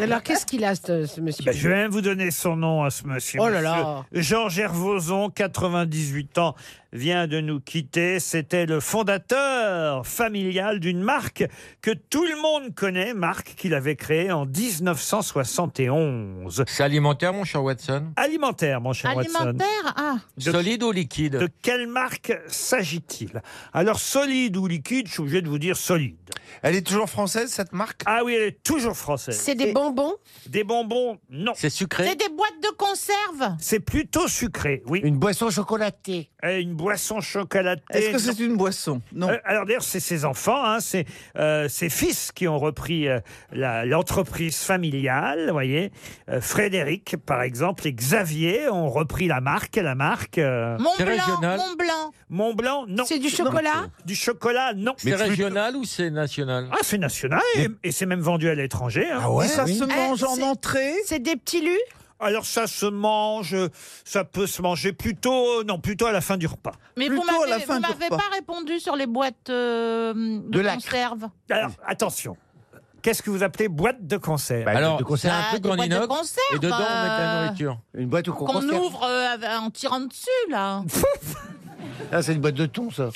Speaker 5: Alors, qu'est-ce qu'il a, ce, ce monsieur
Speaker 3: Ben, Je vais même vous donner son nom à ce monsieur.
Speaker 5: Oh là là.
Speaker 3: Monsieur Jean Gervoson, 98 ans, vient de nous quitter. C'était le fondateur familial d'une marque que tout le monde connaît, marque qu'il avait créée en 1971.
Speaker 7: C'est alimentaire, mon cher Watson
Speaker 3: Alimentaire, mon cher Watson.
Speaker 8: alimentaire. Ah,
Speaker 3: De-
Speaker 7: Solide ou liquide
Speaker 3: De quelle marque s'agit-il Alors, solide ou liquide, je suis obligé de vous dire solide.
Speaker 9: Elle est toujours française, cette marque
Speaker 3: Ah oui, elle est toujours française.
Speaker 5: C'est des bonbons
Speaker 3: Des bonbons, non.
Speaker 7: C'est
Speaker 8: c'est
Speaker 7: sucré
Speaker 8: des boîtes de conserve.
Speaker 3: C'est plutôt sucré, oui.
Speaker 6: Une boisson chocolatée.
Speaker 3: Euh, Une boisson chocolatée.
Speaker 4: Est-ce que
Speaker 3: non.
Speaker 4: c'est une boisson Non.
Speaker 3: Euh, alors d'ailleurs, c'est ses enfants, hein, c'est euh, ses fils qui ont repris euh, la- l'entreprise familiale, vous voyez. Euh, Frédéric, par exemple, et Xavier ont repris la marque, la marque euh,
Speaker 8: Mont
Speaker 7: C'est
Speaker 8: Blanc,
Speaker 7: régional.
Speaker 8: Mont Blanc.
Speaker 3: Mont Blanc, non.
Speaker 5: C'est du chocolat
Speaker 3: Du chocolat, non.
Speaker 7: C'est régional ou c'est national
Speaker 3: Ah, c'est national et, et c'est même vendu à l'étranger.
Speaker 9: Ah
Speaker 3: hein.
Speaker 7: Ah
Speaker 4: Et ça se mange
Speaker 5: Eh,
Speaker 4: en
Speaker 5: c'est-
Speaker 4: entrée
Speaker 5: C'est des petits lus
Speaker 3: Alors ça se mange, ça peut se manger plutôt, non, plutôt à la fin du repas.
Speaker 8: Mais vous
Speaker 4: Plutôt à la
Speaker 8: m'avez
Speaker 4: fin
Speaker 8: vous
Speaker 4: du
Speaker 8: m'avez
Speaker 4: repas.
Speaker 8: pas répondu sur les boîtes euh, de,
Speaker 6: De lacre.
Speaker 8: conserve.
Speaker 3: Alors attention, qu'est-ce que vous appelez boîte de concert
Speaker 6: Bah,
Speaker 7: Alors,
Speaker 6: de conserve.
Speaker 7: un
Speaker 8: Ah,
Speaker 7: truc
Speaker 8: des
Speaker 7: en
Speaker 8: boîtes de
Speaker 7: inox
Speaker 8: conserve,
Speaker 7: et dedans, on met de la
Speaker 8: euh,
Speaker 7: nourriture.
Speaker 6: Une boîte où qu'on
Speaker 8: Qu'on
Speaker 6: conserve.
Speaker 8: ouvre euh, en tirant dessus, là.
Speaker 6: Ah, c'est une boîte de thon, ça.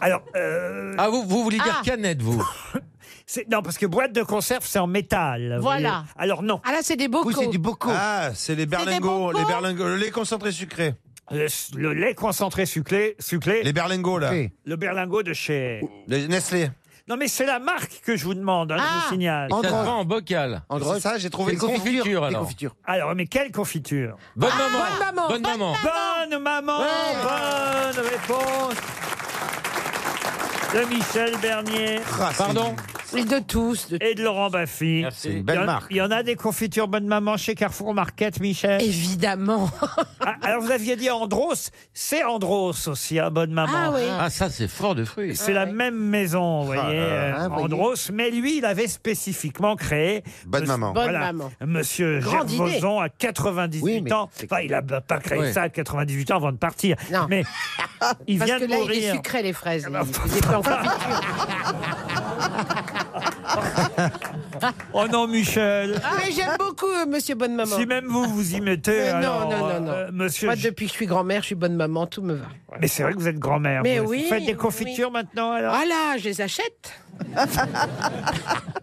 Speaker 3: Alors, euh,
Speaker 7: Ah, vous, vous voulez dire
Speaker 8: Ah.
Speaker 7: canette, vous
Speaker 3: c'est- non, parce que boîte de conserve, c'est en métal. vous
Speaker 8: Voilà.
Speaker 3: voyez. Alors non.
Speaker 5: Ah là, c'est des bocaux.
Speaker 6: Oui, c'est du boco.
Speaker 9: Ah, c'est les berlingots,
Speaker 8: bonbons
Speaker 9: les berlingots, le lait concentré sucré.
Speaker 3: Le, le lait concentré sucré, sucré
Speaker 9: Les berlingots, là.
Speaker 6: Ok.
Speaker 3: le berlingot de chez...
Speaker 9: Les Nestlé.
Speaker 3: Non mais c'est la marque que je vous demande, hein, je
Speaker 8: Ah.
Speaker 3: vous signale.
Speaker 7: Ça se
Speaker 6: Andros.
Speaker 7: vend en bocal.
Speaker 6: En
Speaker 9: C'est
Speaker 6: drogue.
Speaker 9: ça, j'ai trouvé
Speaker 6: Des
Speaker 9: le
Speaker 7: confiture,
Speaker 6: confitures,
Speaker 7: alors.
Speaker 6: Des confitures.
Speaker 3: Alors, mais quelle confiture
Speaker 7: Bonne maman
Speaker 5: bonne maman,
Speaker 7: Bonne
Speaker 8: bonne
Speaker 7: maman
Speaker 3: Bonne maman, bonne réponse de Michel Bernier
Speaker 9: Ah, c'est-
Speaker 7: Pardon
Speaker 5: Oui, de tous. de-
Speaker 3: et de Laurent Baffy.
Speaker 7: Merci.
Speaker 9: C'est une
Speaker 3: il, y
Speaker 9: belle
Speaker 3: en-
Speaker 9: marque.
Speaker 3: il y en a des confitures bonne maman chez Carrefour Market, Michel.
Speaker 5: Évidemment.
Speaker 3: Ah, alors, vous aviez dit Andros, c'est Andros aussi, hein, bonne maman.
Speaker 5: Ah oui. Ah
Speaker 7: Ah, ça, c'est fort de fruits.
Speaker 3: C'est la même maison, vous voyez, euh,
Speaker 6: ah, voyez.
Speaker 3: Andros. Mais lui, il avait spécifiquement créé.
Speaker 9: Bonne
Speaker 3: Mons-
Speaker 9: maman.
Speaker 5: Bonne maman.
Speaker 3: Monsieur
Speaker 5: Grande
Speaker 3: Gervoson à 98
Speaker 6: Oui, mais
Speaker 3: ans.
Speaker 6: c'est-
Speaker 3: Enfin, il n'a pas créé
Speaker 7: Ouais.
Speaker 3: ça à 98 ans avant de partir.
Speaker 5: Non.
Speaker 3: Mais il
Speaker 5: Parce
Speaker 3: vient
Speaker 5: que
Speaker 3: de
Speaker 5: là, il est
Speaker 3: mourir.
Speaker 5: sucré, les fraises.
Speaker 3: bah,
Speaker 5: Il est pas en confiture.
Speaker 3: Oh non, Michel.
Speaker 5: Ah, mais j'aime beaucoup, euh, monsieur Bonne Maman.
Speaker 3: Si même vous vous y mettez,
Speaker 5: Mais non,
Speaker 3: alors,
Speaker 5: non, non, non.
Speaker 3: euh, monsieur.
Speaker 5: Moi, depuis que je suis grand-mère, je suis bonne maman, tout me va.
Speaker 3: Mais c'est vrai que vous êtes grand-mère.
Speaker 5: Mais
Speaker 3: vous aussi.
Speaker 5: oui,
Speaker 3: Faites des confitures maintenant, alors.
Speaker 5: Ah là, je les achète.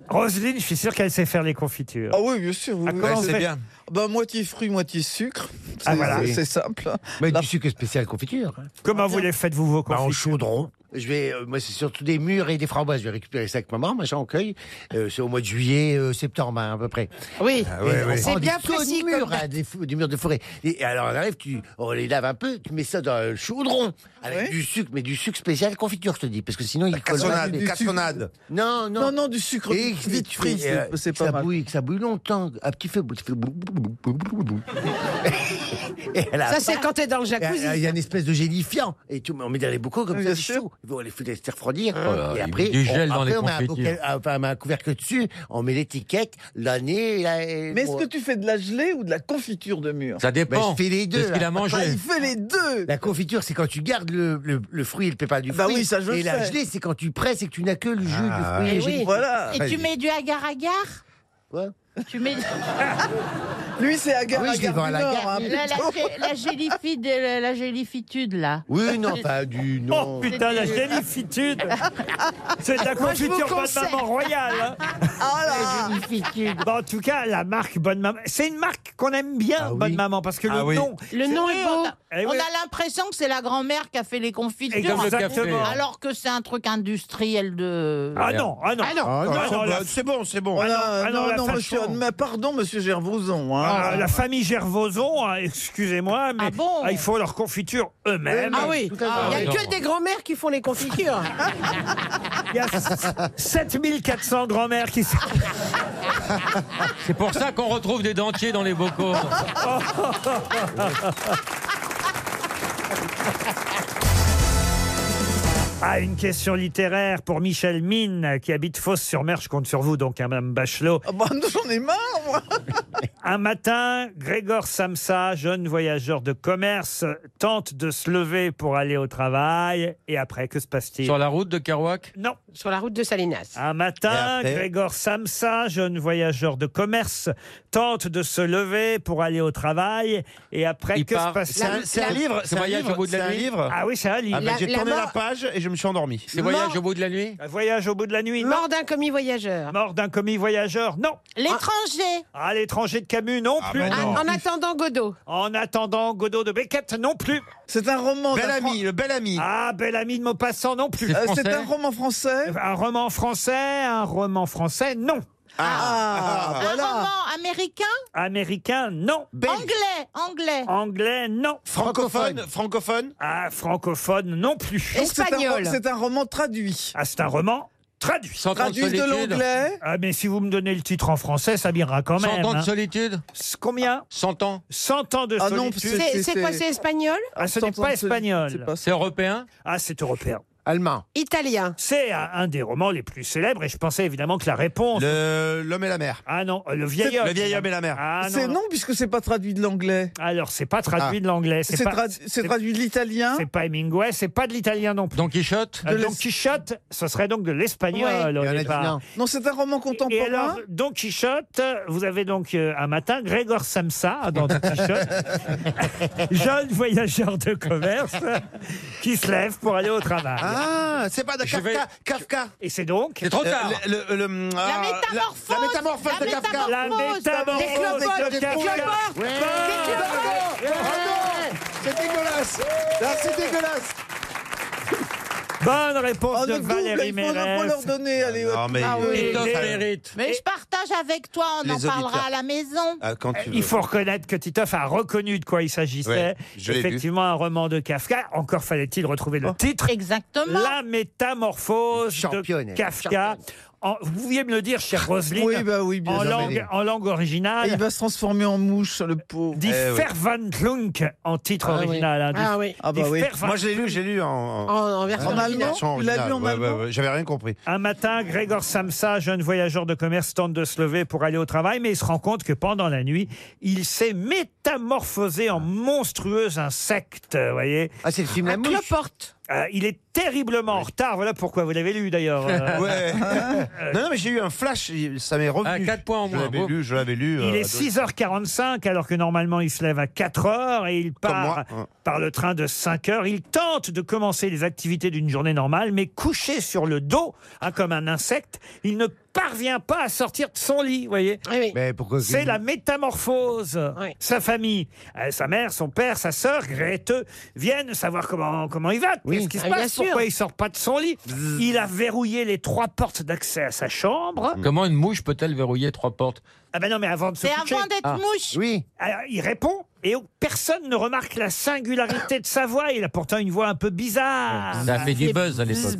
Speaker 3: Roselyne, je suis sûr qu'elle sait faire les confitures.
Speaker 4: Ah oui, bien sûr. vous-
Speaker 3: Ah,
Speaker 4: vous-
Speaker 3: comment
Speaker 9: Ouais,
Speaker 3: on
Speaker 9: c'est
Speaker 3: fait
Speaker 9: bien.
Speaker 4: Bah, moitié fruit, moitié sucre. C'est
Speaker 3: Ah, voilà.
Speaker 4: c'est- c'est simple.
Speaker 6: Mais
Speaker 4: La-
Speaker 6: du sucre spécial confiture. hein.
Speaker 3: Comment vous les faites-vous, vos
Speaker 6: Bah, en
Speaker 3: confitures
Speaker 6: chaudron. Je vais, euh, moi, c'est surtout des murs et des framboises. Je vais récupérer ça avec maman, machin, on cueille. Euh, c'est au mois de juillet, euh, septembre, hein, à peu près.
Speaker 5: Oui,
Speaker 6: Et on prend
Speaker 5: c'est
Speaker 6: des
Speaker 5: bien
Speaker 6: sauts de
Speaker 5: précis. comme
Speaker 6: murs, hein,
Speaker 5: date.
Speaker 6: des, fou- des murs de forêt. Et alors, on arrive, tu, on les lave un peu, tu mets ça dans le chaudron avec du sucre, mais du sucre spécial confiture, je te dis, parce que sinon il colle.
Speaker 9: cassonade,
Speaker 6: pas.
Speaker 9: du cassonade.
Speaker 6: Non, non.
Speaker 4: Non, non, du sucre
Speaker 6: Et
Speaker 4: vite
Speaker 6: vite
Speaker 4: frit,
Speaker 6: frit, euh,
Speaker 4: c'est
Speaker 6: que
Speaker 4: pas
Speaker 6: ça
Speaker 4: mal.
Speaker 6: bouille, que ça bouille longtemps, à petit feu. ça fait boum, boum, boum, boum, boum. Et à la
Speaker 5: Ça, c'est
Speaker 6: fin,
Speaker 5: quand t'es dans le jacuzzi.
Speaker 6: il y a une espèce de gélifiant. Et tout, on met dans les bocaux comme ça, c'est chaud. On les fout les refroidir. et
Speaker 7: Oh il
Speaker 6: après,
Speaker 7: met du gel
Speaker 6: on,
Speaker 7: dans
Speaker 6: après,
Speaker 7: les
Speaker 6: on met un,
Speaker 7: confitures.
Speaker 6: bouquet- euh, enfin, on met un couvercle dessus, on met l'étiquette, l'année. la-
Speaker 4: Mais est-ce que tu fais de la gelée ou de la confiture de mur
Speaker 7: Ça dépend.
Speaker 6: Ben, je fais les deux.
Speaker 7: C'est ce qu'il a
Speaker 6: là.
Speaker 7: mangé.
Speaker 4: Ah, il fait les deux
Speaker 6: La confiture, c'est quand tu gardes le, le, le fruit et le pépin du
Speaker 4: Bah
Speaker 6: fruit.
Speaker 4: oui, ça, je
Speaker 6: et
Speaker 4: le
Speaker 6: la
Speaker 4: sais.
Speaker 6: gelée, c'est quand tu presses et que tu n'as que le jus
Speaker 9: Ah,
Speaker 6: du fruit.
Speaker 8: Eh
Speaker 6: et
Speaker 8: oui.
Speaker 6: gelée.
Speaker 4: Voilà.
Speaker 8: Et tu mets du agar-agar
Speaker 6: Quoi
Speaker 8: Tu mets
Speaker 4: Lui, c'est à
Speaker 6: Ah oui, je les vends à la gare. hein.
Speaker 8: la, la, gé- la gélifide, la, la gélifitude, là.
Speaker 6: Oui, non, pas du
Speaker 3: Oh
Speaker 6: non.
Speaker 3: putain, la
Speaker 8: du-
Speaker 3: gélifitude C'est de la
Speaker 5: Moi, je vous
Speaker 3: confiture bonne
Speaker 5: conseille. Oh
Speaker 3: maman royale. hein.
Speaker 4: Ah,
Speaker 3: Bah, en tout cas, la marque Bonne Maman, c'est une marque qu'on aime bien,
Speaker 6: Ah oui.
Speaker 3: Bonne Maman, parce que
Speaker 9: Ah
Speaker 3: le
Speaker 9: oui.
Speaker 3: nom.
Speaker 8: Le nom est beau.
Speaker 3: Eh
Speaker 8: On
Speaker 3: oui.
Speaker 8: a l'impression que c'est la grand-mère qui a fait les confitures.
Speaker 7: Et comme le café.
Speaker 3: Exactement.
Speaker 8: Alors que c'est un truc industriel de.
Speaker 3: Ah non, ah non.
Speaker 5: Ah non.
Speaker 9: Ah, non,
Speaker 3: non,
Speaker 9: elles sont
Speaker 3: la-
Speaker 9: bonnes, c'est bon, c'est bon.
Speaker 3: Ah non, ah non,
Speaker 4: non,
Speaker 3: la
Speaker 4: non,
Speaker 3: façon.
Speaker 4: monsieur, mais pardon, monsieur Gervoson. hein.
Speaker 3: Ah, la famille Gervoson, hein, excusez-moi, mais
Speaker 8: Ah bon
Speaker 3: ah, ils font leur confiture eux-mêmes.
Speaker 5: Ah oui, il
Speaker 8: Ah,
Speaker 5: n'y a
Speaker 7: non.
Speaker 5: que des grands-mères qui font les confitures.
Speaker 3: Il y a 7400 grand-mères qui sont.
Speaker 7: C'est pour ça qu'on retrouve des dentiers dans les bocaux.
Speaker 3: Ah, une question littéraire pour Michel Mine, qui habite Fosse-sur-Mer. Je compte sur vous, donc, hein, Madame Bachelot.
Speaker 4: Ah bah, j'en ai marre, moi.
Speaker 3: Un matin, Grégor Samsa, jeune voyageur de commerce, tente de se lever pour aller au travail. Et après, que se passe-t-il
Speaker 7: Sur la route de Kerouac
Speaker 3: Non.
Speaker 5: Sur la route de Salinas.
Speaker 3: Un matin,
Speaker 9: Et après
Speaker 3: Grégor Samsa, jeune voyageur de commerce, tente de se lever pour aller au travail. Et après,
Speaker 7: Il
Speaker 3: que
Speaker 7: part.
Speaker 3: se passe-t-il
Speaker 9: C'est un, c'est un livre, c'est un
Speaker 7: Voyage au
Speaker 9: livre,
Speaker 7: bout de la
Speaker 9: c'est un
Speaker 7: nuit.
Speaker 9: livre.
Speaker 3: Ah oui, c'est un livre.
Speaker 9: Ah ben, j'ai
Speaker 5: La-
Speaker 9: tourné
Speaker 5: la
Speaker 9: la
Speaker 5: mort-
Speaker 9: page et je me suis endormi.
Speaker 7: C'est voyage au bout de la nuit
Speaker 3: Un voyage au bout de la nuit. Non.
Speaker 5: Mort d'un commis voyageur.
Speaker 3: Mort d'un commis voyageur. Non.
Speaker 8: L'étranger.
Speaker 3: À l'étranger de Camus, non
Speaker 9: Ah
Speaker 3: plus.
Speaker 9: ben non.
Speaker 5: En attendant Godot.
Speaker 3: En attendant Godot de Beckett, non plus.
Speaker 4: C'est un roman.
Speaker 9: Bel
Speaker 4: d'un Fran-
Speaker 9: ami, le bel ami.
Speaker 3: Ah, bel ami de Maupassant, non plus.
Speaker 4: Euh, C'est
Speaker 7: Français.
Speaker 4: un roman français.
Speaker 3: Un roman français, un roman français, non.
Speaker 4: Ah,
Speaker 8: Un
Speaker 4: voilà.
Speaker 8: roman américain
Speaker 3: Américain, non.
Speaker 8: Anglais Anglais
Speaker 3: Anglais, non.
Speaker 9: Francophone, francophone.
Speaker 3: Ah, francophone, non plus.
Speaker 4: Donc, c'est un ro-
Speaker 5: Espagnol.
Speaker 4: C'est un roman traduit.
Speaker 3: Ah, c'est un roman traduit.
Speaker 7: 100 ans de
Speaker 4: Traduit de
Speaker 7: solitude
Speaker 4: l'anglais.
Speaker 3: Ah, mais si vous me donnez le titre en français, ça m'ira quand
Speaker 7: 100
Speaker 3: même.
Speaker 7: ans de
Speaker 3: hein.
Speaker 7: solitude
Speaker 3: S- Combien
Speaker 7: 100 ans
Speaker 3: 100 ans de
Speaker 4: Ah non,
Speaker 3: solitude.
Speaker 5: C'est
Speaker 4: c'est-
Speaker 5: c'est quoi, c'est espagnol
Speaker 3: Ah, ce n'est
Speaker 4: Cent ans
Speaker 3: pas
Speaker 4: de solitude,
Speaker 3: espagnol.
Speaker 4: c'est pas ça.
Speaker 7: C'est européen
Speaker 3: Ah, c'est européen.
Speaker 6: Allemand.
Speaker 5: Italien.
Speaker 3: C'est un, un des romans les plus célèbres et je pensais évidemment que la réponse.
Speaker 9: Le- L'homme et la mer.
Speaker 3: Ah non, le vieil homme.
Speaker 9: Le vieil homme et la mer.
Speaker 3: Ah
Speaker 4: C'est
Speaker 3: non. Ah
Speaker 4: non, puisque c'est pas traduit de l'anglais.
Speaker 3: Alors, c'est pas traduit de l'anglais.
Speaker 4: C'est
Speaker 3: C'est pas,
Speaker 4: trad- c'est traduit de l'italien.
Speaker 3: c'est pas Hemingway, c'est pas de l'italien non plus.
Speaker 7: Don Quichotte
Speaker 3: Euh,
Speaker 4: de
Speaker 3: Don
Speaker 4: l'es-
Speaker 3: Quichotte, ce serait donc de l'espagnol
Speaker 6: Et
Speaker 3: au
Speaker 6: on a dit
Speaker 3: départ.
Speaker 6: non.
Speaker 4: Non, c'est un roman
Speaker 3: Et
Speaker 4: contemporain.
Speaker 3: alors, Don Quichotte, vous avez donc euh, un matin Grégor Samsa hein, dans Don Quichotte, jeune voyageur de commerce qui se lève pour aller au travail.
Speaker 9: Ah, c'est pas de Kafka.
Speaker 7: vais-
Speaker 9: Kafka.
Speaker 3: Et c'est donc
Speaker 7: C'est trop
Speaker 9: Euh,
Speaker 7: tard
Speaker 9: le- le- le- ah,
Speaker 8: métamorphose.
Speaker 9: La, la métamorphose
Speaker 8: La
Speaker 9: de Kafka.
Speaker 8: métamorphose.
Speaker 3: la
Speaker 8: Clopose,
Speaker 3: métamorphose
Speaker 5: des clopotes,
Speaker 3: de
Speaker 5: des
Speaker 3: Kafka.
Speaker 5: clopotes.
Speaker 3: Bonne
Speaker 9: C'est dégueulasse. Là, c'est dégueulasse.
Speaker 3: Bonne réponse
Speaker 4: Oh,
Speaker 3: de
Speaker 4: le double,
Speaker 3: Valérie
Speaker 4: il faut ne pas
Speaker 3: Mérès.
Speaker 4: leur donner. Allez,
Speaker 9: Non, mais
Speaker 5: Ah oui.
Speaker 3: Et-
Speaker 7: Christophe
Speaker 3: et-
Speaker 7: Mérite.
Speaker 8: Mais je partage avec toi, on en
Speaker 9: Les auditeurs.
Speaker 8: parlera à la maison.
Speaker 9: Ah, quand tu
Speaker 3: Il
Speaker 9: veux.
Speaker 3: faut reconnaître que Titoff a reconnu de quoi il s'agissait.
Speaker 9: Ouais, je l'ai lu.
Speaker 3: Effectivement, un roman de Kafka. Encore fallait-il retrouver
Speaker 4: Oh.
Speaker 3: le titre.
Speaker 8: Exactement.
Speaker 3: La métamorphose
Speaker 6: Championne,
Speaker 3: de
Speaker 6: elle.
Speaker 3: Kafka. En- vous pouviez me le dire, chère Roselyne,
Speaker 4: Oui, bah oui, bien
Speaker 3: en,
Speaker 4: sûr.
Speaker 3: langue, en langue
Speaker 4: Ah, il
Speaker 3: originale,
Speaker 4: va se transformer en mouche, le pauvre.
Speaker 3: dit
Speaker 9: Eh oui.
Speaker 3: Verwandlung en titre
Speaker 5: Ah oui.
Speaker 3: original. hein, dit-
Speaker 5: Ah oui.
Speaker 4: Ah bah
Speaker 3: dit
Speaker 4: oui.
Speaker 3: Verwandlung.
Speaker 9: Moi, je l'ai lu, j'ai lu en. Ah,
Speaker 5: En, en version
Speaker 4: En allemand
Speaker 5: originale.
Speaker 9: version
Speaker 4: Tu l'as
Speaker 9: originale.
Speaker 4: lu en
Speaker 9: Ouais,
Speaker 4: allemand
Speaker 9: ouais, ouais, J'avais rien compris.
Speaker 3: Un matin, Grégor Samsa, jeune voyageur de commerce, tente de se lever pour aller au travail, mais il se rend compte que pendant la nuit, il s'est métamorphosé en monstrueux insecte, vous voyez.
Speaker 6: Ah, c'est le film La
Speaker 5: Un
Speaker 6: Mouche.
Speaker 5: cloporte.
Speaker 3: Euh, il est terriblement en retard, voilà pourquoi vous l'avez lu d'ailleurs. Euh,
Speaker 9: Ouais. non, non, mais j'ai eu un flash, ça m'est revenu.
Speaker 7: Ah, quatre points en
Speaker 9: je
Speaker 7: moins,
Speaker 9: l'avais
Speaker 7: beau.
Speaker 9: lu, je l'avais lu.
Speaker 3: Il
Speaker 9: euh,
Speaker 3: est 6h45 alors que normalement il se lève à 4h et il part
Speaker 9: moi, hein.
Speaker 3: par le train de 5h. Il tente de commencer les activités d'une journée normale mais couché sur le dos hein, comme un insecte, il ne parvient pas à sortir de son lit, vous voyez.
Speaker 9: Mais pourquoi
Speaker 3: C'est la métamorphose. Sa famille, euh, sa mère, son père, sa sœur, Grete, viennent savoir comment, comment il va, qu'est-ce qui se
Speaker 5: Ah, bien
Speaker 3: passe,
Speaker 5: sûr.
Speaker 3: pourquoi il sort pas de son lit. Il a verrouillé les trois portes d'accès à sa chambre.
Speaker 7: Mmh. Comment une mouche peut-elle verrouiller trois portes
Speaker 3: Ah ben non, mais avant de se
Speaker 7: C'est
Speaker 3: coucher.
Speaker 7: avant d'être Ah. mouche.
Speaker 3: Oui. il répond et personne ne remarque la singularité de sa voix. Il a pourtant une voix un peu bizarre.
Speaker 7: Ça a fait du buzz à l'époque.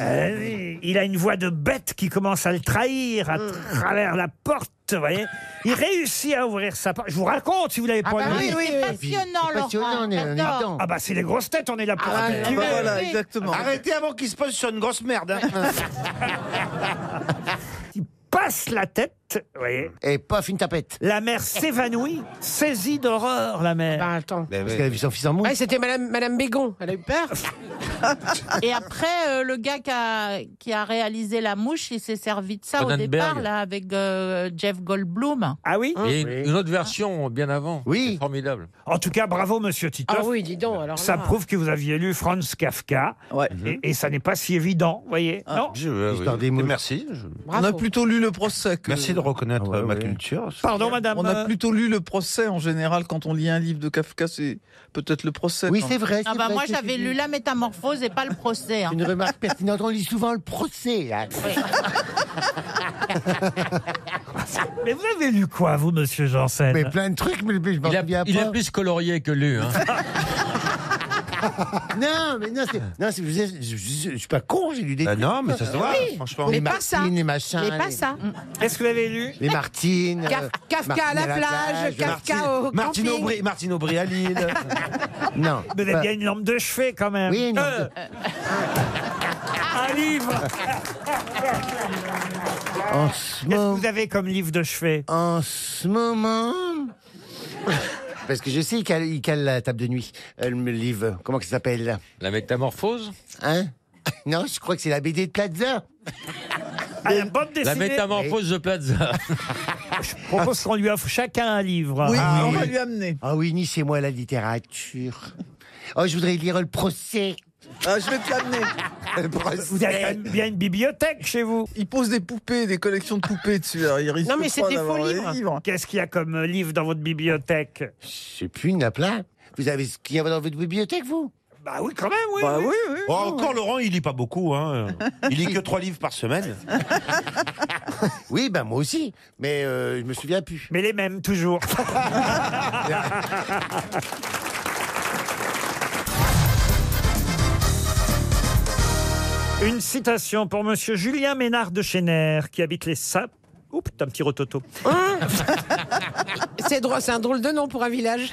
Speaker 3: Euh, oui, il a une voix de bête qui commence à le trahir
Speaker 8: Mmh.
Speaker 3: à travers la porte. Vous voyez, il réussit à ouvrir sa porte. Je vous raconte si vous l'avez
Speaker 8: Ah
Speaker 3: pas
Speaker 8: bah
Speaker 3: lu.
Speaker 8: oui, oui, C'est oui. passionnant, C'est passionnant, Laurent, on est- on est j'adore. dedans.
Speaker 3: Ah bah c'est les grosses têtes, on est là pour.
Speaker 8: Ah,
Speaker 3: un
Speaker 8: bah,
Speaker 3: petit
Speaker 8: bah,
Speaker 3: peu.
Speaker 8: voilà, exactement.
Speaker 14: Arrêtez avant qu'il se pose sur une grosse merde. hein.
Speaker 3: passe la tête, vous voyez. Et paf, une tapette. La mère s'évanouit, saisie d'horreur, la mère.
Speaker 5: Bah, attends.
Speaker 6: Parce qu'elle a vu son fils en mouche.
Speaker 5: Ouais, C'était Madame, Madame Bégon, elle a eu peur.
Speaker 8: Et après, euh, le gars qui a, qui a réalisé La Mouche, il s'est servi de ça au
Speaker 7: Cronenberg.
Speaker 8: départ, là, avec euh, Jeff Goldblum.
Speaker 3: Ah oui
Speaker 7: Et une- une autre version bien avant. Oui. Formidable.
Speaker 3: En tout cas, bravo, monsieur Tito.
Speaker 5: Ah oui, dis donc. Alors
Speaker 3: Ça
Speaker 5: là.
Speaker 3: prouve que vous aviez lu Franz Kafka. Et, et ça n'est pas si évident, vous voyez. non
Speaker 9: Merci.
Speaker 4: On a plutôt lu le procès. Que...
Speaker 9: Merci de reconnaître euh, ma culture.
Speaker 3: Pardon, madame.
Speaker 4: On a plutôt lu le procès en général quand on lit un livre de Kafka, c'est peut-être le procès. hein. quand-
Speaker 8: Ah bah moi, j'avais lu La Métamorphose et pas le procès. hein.
Speaker 6: Une remarque pertinente, on lit souvent le procès. hein.
Speaker 3: Mais vous avez lu quoi, vous, monsieur Janssen
Speaker 6: Mais plein de trucs, mais je m'en
Speaker 7: Il a,
Speaker 6: souviens
Speaker 7: il a
Speaker 6: pas.
Speaker 7: plus colorié que lu. hein.
Speaker 6: Non, mais non, c'est- non, c'est- je, je- je- je suis pas con, j'ai lu des
Speaker 9: Bah
Speaker 6: trucs.
Speaker 9: non, mais ça se voit, Oui. franchement.
Speaker 6: Les
Speaker 9: Mais pas
Speaker 6: Martines,
Speaker 9: ça.
Speaker 6: les machins.
Speaker 9: Mais pas
Speaker 6: les-
Speaker 9: ça.
Speaker 5: Mm.
Speaker 8: Oh,
Speaker 3: Est-ce que vous avez lu
Speaker 6: Les Martines.
Speaker 5: Kaf-
Speaker 6: euh,
Speaker 5: Kafka à
Speaker 6: Martine
Speaker 5: la plage, Kafka
Speaker 6: Martine-
Speaker 5: au
Speaker 9: Martine
Speaker 5: camping.
Speaker 9: Aubry, Martine Aubry à Lille.
Speaker 6: Non.
Speaker 3: Vous avez bien une lampe de chevet, quand même.
Speaker 6: Oui, une lampe
Speaker 3: Euh, Un livre
Speaker 6: Qu'est-ce
Speaker 3: que vous avez comme livre de chevet
Speaker 6: En ce moment. Parce que je sais qu'il cale- il cale la table de nuit. Elle me livre. Comment que ça s'appelle
Speaker 7: La métamorphose
Speaker 6: Hein Non, je crois que c'est la BD de Plaza.
Speaker 3: Ah, la bande
Speaker 7: La métamorphose de Plaza.
Speaker 3: Je propose qu'on lui offre chacun un livre.
Speaker 6: Ah
Speaker 4: on va lui amener.
Speaker 6: Ah oui, ni c'est moi la littérature. Oh, je voudrais lire le procès.
Speaker 4: Ah, je vais te l'amener.
Speaker 3: Vous avez quand même bien une bibliothèque chez vous.
Speaker 4: Il pose des poupées, des collections de poupées dessus. alors il risque pas d'avoir les livres.
Speaker 3: Qu'est-ce qu'il y a comme euh, livre dans votre bibliothèque
Speaker 6: Je sais plus, il y en a plein. Vous avez ce qu'il y avait dans votre bibliothèque, vous
Speaker 3: Bah oui, quand même, oui.
Speaker 4: Bah oui, oui.
Speaker 9: Oh, encore Laurent, il lit pas beaucoup. Hein. Il lit que trois livres par semaine.
Speaker 6: Oui, ben moi aussi. Mais euh, je me souviens plus.
Speaker 3: Mais les mêmes, toujours. Une citation pour monsieur Julien Ménard de Chéner, qui habite les Sables. Oups, t'as un petit rototo.
Speaker 5: C'est drôle, Oh, c'est un drôle de nom pour un village.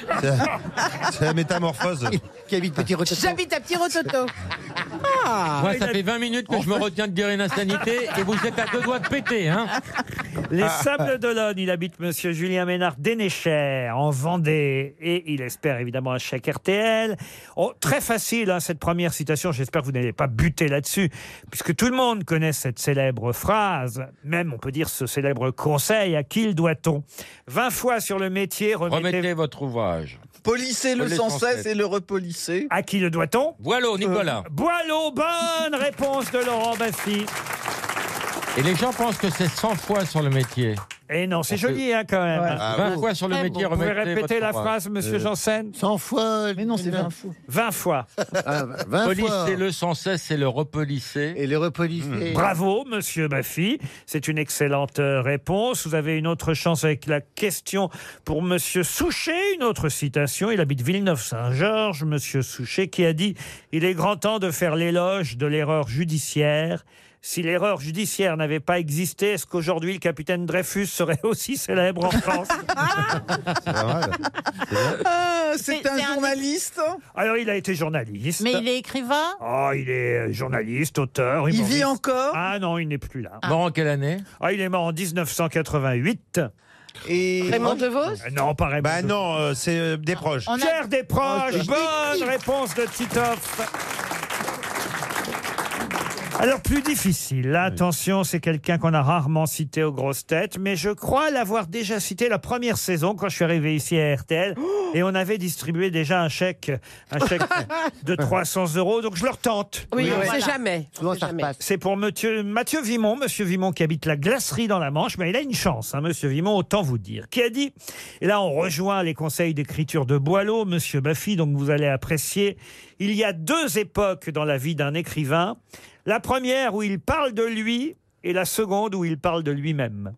Speaker 9: C'est la métamorphose.
Speaker 6: Qui habite Petit Rototo.
Speaker 5: J'habite à Petit Rototo. Ah,
Speaker 7: Moi, ça fait 20 minutes que je me retiens de guérir une insanité et vous êtes à deux doigts de péter. Hein
Speaker 3: Les Sables d'Olonne, il habite Monsieur Julien Ménard d'Énécher, en Vendée, et il espère évidemment un chèque RTL. Oh, très facile, hein, cette première citation, j'espère que vous n'allez pas buter là-dessus, puisque tout le monde connaît cette célèbre phrase, même on peut dire ce célèbre conseil, à qui le doit-on 20 fois sur le métier, remettez...
Speaker 7: Remettez votre ouvrage.
Speaker 4: Polissez le
Speaker 7: On Oh, les
Speaker 4: sans cesse
Speaker 7: transmet.
Speaker 4: et le repolissez.
Speaker 3: À qui le doit-on
Speaker 7: Boileau, Nicolas.
Speaker 3: Boileau, bonne réponse de Laurent Baffy.
Speaker 7: Et les gens pensent que c'est 100 fois sur le métier.
Speaker 3: Et non, c'est
Speaker 7: Parce que-
Speaker 3: joli hein, quand même.
Speaker 7: Ouais. Ah, 20
Speaker 4: oh.
Speaker 7: bravo. fois sur le
Speaker 3: Vous
Speaker 7: métier,
Speaker 3: pouvez
Speaker 7: remettez
Speaker 3: répéter
Speaker 7: votre
Speaker 3: la
Speaker 7: droit.
Speaker 3: phrase, monsieur
Speaker 7: Euh,
Speaker 3: Janssen
Speaker 6: 100 fois. Mais non,
Speaker 4: c'est 20 fois.
Speaker 3: 20 fois.
Speaker 6: Ah, 20 fois.
Speaker 7: Polissez-le sans cesse et le repolissez.
Speaker 6: Et les repolissés.
Speaker 3: Bravo, monsieur Baffy. C'est une excellente euh, réponse. Vous avez une autre chance avec la question pour monsieur Souchet. Une autre citation. Il habite Villeneuve-Saint-Georges, monsieur Souchet, qui a dit Il est grand temps de faire l'éloge de l'erreur judiciaire. Si l'erreur judiciaire n'avait pas existé, est-ce qu'aujourd'hui le capitaine Dreyfus serait aussi célèbre en France
Speaker 4: Ah, c'est
Speaker 8: C'est-
Speaker 4: un
Speaker 8: c'est un-
Speaker 4: journaliste.
Speaker 3: Alors, il a été journaliste.
Speaker 8: Mais il est écrivain
Speaker 3: Oh, il est euh, journaliste, auteur.
Speaker 4: Il
Speaker 3: humoriste.
Speaker 4: vit encore
Speaker 3: Ah non, il n'est plus là.
Speaker 7: Mort en quelle année
Speaker 3: Ah, il est mort en 1988.
Speaker 4: et
Speaker 5: Raymond DeVos
Speaker 3: Euh, Non, pas Raymond.
Speaker 9: Bah
Speaker 3: Devos.
Speaker 9: non, euh, c'est euh, des proches.
Speaker 8: On a-
Speaker 3: Pierre Desproges,
Speaker 9: Oh, je
Speaker 3: bonne réponse de Titoff. Alors, plus difficile. Là, attention, c'est quelqu'un qu'on a rarement cité aux grosses têtes, mais je crois l'avoir déjà cité la première saison quand je suis arrivé ici à RTL. Et on avait distribué déjà un chèque, un chèque de 300 euros. Donc, je le retente.
Speaker 5: Oui, Oui, on voilà. sait jamais. Souvent, On sait ça jamais. repasse.
Speaker 3: C'est pour monsieur, Mathieu Vimon, monsieur Vimon qui habite la glacerie dans la Manche, mais il a une chance, hein, monsieur Vimon, autant vous dire, qui a dit, et là on rejoint les conseils d'écriture de Boileau, monsieur Baffy, donc vous allez apprécier, il y a deux époques dans la vie d'un écrivain, la première où il parle de lui, et la seconde où il parle de lui-même.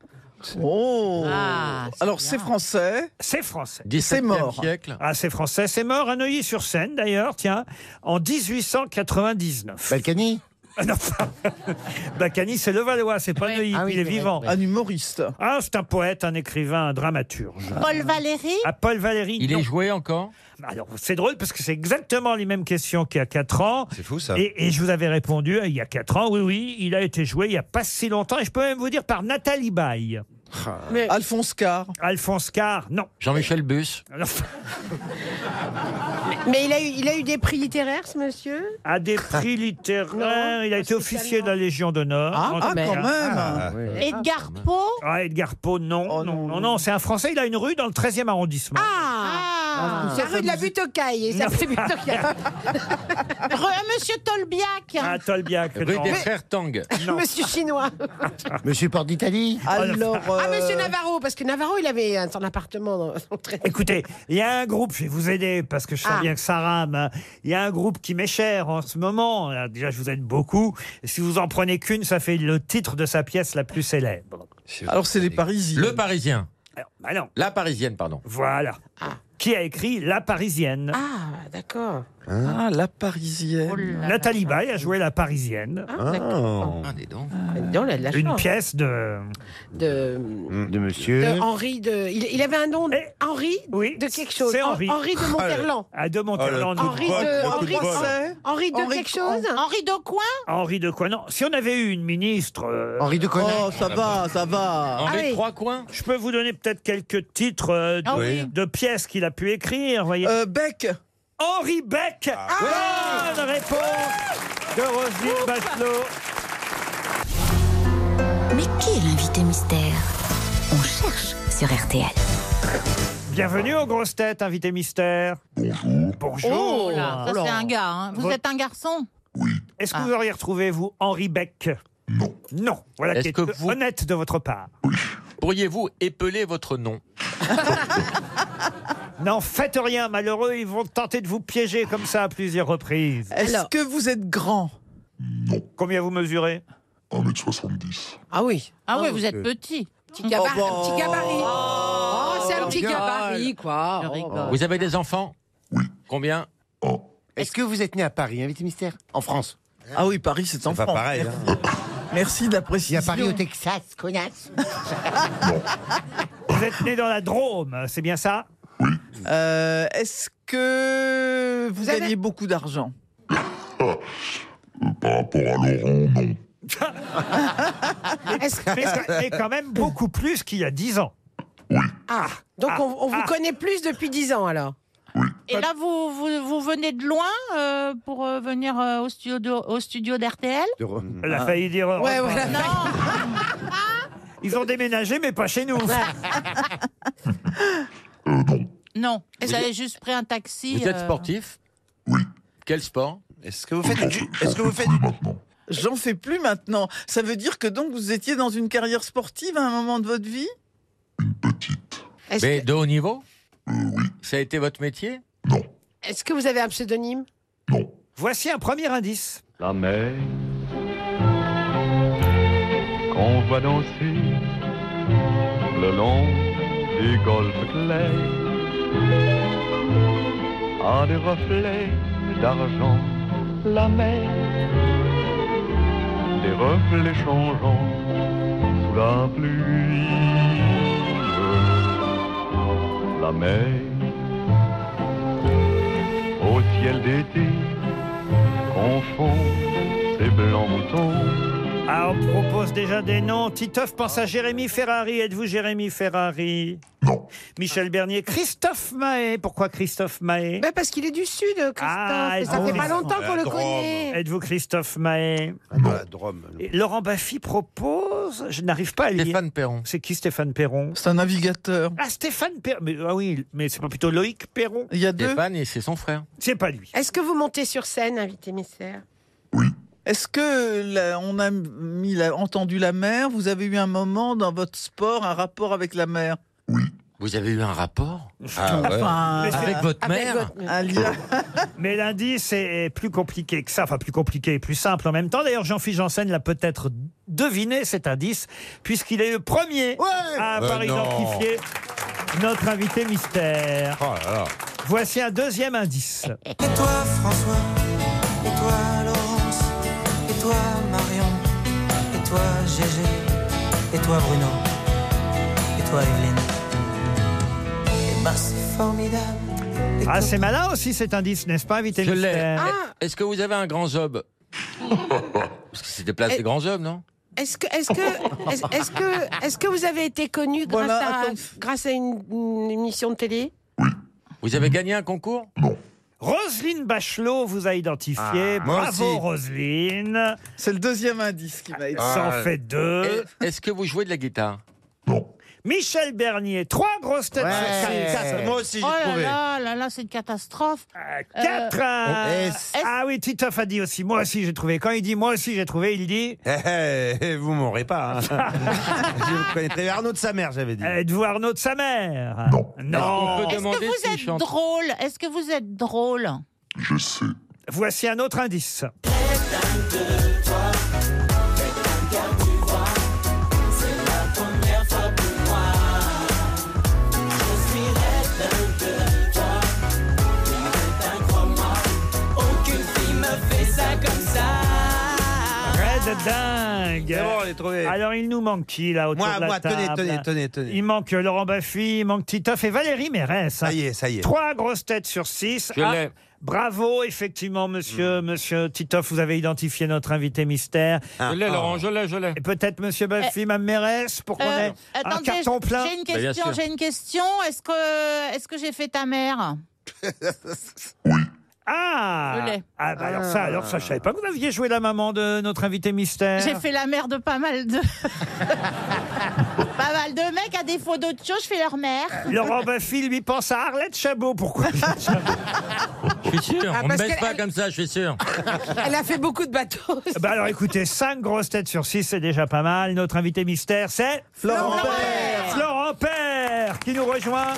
Speaker 4: Oh
Speaker 8: Ah,
Speaker 4: Alors c'est français.
Speaker 3: C'est français.
Speaker 4: C'est mort.
Speaker 3: Ah, c'est français. C'est mort à Neuilly-sur-Seine, d'ailleurs, tiens, en 1899.
Speaker 6: Balkany
Speaker 3: Ah, Balkany, c'est le Valois, c'est pas Neuilly,
Speaker 4: Ah oui,
Speaker 3: il est
Speaker 4: c'est vrai,
Speaker 3: vivant.
Speaker 4: ouais. Un humoriste.
Speaker 3: Ah, c'est un poète, un écrivain, un dramaturge.
Speaker 8: Paul Valéry
Speaker 3: Ah, Paul Valéry.
Speaker 7: Il est
Speaker 3: joué encore Alors, c'est drôle parce que c'est exactement les mêmes questions qu'il y a 4 ans. C'est
Speaker 9: fou, ça.
Speaker 3: Et, et je vous avais répondu euh, il y a 4 ans, oui, oui, il a été joué il n'y a pas si longtemps et je peux même vous dire par Nathalie Baye.
Speaker 4: Alphonse Carr.
Speaker 3: Alphonse Carr, non.
Speaker 7: Jean-Michel Bus.
Speaker 5: Mais il a, eu, il a eu des prix littéraires, ce monsieur
Speaker 3: À des prix littéraires, il a été officier de la Légion d'honneur.
Speaker 5: Ah,
Speaker 3: En
Speaker 5: ah,
Speaker 3: tout
Speaker 5: quand
Speaker 3: cas.
Speaker 5: même.
Speaker 3: Ah,
Speaker 8: Edgar Poe
Speaker 3: Ah, Edgar Poe, non, non, non, non, c'est un Français, il a une rue dans le 13e arrondissement.
Speaker 5: Ah,
Speaker 3: Ah.
Speaker 5: Ça rue de la butte aux cailles. Ça fait butte aux cailles.
Speaker 8: Re- Monsieur Tolbiac.
Speaker 3: Ah, Tolbiac.
Speaker 7: Rue
Speaker 3: non. Ah.
Speaker 7: des Frères Tang.
Speaker 5: Monsieur chinois.
Speaker 6: Monsieur Port d'Italie. euh,
Speaker 4: Alors.
Speaker 5: Ah, monsieur Navarro, parce que Navarro, il avait euh, son appartement dans son train.
Speaker 3: Écoutez, il y a un groupe, je vais vous aider parce que je sens
Speaker 5: Ah.
Speaker 3: bien que ça rame. hein. Il y a un groupe qui m'est cher en ce moment. Alors, Déjà, je vous aide beaucoup. Si vous en prenez qu'une, ça fait le titre de sa pièce la plus célèbre.
Speaker 4: Alors c'est les Parisiens.
Speaker 7: Le Parisien.
Speaker 3: bah non.
Speaker 7: La Parisienne, pardon.
Speaker 3: Voilà. Qui a écrit La Parisienne
Speaker 5: Ah, d'accord. Oh
Speaker 4: Ah, la Parisienne.
Speaker 3: Nathalie Baye a joué La Parisienne.
Speaker 5: Ah,
Speaker 6: d'accord.
Speaker 4: Ah,
Speaker 3: Une pièce de.
Speaker 5: De,
Speaker 6: De monsieur.
Speaker 5: de Henri de. Il, il avait un nom. Henri de quelque chose.
Speaker 3: Eh, C'est Henri.
Speaker 5: Hen- de Monterland.
Speaker 3: Ah, de Monterland.
Speaker 5: Henri de, Henri, Henri- Henri de quelque chose
Speaker 8: Henri de Coin
Speaker 3: Henri de quoi Non, si on avait eu une ministre. euh,
Speaker 6: Henri de Coninck.
Speaker 4: Oh, ça va, ça va.
Speaker 7: Henri
Speaker 3: Ah oui.
Speaker 7: Trois Coins.
Speaker 3: Je peux vous donner peut-être quelques titres euh, de,
Speaker 7: Ah oui.
Speaker 3: de pièces qu'il a pu écrire, voyez.
Speaker 4: Euh, Beck. Ah.
Speaker 3: Henri Beck. Bonne réponse de Roselyne Bachelot.
Speaker 2: Mais qui est l'invité mystère On cherche sur RTL.
Speaker 3: Bienvenue aux grosses têtes, invité mystère. Bonjour. Bonjour.
Speaker 8: Oh là, ça c'est un gars. hein. Vous
Speaker 3: Votre-
Speaker 8: êtes un garçon
Speaker 3: Est-ce
Speaker 7: Ah.
Speaker 3: que vous auriez retrouvé, vous, Henri Beck Non. Non. Voilà qui est honnête de votre part.
Speaker 7: Pourriez-vous épeler votre nom
Speaker 3: N'en faites rien, malheureux, ils vont tenter de vous piéger comme ça à plusieurs reprises.
Speaker 4: Est-ce que vous êtes grand
Speaker 3: Combien vous mesurez Euh,
Speaker 15: 1m70.
Speaker 5: Ah oui.
Speaker 8: Ah oui, vous êtes petit.
Speaker 5: Petit gabarit.
Speaker 4: Oh, bah.
Speaker 5: Petit gabarit. Oh, c'est un petit
Speaker 7: rigole.
Speaker 5: gabarit, quoi. Oh, bah.
Speaker 7: Vous avez des enfants Oui. Oh. Combien
Speaker 6: Est-ce que vous êtes né à Paris, hein invité mystère En France
Speaker 4: Ah oui, Paris, c'est en
Speaker 6: pas
Speaker 4: France.
Speaker 6: pareil,
Speaker 7: hein.
Speaker 4: Merci. Merci de la
Speaker 6: Il y
Speaker 4: précision.
Speaker 6: a Paris au Texas, connasse.
Speaker 3: Vous êtes né dans la Drôme, c'est bien ça
Speaker 4: Euh, Est-ce que vous,
Speaker 5: avez-
Speaker 4: gagnez beaucoup d'argent
Speaker 15: Oh, Par rapport à Laurent, non.
Speaker 5: Est-ce-
Speaker 3: mais, mais quand même beaucoup plus qu'il y a 10 ans.
Speaker 5: Ah, donc on, on vous connaît plus depuis 10 ans alors
Speaker 8: Et là, vous, vous, vous venez de loin euh, pour euh, venir euh, au studio, de- au studio d'RTL
Speaker 3: Elle a failli dire. Europe
Speaker 5: Ouais,
Speaker 3: un.
Speaker 5: voilà.
Speaker 3: Ils ont déménagé, mais pas chez nous.
Speaker 8: Non.
Speaker 7: Vous
Speaker 8: Vous avez
Speaker 7: êtes-
Speaker 8: juste pris un taxi.
Speaker 7: Vous êtes
Speaker 8: euh,
Speaker 7: sportif Oui. Quel sport
Speaker 14: Est-ce que vous faites du. Est-ce que vous faites du.
Speaker 4: J'en fais plus maintenant. Ça veut dire que donc vous étiez dans une carrière sportive à un moment de votre vie
Speaker 5: Est-ce
Speaker 7: Mais de haut niveau Euh, Oui. Ça a été votre métier
Speaker 5: Est-ce que vous avez un pseudonyme
Speaker 3: Voici un premier indice.
Speaker 16: La mer qu'on voit danser le long du golfe clair a des reflets d'argent, la mer, des reflets changeants sous la pluie. La mer au ciel d'été confond ses blancs moutons
Speaker 3: Ah, on propose déjà des noms. Titoff pense à Jérémy Ferrari. Êtes-vous Jérémy Ferrari Non. Michel Bernier. Christophe Mahé. Pourquoi Christophe Mahé
Speaker 5: Ben, parce qu'il est du Sud, Christophe.
Speaker 3: Ah,
Speaker 5: et ça
Speaker 3: êtes-vous
Speaker 5: fait pas
Speaker 3: Christophe-
Speaker 5: longtemps qu'on le connaît.
Speaker 3: Êtes-vous Christophe Mahé Et Laurent Baffy propose. Je n'arrive pas à lire. Stéphane Perron. C'est qui Stéphane Perron C'est un navigateur. Ah, Stéphane Perron. Mais- ah oui, mais c'est pas plutôt Loïc Perron Il y a deux. Stéphane et c'est son frère. C'est pas lui.
Speaker 5: Est-ce que vous montez sur scène, invité mystère
Speaker 4: Est-ce que là, on a mis la- entendu la mer Vous avez eu un moment dans votre sport, un rapport avec la mer
Speaker 7: Vous avez eu un rapport
Speaker 4: Ah ouais. Enfin,
Speaker 3: Mais c'est-
Speaker 7: Avec votre mère
Speaker 4: Un lien.
Speaker 3: Mais l'indice est plus compliqué que ça, enfin plus compliqué et plus simple en même temps. D'ailleurs, Jean-Philippe Janssen l'a peut-être deviné cet indice, puisqu'il est le premier à avoir
Speaker 9: Euh, non.
Speaker 3: identifié notre invité mystère.
Speaker 4: Oh
Speaker 3: Voici un deuxième indice.
Speaker 11: Et toi François, et toi Laurence, et toi Marion, et toi Gégé, et toi Bruno, et toi Evelyne. Et ben c'est formidable.
Speaker 3: Ah, c'est malin aussi cet indice, n'est-ce pas, invité
Speaker 7: Je l'ai.
Speaker 3: mystère
Speaker 4: Ah.
Speaker 7: Eh, Est-ce que vous avez un grand zob Parce que c'était place
Speaker 5: Eh,
Speaker 7: des grands hommes, non
Speaker 5: Est-ce que, est-ce que, est-ce- est-ce que, est-ce que vous avez été connu grâce
Speaker 7: Voilà,
Speaker 5: à,
Speaker 7: attends.
Speaker 5: grâce à une, une émission de télé
Speaker 7: Vous avez gagné un concours
Speaker 3: Roselyne Bachelot vous a identifié.
Speaker 7: Ah, moi
Speaker 3: Bravo,
Speaker 7: aussi.
Speaker 3: Roselyne.
Speaker 4: C'est le deuxième indice qui m'a aidé.
Speaker 3: Euh, ah,
Speaker 9: Ah,
Speaker 3: Ça en fait deux.
Speaker 7: Eh, Est-ce que vous jouez de la guitare
Speaker 3: Michel Bernier, trois grosses têtes. sur six.
Speaker 8: oh là là, là, là, c'est une catastrophe.
Speaker 3: Ah, Quatre.
Speaker 8: Euh,
Speaker 3: euh, Ah oui, Titoff a dit aussi. Moi aussi, j'ai trouvé. Quand il dit moi aussi, j'ai trouvé, il dit.
Speaker 9: Eh, eh, vous m'aurez pas. hein. Je vous connaîtrai Arnaud de sa mère, j'avais dit.
Speaker 3: Êtes-vous Arnaud de sa mère Non.
Speaker 8: Est-ce que vous êtes drôle Est-ce que vous êtes drôle
Speaker 3: Je sais. Voici un autre indice.
Speaker 11: Aucune fille me fait ça comme ça.
Speaker 3: Red dingue.
Speaker 9: C'est bon, on l'a trouvé.
Speaker 3: Alors, il nous manque qui, là, autour
Speaker 9: Moi,
Speaker 3: de la
Speaker 9: moi, tenez,
Speaker 3: table
Speaker 9: tenez, tenez, tenez.
Speaker 3: Il manque euh, Laurent Baffy, il manque Titoff et Valérie Mérès. Ça
Speaker 9: y est, ça y est.
Speaker 3: Trois grosses têtes sur six. Ah,
Speaker 9: Je l'ai.
Speaker 3: Bravo, effectivement,
Speaker 9: Hmm.
Speaker 3: monsieur, monsieur Titoff, vous avez identifié notre invité mystère.
Speaker 9: Ah,
Speaker 7: Je
Speaker 9: oh.
Speaker 7: l'ai, Laurent, je l'ai, je l'ai.
Speaker 3: Et peut-être monsieur Baffy, Mme Mérès, pour qu'on
Speaker 8: Eh, Euh,
Speaker 3: ait un carton plein.
Speaker 7: Bah,
Speaker 8: J'ai une question. j'ai une question. Est-ce que, est-ce que j'ai fait ta mère
Speaker 3: Ah
Speaker 8: Je l'ai.
Speaker 3: Ah, bah alors ça, alors ça, je
Speaker 9: Ah.
Speaker 3: savais pas que vous aviez joué la maman de notre invité mystère.
Speaker 8: J'ai fait la mère de pas mal de. pas mal de mecs, à défaut d'autres choses, je fais leur mère.
Speaker 3: Laurent Baffy, lui, pense à Arlette Chabot. Pourquoi Arlette Chabot
Speaker 7: Je suis sûr,
Speaker 3: Ah,
Speaker 7: on ne
Speaker 3: parce
Speaker 7: baisse
Speaker 3: qu'elle-
Speaker 7: pas comme ça, je suis sûr.
Speaker 5: Elle a fait beaucoup de bateaux.
Speaker 3: Bah alors écoutez, 5 grosses têtes sur 6, c'est déjà pas mal. Notre invité mystère, c'est
Speaker 11: Florent Florent Père.
Speaker 3: Père. Florent Père qui nous rejoint.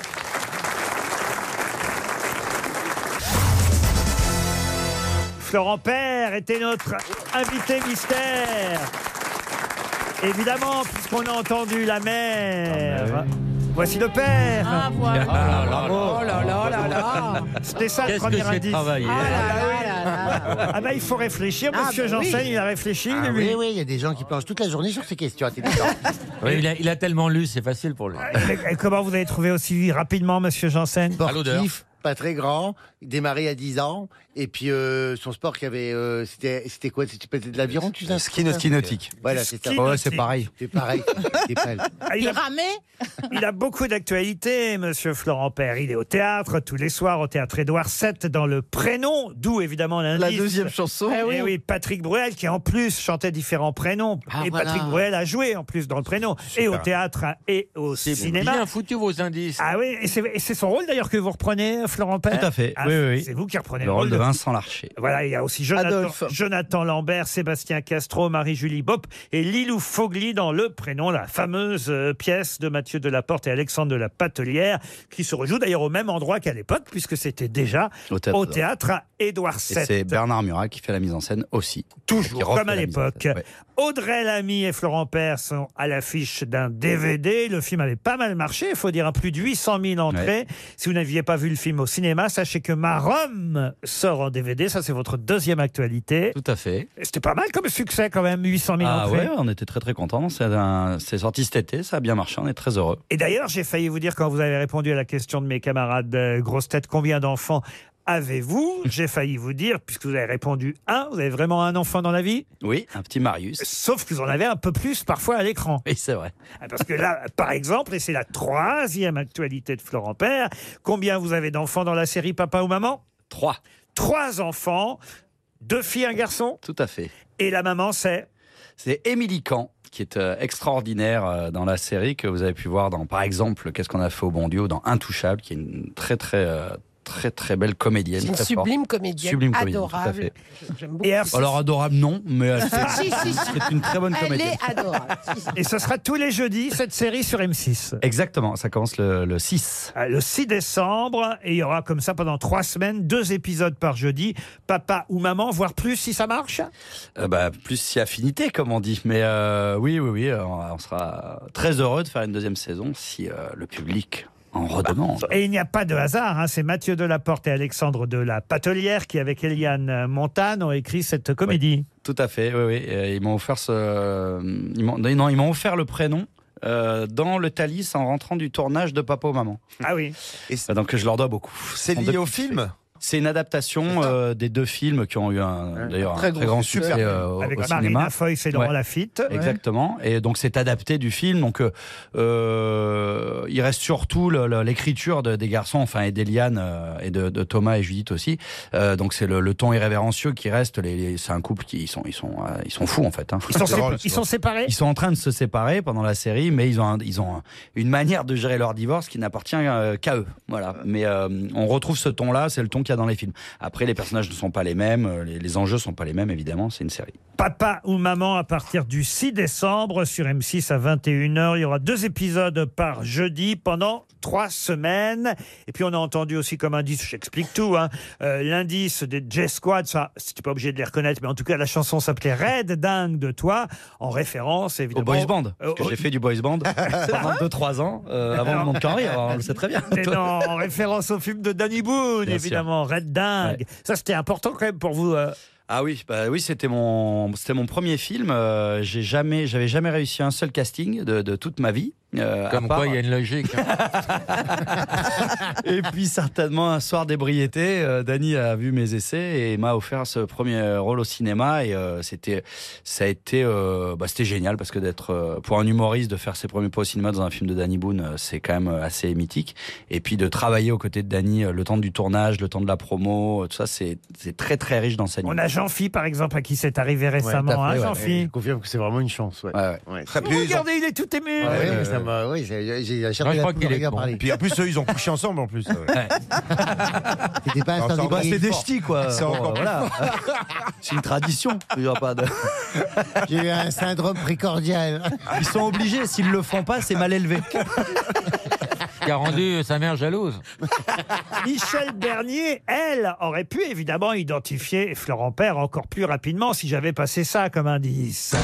Speaker 3: Florent Père était notre invité mystère. Évidemment, puisqu'on a entendu la mère. Voici le père.
Speaker 11: Ah, voilà. Oh là là
Speaker 3: Bravo.
Speaker 11: là oh là là là.
Speaker 3: C'était ça le
Speaker 11: Qu'est-ce que
Speaker 3: premier
Speaker 11: c'est
Speaker 3: indice.
Speaker 11: travaillé. Ah
Speaker 3: Ah bah il faut réfléchir,
Speaker 6: Ah,
Speaker 3: monsieur
Speaker 6: bah oui.
Speaker 3: Janssen, il a réfléchi,
Speaker 6: Ah
Speaker 3: lui.
Speaker 6: oui, oui, il y a des gens qui planchent toute la journée sur ces questions. intelligentes.
Speaker 7: Oui, il, a, il a tellement lu, c'est facile pour lui.
Speaker 3: Et comment vous avez trouvé aussi rapidement, monsieur Janssen
Speaker 7: À l'odeur.
Speaker 6: Sportif, pas très grand, démarré à 10 ans, et puis euh, son sport qui avait, euh, c'était, c'était quoi C'était peut-être de l'aviron, tu sais
Speaker 9: ski na- ski nautique.
Speaker 6: Voilà, c'est ça.
Speaker 9: Ski Ouais, c'est nautique. pareil.
Speaker 6: C'est pareil. C'est pareil.
Speaker 3: Ah, il, a, il a beaucoup d'actualités, monsieur Florent Père. Il est au théâtre tous les soirs, au théâtre Édouard VII, dans le prénom, d'où évidemment l'indice.
Speaker 4: La deuxième chanson.
Speaker 3: Eh oui.
Speaker 4: Eh oui.
Speaker 3: Patrick Bruel, qui en plus chantait différents prénoms.
Speaker 7: Ah,
Speaker 3: et
Speaker 7: voilà.
Speaker 3: Patrick Bruel a joué en plus dans le prénom, et au théâtre et au
Speaker 7: C'est
Speaker 3: cinéma.
Speaker 7: bien foutu vos indices.
Speaker 3: Ah oui, et c'est et c'est son rôle d'ailleurs que vous reprenez, Florent Père
Speaker 17: Tout à fait,
Speaker 3: Ah,
Speaker 17: oui,
Speaker 3: c'est-
Speaker 17: oui, oui.
Speaker 3: C'est vous qui reprenez
Speaker 17: Le rôle de
Speaker 3: de-
Speaker 17: Vincent Larcher.
Speaker 3: Voilà, il y a aussi Jonathan,
Speaker 17: Adolphe.
Speaker 3: Jonathan Lambert, Sébastien Castro, Marie-Julie Bop et Lilou Fogli dans Le Prénom, la fameuse euh, pièce de Mathieu Delaporte et Alexandre de la Patelière, qui se rejoue d'ailleurs au même endroit qu'à l'époque, puisque c'était déjà au
Speaker 17: Au
Speaker 3: théâtre,
Speaker 17: théâtre.
Speaker 3: à Édouard
Speaker 17: Et
Speaker 3: VII.
Speaker 17: c'est Bernard Murat qui fait la mise en scène aussi. Toujours,
Speaker 3: Comme à l'époque. Audrey Lamy et Florent Père sont à l'affiche d'un DVD. Le film avait pas mal marché, il faut dire, à plus de 800 000 entrées. Si vous n'aviez pas vu le film au cinéma, sachez que Ma Rome sort en DVD. Ça, c'est votre deuxième actualité.
Speaker 17: Tout à fait.
Speaker 3: C'était pas mal comme succès quand même, 800 000
Speaker 17: Ah
Speaker 3: entrées.
Speaker 17: ouais, on était très très contents. C'est un- c'est sorti cet été, ça a bien marché, on est très heureux.
Speaker 3: Et d'ailleurs, j'ai failli vous dire quand vous avez répondu à la question de mes camarades euh, grosses têtes, combien d'enfants avez-vous J'ai failli vous dire, puisque vous avez répondu un, vous avez vraiment un enfant dans la vie
Speaker 17: Oui, un petit Marius.
Speaker 3: Sauf que vous en avez un peu plus parfois à l'écran.
Speaker 17: Oui, c'est vrai.
Speaker 3: Ah, Parce que là, par exemple, et c'est la troisième actualité de Florent Père, combien vous avez d'enfants dans la série Papa ou Maman
Speaker 17: Trois.
Speaker 3: Trois enfants, deux filles, un garçon.
Speaker 17: Tout à fait.
Speaker 3: Et la maman, c'est
Speaker 17: C'est Émilie Kahn, qui est euh, extraordinaire euh, dans la série, que vous avez pu voir dans, par exemple, Qu'est-ce qu'on a fait au bon Dieu, ou dans Intouchable, qui est une très, très, euh, très, très belle comédienne.
Speaker 5: C'est une
Speaker 17: très
Speaker 5: sublime
Speaker 17: forte.
Speaker 5: comédienne,
Speaker 17: Sublime comédienne, tout à
Speaker 5: adorable. J'aime beaucoup.
Speaker 3: Et alors,
Speaker 17: Alors adorable, non, mais elle
Speaker 5: Ah, Si,
Speaker 17: fait-
Speaker 5: si, si.
Speaker 17: Euh, c'est une très bonne
Speaker 5: Elle
Speaker 17: comédienne.
Speaker 5: est adorable. Si, si.
Speaker 3: Et ce sera tous les jeudis, cette série sur M6.
Speaker 17: Exactement, ça commence le, le 6.
Speaker 3: Euh, le 6 décembre. Et il y aura comme ça pendant trois semaines, deux épisodes par jeudi. Papa ou maman, voire plus si ça marche.
Speaker 17: Euh, bah, plus si affinité, comme on dit. Mais euh, oui, oui, oui, euh, on sera très heureux de faire une deuxième saison si euh, le public en redemande.
Speaker 3: Et il n'y a pas de hasard. hein. C'est Mathieu Delaporte et Alexandre de la Patelière qui, avec Eliane Montane, ont écrit cette comédie.
Speaker 17: Tout à fait, oui, oui. Et ils m'ont offert ce. euh, Ils m'ont... Non, ils m'ont offert le prénom. euh, dans le Thalys en rentrant du tournage de Papa ou Maman. Bah,
Speaker 3: Ah oui.
Speaker 17: Donc je leur dois beaucoup.
Speaker 9: C'est
Speaker 17: En
Speaker 9: lié
Speaker 17: deux
Speaker 9: au
Speaker 17: petits
Speaker 9: film
Speaker 17: faits. C'est une adaptation euh, des deux films qui ont eu un, d'ailleurs, un
Speaker 9: très
Speaker 17: très,
Speaker 9: gros
Speaker 17: grand
Speaker 9: succès.
Speaker 17: succès euh, au,
Speaker 3: avec
Speaker 17: au cinéma.
Speaker 3: Marina Foy et Laurent
Speaker 17: Ouais.
Speaker 3: Lafitte.
Speaker 17: Exactement. Et donc c'est adapté du film. Donc euh, euh, il reste surtout le- le- l'écriture de- des garçons, enfin et d'Eliane euh, et de, de Thomas et Judith aussi. Euh, donc c'est le, le ton irrévérencieux qui reste. Les, les- c'est un couple qui ils sont ils sont euh, ils sont fous en fait. hein.
Speaker 3: Ils sont,
Speaker 17: C'est
Speaker 3: sé-
Speaker 17: drôle,
Speaker 3: ils
Speaker 17: c'est
Speaker 3: sont
Speaker 17: drôle.
Speaker 3: séparés
Speaker 17: Ils sont en train de se séparer pendant la série, mais ils ont, un- ils ont un- une manière de gérer leur divorce qui n'appartient euh, qu'à eux. Voilà. Mais euh, on retrouve ce ton-là, c'est le ton qu'il y a dans les films. Après, les personnages ne sont pas les mêmes, euh, les, les enjeux ne sont pas les mêmes, évidemment, c'est une série.
Speaker 3: Papa ou maman à partir du 6 décembre sur M6 à 21h. Il y aura deux épisodes par jeudi pendant trois semaines. Et puis on a entendu aussi comme indice, j'explique tout, hein, euh, l'indice des J-Squad, ça, c'était pas obligé de les reconnaître, mais en tout cas la chanson s'appelait Red Dingue de toi, en référence
Speaker 17: Au
Speaker 3: évidemment. Euh,
Speaker 17: boys
Speaker 3: oh.
Speaker 17: band. Parce que
Speaker 3: au-
Speaker 17: j'ai fait du boys band pendant 2-3 ans, euh, avant le manque en rire, on le sait très bien.
Speaker 3: Mais non, en référence au film de Danny
Speaker 17: Bien
Speaker 3: Boone,
Speaker 17: sûr.
Speaker 3: évidemment, Red Dingue. Ça, c'était important quand même pour vous. euh,
Speaker 17: Ah oui, bah oui, c'était mon, c'était mon premier film. euh, j'ai jamais, j'avais jamais réussi un seul casting de, de toute ma vie. euh, à
Speaker 7: Comme
Speaker 17: part-
Speaker 7: quoi, il y a une logique. hein.
Speaker 17: Et puis certainement un soir d'ébriété, euh, Dany a vu mes essais et m'a offert ce premier rôle au cinéma et euh, c'était, ça a été, euh, bah, c'était génial parce que d'être euh, pour un humoriste de faire ses premiers pas au cinéma dans un film de Danny Boone, euh, c'est quand même euh, assez mythique. Et puis de travailler aux côtés de Danny euh, le temps du tournage, le temps de la promo, euh, tout ça, c'est, c'est très très riche d'enseignements.
Speaker 3: On a Jean-Phi, par exemple, à qui c'est arrivé récemment. hein, Jean-Phi
Speaker 6: Je confirme que c'est vraiment une chance. Ouais.
Speaker 17: Ouais, ouais.
Speaker 6: Ouais.
Speaker 3: Regardez, il est tout ému.
Speaker 6: Ah oui, mais ça m'a- oui, j'ai j'ai
Speaker 9: Non, je
Speaker 6: cherché la
Speaker 9: crois
Speaker 6: poule
Speaker 9: qu'il est
Speaker 6: regard
Speaker 9: bon.
Speaker 6: parler.
Speaker 9: Puis en plus, eux, ils ont couché ensemble en plus.
Speaker 6: C'était pas un
Speaker 9: Enfin,
Speaker 6: soir
Speaker 9: bah,
Speaker 6: d'ébriété
Speaker 9: c'est des
Speaker 6: fort.
Speaker 9: ch'tis, quoi.
Speaker 17: C'est
Speaker 9: Bon,
Speaker 17: encore plus
Speaker 9: voilà.
Speaker 17: C'est une tradition. Il y aura pas de-
Speaker 6: J'ai eu un syndrome précordial.
Speaker 17: Ils sont obligés. S'ils le font pas, c'est mal élevé.
Speaker 7: Qui a rendu sa mère jalouse.
Speaker 3: Michel Bernier, elle, aurait pu évidemment identifier Florent Père encore plus rapidement si j'avais passé ça comme indice.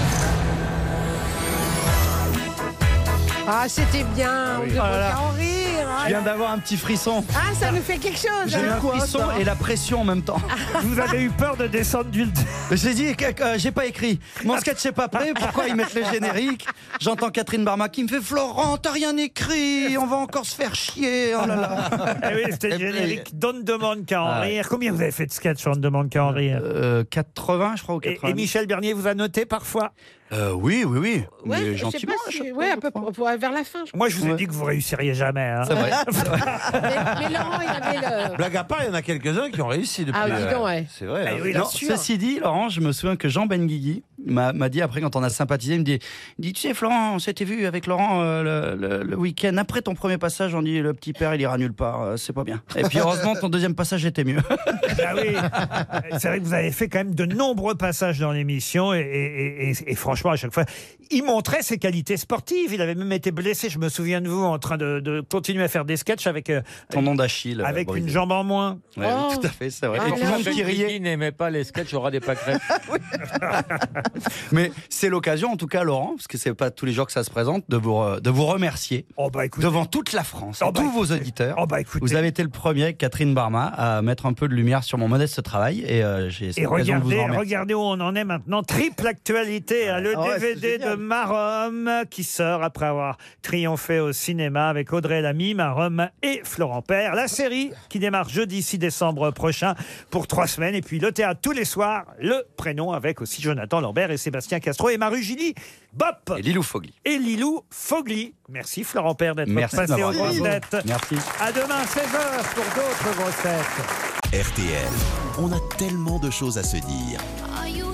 Speaker 5: Ah, c'était bien. On devrait
Speaker 17: Voilà.
Speaker 5: en rire.
Speaker 17: Ah Je viens d'avoir un petit frisson.
Speaker 5: Ah, ça nous fait quelque chose.
Speaker 17: J'ai eu
Speaker 5: hein.
Speaker 17: un frisson et la pression en même temps.
Speaker 3: Vous avez eu peur de descendre Ah. du...
Speaker 17: J'ai dit que que j'ai pas écrit. Mon sketch n'est pas prêt. Pourquoi ils mettent le générique J'entends Catherine Barma qui me fait Florent, t'as rien écrit. On va encore se faire chier. Oh là là.
Speaker 3: Eh oui, c'était le
Speaker 17: Et puis-
Speaker 3: générique d'On ne demande qu'à en
Speaker 17: Ah ouais.
Speaker 3: rire. Combien vous avez fait de sketch On ne demande qu'à en rire
Speaker 17: Euh, 80, je crois, ou
Speaker 3: et,
Speaker 17: 80.
Speaker 3: et Michel Bernier vous a noté parfois
Speaker 17: Euh, oui, oui, oui.
Speaker 5: Ouais,
Speaker 17: mais
Speaker 5: je sais
Speaker 17: gentiment.
Speaker 5: pas si, ouais, un peu pour- vers la fin. je crois.
Speaker 3: Moi, je vous ai dit que vous réussiriez jamais. hein.
Speaker 17: C'est vrai.
Speaker 5: Mais, mais Laurent, il avait le.
Speaker 9: Blague à part, il y en a quelques-uns qui ont réussi depuis.
Speaker 5: Ah, dis donc, ouais.
Speaker 9: C'est vrai.
Speaker 3: Eh
Speaker 9: hein.
Speaker 3: oui,
Speaker 17: Ah Non,
Speaker 3: bien sûr.
Speaker 17: ceci dit, Laurent, je me souviens que Jean Benguigui m'a m'a dit après, quand on a sympathisé, il me dit, il dit Tu sais, Florent, on s'était vu avec Laurent euh, le, le- le week-end. Après ton premier passage, on dit Le petit père, il ira nulle part, euh, c'est pas bien. Et puis heureusement, ton deuxième passage était mieux.
Speaker 3: Ah oui. C'est vrai que vous avez fait quand même de nombreux passages dans l'émission et, et- et- et franchement, à chaque fois, il montrait ses qualités sportives. Il avait même été blessé, je me souviens de vous, en train de, de continuer à faire des sketchs avec, euh,
Speaker 17: ton nom d'Achille. euh,
Speaker 3: avec une
Speaker 17: brisé.
Speaker 3: jambe en moins.
Speaker 17: Ouais, oui,
Speaker 5: Oh.
Speaker 17: tout à fait, c'est vrai.
Speaker 5: Ah,
Speaker 17: Et tout le monde
Speaker 7: Michel
Speaker 17: qui riait.
Speaker 7: Bernier n'aimait pas les sketchs, il y aura des pâquerettes.
Speaker 17: Mais c'est l'occasion, en tout cas, Laurent, parce que c'est pas tous les jours que ça se présente, de vous, re- de vous remercier
Speaker 3: Oh, bah,
Speaker 17: devant toute la France, tous vos auditeurs. vous avez été le premier, avec Catherine Barma, à mettre un peu de lumière sur mon modeste travail, et euh, j'ai cette
Speaker 3: Et
Speaker 17: occasion de vous en
Speaker 3: regardez,
Speaker 17: remercier.
Speaker 3: regardez où on en est maintenant. Triple actualité. hein. le
Speaker 17: Ah ouais, c'est
Speaker 3: DVD de
Speaker 17: génial.
Speaker 3: Marom qui sort après avoir triomphé au cinéma avec Audrey Lamy, Marom et Florent Père. La série qui démarre jeudi 6 décembre prochain pour trois semaines. Et puis le théâtre tous les soirs. Le prénom avec aussi Jonathan Lambert et Sébastien Castro et Maru Gilly. Bop Et
Speaker 17: Lilou Fogli.
Speaker 3: Et Lilou Fogli. Merci Florent Père d'être
Speaker 17: Merci de
Speaker 3: passé aux
Speaker 17: m'avoir
Speaker 3: grosses
Speaker 17: invité.
Speaker 3: têtes.
Speaker 17: Merci.
Speaker 3: À demain 16h pour d'autres grosses têtes.
Speaker 13: RTL, on a tellement de choses à se dire.
Speaker 18: Are you